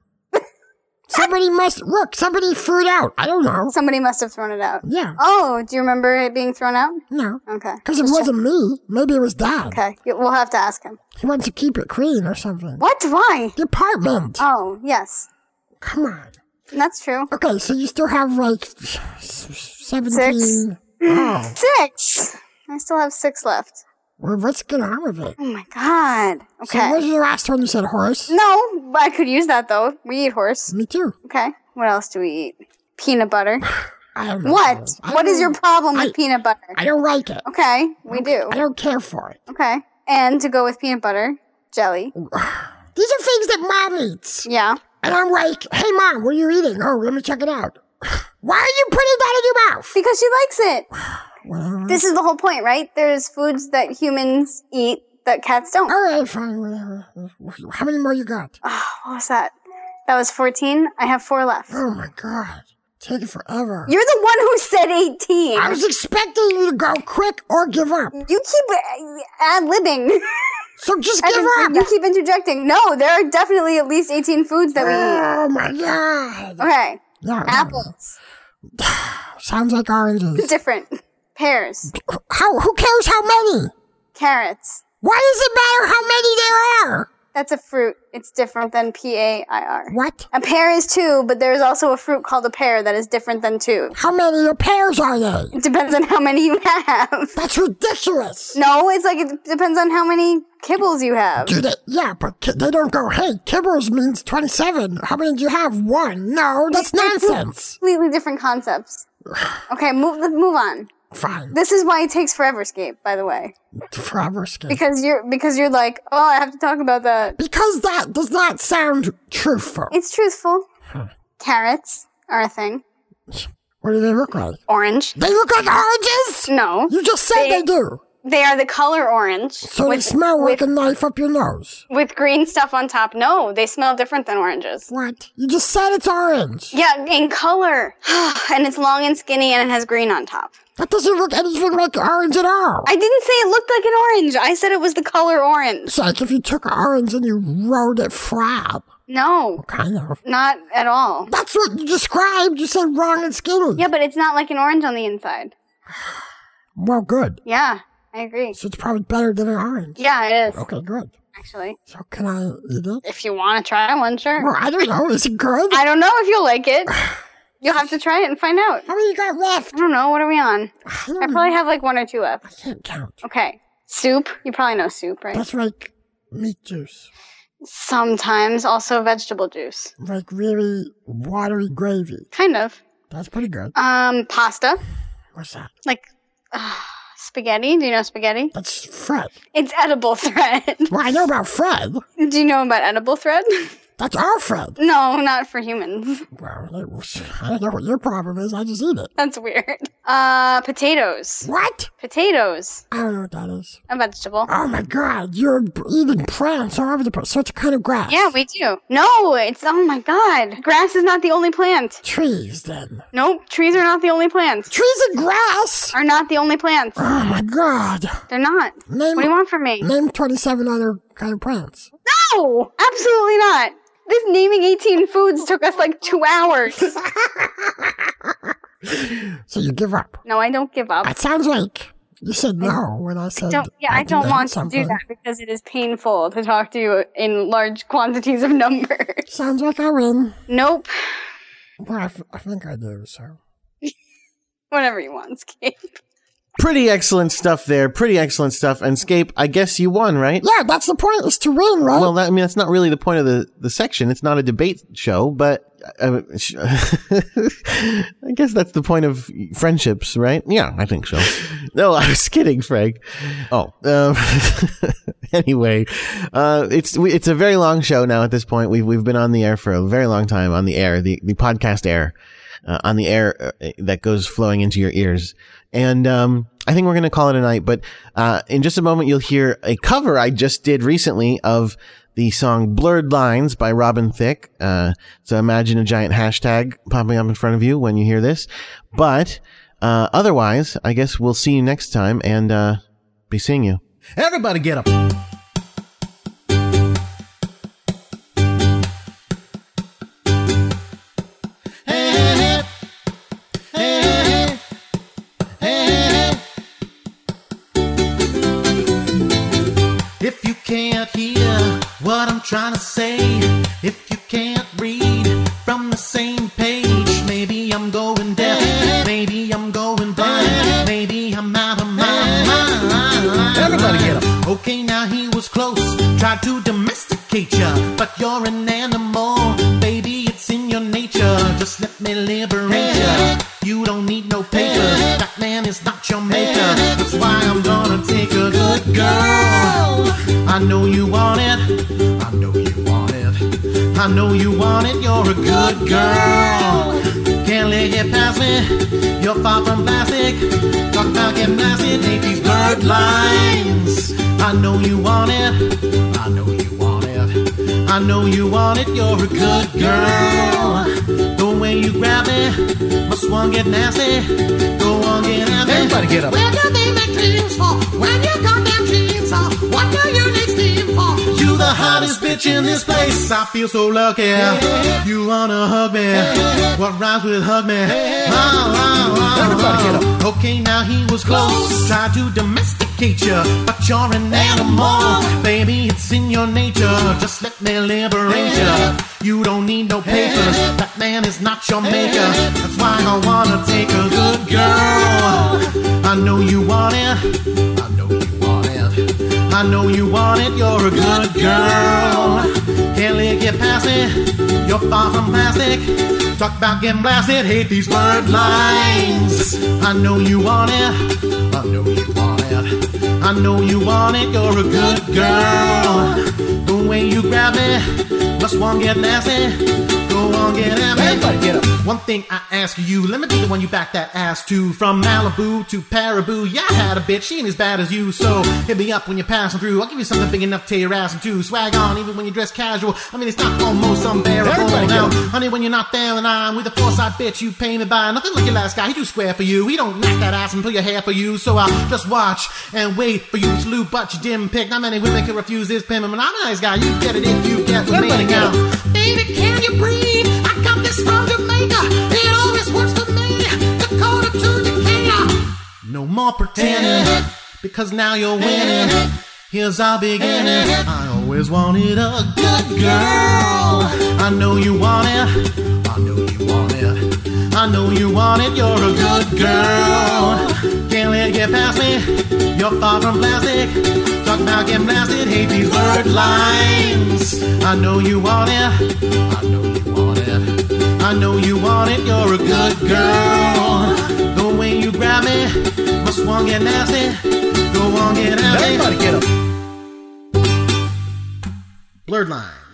S1: somebody must look. Somebody threw it out. I don't know.
S6: Somebody must have thrown it out.
S1: Yeah.
S6: Oh, do you remember it being thrown out?
S1: No.
S6: Okay.
S1: Because it wasn't me. Maybe it was Dad.
S6: Okay. y- We'll have to ask him.
S1: He wants to keep it clean or something.
S6: What? Why?
S1: The apartment.
S6: Oh, yes.
S1: Come on.
S6: That's true.
S1: Okay, so you still have like s- s- seventeen.
S6: <laughs>
S1: Wow.
S6: Six. I still have six left.
S1: Well, what's going on with it?
S6: Oh my god. Okay.
S1: So what was the last one you said? Horse.
S6: No, but I could use that though. We eat horse.
S1: Me too.
S6: Okay. What else do we eat? Peanut butter.
S1: <sighs> I don't know.
S6: what? What is your problem with peanut butter?
S1: I don't like it.
S6: Okay, we do.
S1: I don't care for it.
S6: Okay. And to go with peanut butter, jelly.
S1: <sighs> These are things that mom eats.
S6: Yeah.
S1: And I'm like, hey mom, what are you eating? Oh, let me check it out. <sighs> Why are you putting that in your mouth?
S6: Because she likes
S1: <sighs>
S6: it. This is the whole point, right? There's foods that humans eat that cats don't.
S1: All right, fine, whatever. How many more you got?
S6: <sighs> What was that? That was 14. I have four left.
S1: Oh my god, taking forever.
S6: You're the one who said 18.
S1: I was expecting you to go quick or give up.
S6: You keep uh, ad libbing.
S1: So just
S6: As
S1: give
S6: in,
S1: up.
S6: You keep interjecting. No, there are definitely at least 18 foods that we eat.
S1: Oh my god.
S6: Okay.
S1: Yeah,
S6: Apples.
S1: Sounds like oranges.
S6: Different. Pears.
S1: How? Who cares how many?
S6: Carrots.
S1: Why does it matter how many there are?
S6: That's a fruit. It's different than P A I R.
S1: What?
S6: A pear is two, but there is also a fruit called a pear that is different than two.
S1: How many pairs are they?
S6: It depends on how many you have.
S1: <laughs> That's ridiculous.
S6: No, it's like it depends on how many kibbles you have.
S1: Do they? Yeah, but ki- they don't go. Hey, kibbles means twenty-seven. How many do you have? One. No,
S6: <laughs>
S1: that's nonsense.
S6: Completely different
S1: <sighs>
S6: concepts. Okay, move let's move on.
S1: Fine.
S6: This is why it takes forever, Scape. By the way,
S1: Forever skin.
S6: because you're because you're like, oh, I have to talk about that.
S1: Because that does not sound truthful.
S6: It's truthful.
S1: Huh.
S6: Carrots are a thing.
S1: What do they look like?
S6: Orange.
S1: They look like oranges?
S6: No.
S1: You just said they, do.
S6: They are the color orange.
S1: So they smell like a knife up your nose.
S6: with green stuff on top. No, they smell different than oranges.
S1: What? You just said it's orange.
S6: Yeah, in color. <sighs> and it's long and skinny and it has green on top.
S1: That doesn't look anything like orange at all.
S6: I didn't say it looked like an orange. I said it was the color orange.
S1: It's like if you took an orange and you rolled it flat.
S6: No,
S1: Kind of.
S6: not at all.
S1: That's what you described. You said wrong and skinny.
S6: Yeah, but it's not like an orange on the inside.
S1: Well, good.
S6: Yeah, I agree.
S1: So it's probably better than an orange.
S6: Yeah, it is.
S1: Okay, good.
S6: Actually,
S1: So can I eat it?
S6: if you want to try one, sure.
S1: Well, I don't know. Is it good?
S6: I don't know if you'll like
S1: <sighs>
S6: it. You'll have to try it and find out.
S1: How many you got left?
S6: I don't know. What are we on?
S1: I
S6: I probably have like one or two left.
S1: can't count.
S6: Okay. Soup. You probably know soup, right?
S1: That's like meat juice.
S6: Sometimes also vegetable juice.
S1: Like really watery gravy.
S6: Kind of.
S1: That's pretty good.
S6: Um, pasta.
S1: What's that?
S6: Like uh, spaghetti. Do you know spaghetti?
S1: That's Fred.
S6: It's edible <laughs> thread.
S1: Well, I know about Fred.
S6: Do you know about edible
S1: <laughs>
S6: thread?
S1: That's our Fred.
S6: No, not for humans.
S1: Well, that- I don't know what your problem is. I just eat it.
S6: That's weird. Uh, potatoes.
S1: What?
S6: Potatoes.
S1: I don't know what that is.
S6: A vegetable.
S1: Oh my god, you're b- eating plants all over the place. So it's kind of grass.
S6: Yeah, we do. No, it's oh my god. Grass is not the only plant.
S1: Trees then.
S6: Nope, trees are not the only plants.
S1: Trees and grass
S6: are not the only plants.
S1: Oh my god.
S6: They're not.
S1: Name,
S6: what do you want from me?
S1: Name 27 other kind of plants.
S6: No, absolutely not. This naming 18 foods took us like two
S1: <laughs>
S6: hours.
S1: So you give up.
S6: no, I don't give up.
S1: It sounds like you said no when I said
S6: Don't, yeah, I
S1: can
S6: don't
S1: name
S6: want
S1: something.
S6: to do that because it is painful to talk to you in large quantities of numbers.
S1: Sounds like I win.
S6: Nope.
S1: Well, I, f- I think I do, so.
S6: Whatever you want, Skip.
S2: Pretty excellent stuff there. Pretty excellent stuff. And Scape, I guess you won, right?
S1: Yeah, that's the point, is to win, right?
S2: Well, that, I mean, that's not really the point of the, the section. It's not a debate show, but uh, <laughs> sh- I guess that's the point of friendships, right? Yeah, I think so. <laughs> no, I was kidding, Frank. Oh, um, <laughs> anyway, uh, it's we, it's a very long show now. At this point, we've we've been on the air for a very long time. On the air, the the podcast air, uh, on the air uh, that goes flowing into your ears. And um, I think we're going to call it a night. But uh, in just a moment, you'll hear a cover I just did recently of the song Blurred Lines by Robin Thicke. Uh, so imagine a giant hashtag popping up in front of you when you hear this. But uh, otherwise, I guess we'll see you next time and uh, be seeing you. Everybody get up.
S8: If you can't hear what I'm trying to say, if you can't read from the same page, maybe I'm going deaf, maybe I'm going blind, maybe I'm out of my mind. Everybody get up. Okay, now he was close, tried to domesticate ya, but you're an animal, baby, it's in your nature. Just let me liberate ya. You don't need no paper, that man is not your maker. That's why I'm gonna take a good girl. I know you want it. I know you want it. I know you want it. You're a good girl. Can't let it pass me. You're far from plastic. Talk about gymnastics. Take these blurred lines. I know you want it. I know you want it. I know you want it. You're a good girl. The way you grab it must one get nasty. Go on, get at me. Everybody get
S1: Where do they make dreams for? When you come down dreams are? What do you need steam for?
S8: You the hottest bitch in this place. I feel so lucky. You wanna hug me? What rhymes with hug me? Everybody get up. Okay, now he was close. Tried to domesticate you, but you're an animal, baby. It's in your nature. Just let me liberate you. You don't need no papers. That man is not your maker. That's why I wanna take a good girl. I know you want it. I know you want it, you're a good girl. Can't let it get past it, you're far from plastic. Talk about getting blasted, hate these blurred lines. I know you want it, I know you want it. I know you want it, you're a good girl. The way you grab it, must one get nasty. Go on, get at me. Everybody get up. One thing I ask you, let me be the one you back that ass to. From Malibu to Paraboo, yeah, I had a bitch, she ain't as bad as you. So hit me up when you're passing through. I'll give you something big enough to tear your ass in two. Swag on, even when you dress casual. I mean, it's not almost unbearable.
S1: Everybody get
S8: now,
S1: up.
S8: honey, when you're not there and I'm with a foresight bitch, you pay me by nothing like your last guy. He too square for you. He don't knock that ass and pull your hair for you. So I'll just watch and wait for you to loot, but you didn't pick. Not many women can refuse this payment. But I'm a nice guy. You get it if you get with me
S1: Everybody get
S8: now.
S1: up.
S8: Baby, can you breathe? I got this from Jamaica. It always works for me. Dakota to Decatur. No more pretending,
S1: Eh.
S8: because now you're winning. Here's our beginning.
S1: Eh.
S8: Uh, I always wanted a good girl. I know you want it. I know you want it. I know you want it. You're a good girl. Can't let it get get past me. You're far from plastic. Talk about get blasted. Hate these word lines. I know you want it. I know you want it. I know you want it. You're a good girl. The way you grab me must want get nasty. Go on, get at me. Everybody get up.
S2: Blurred line.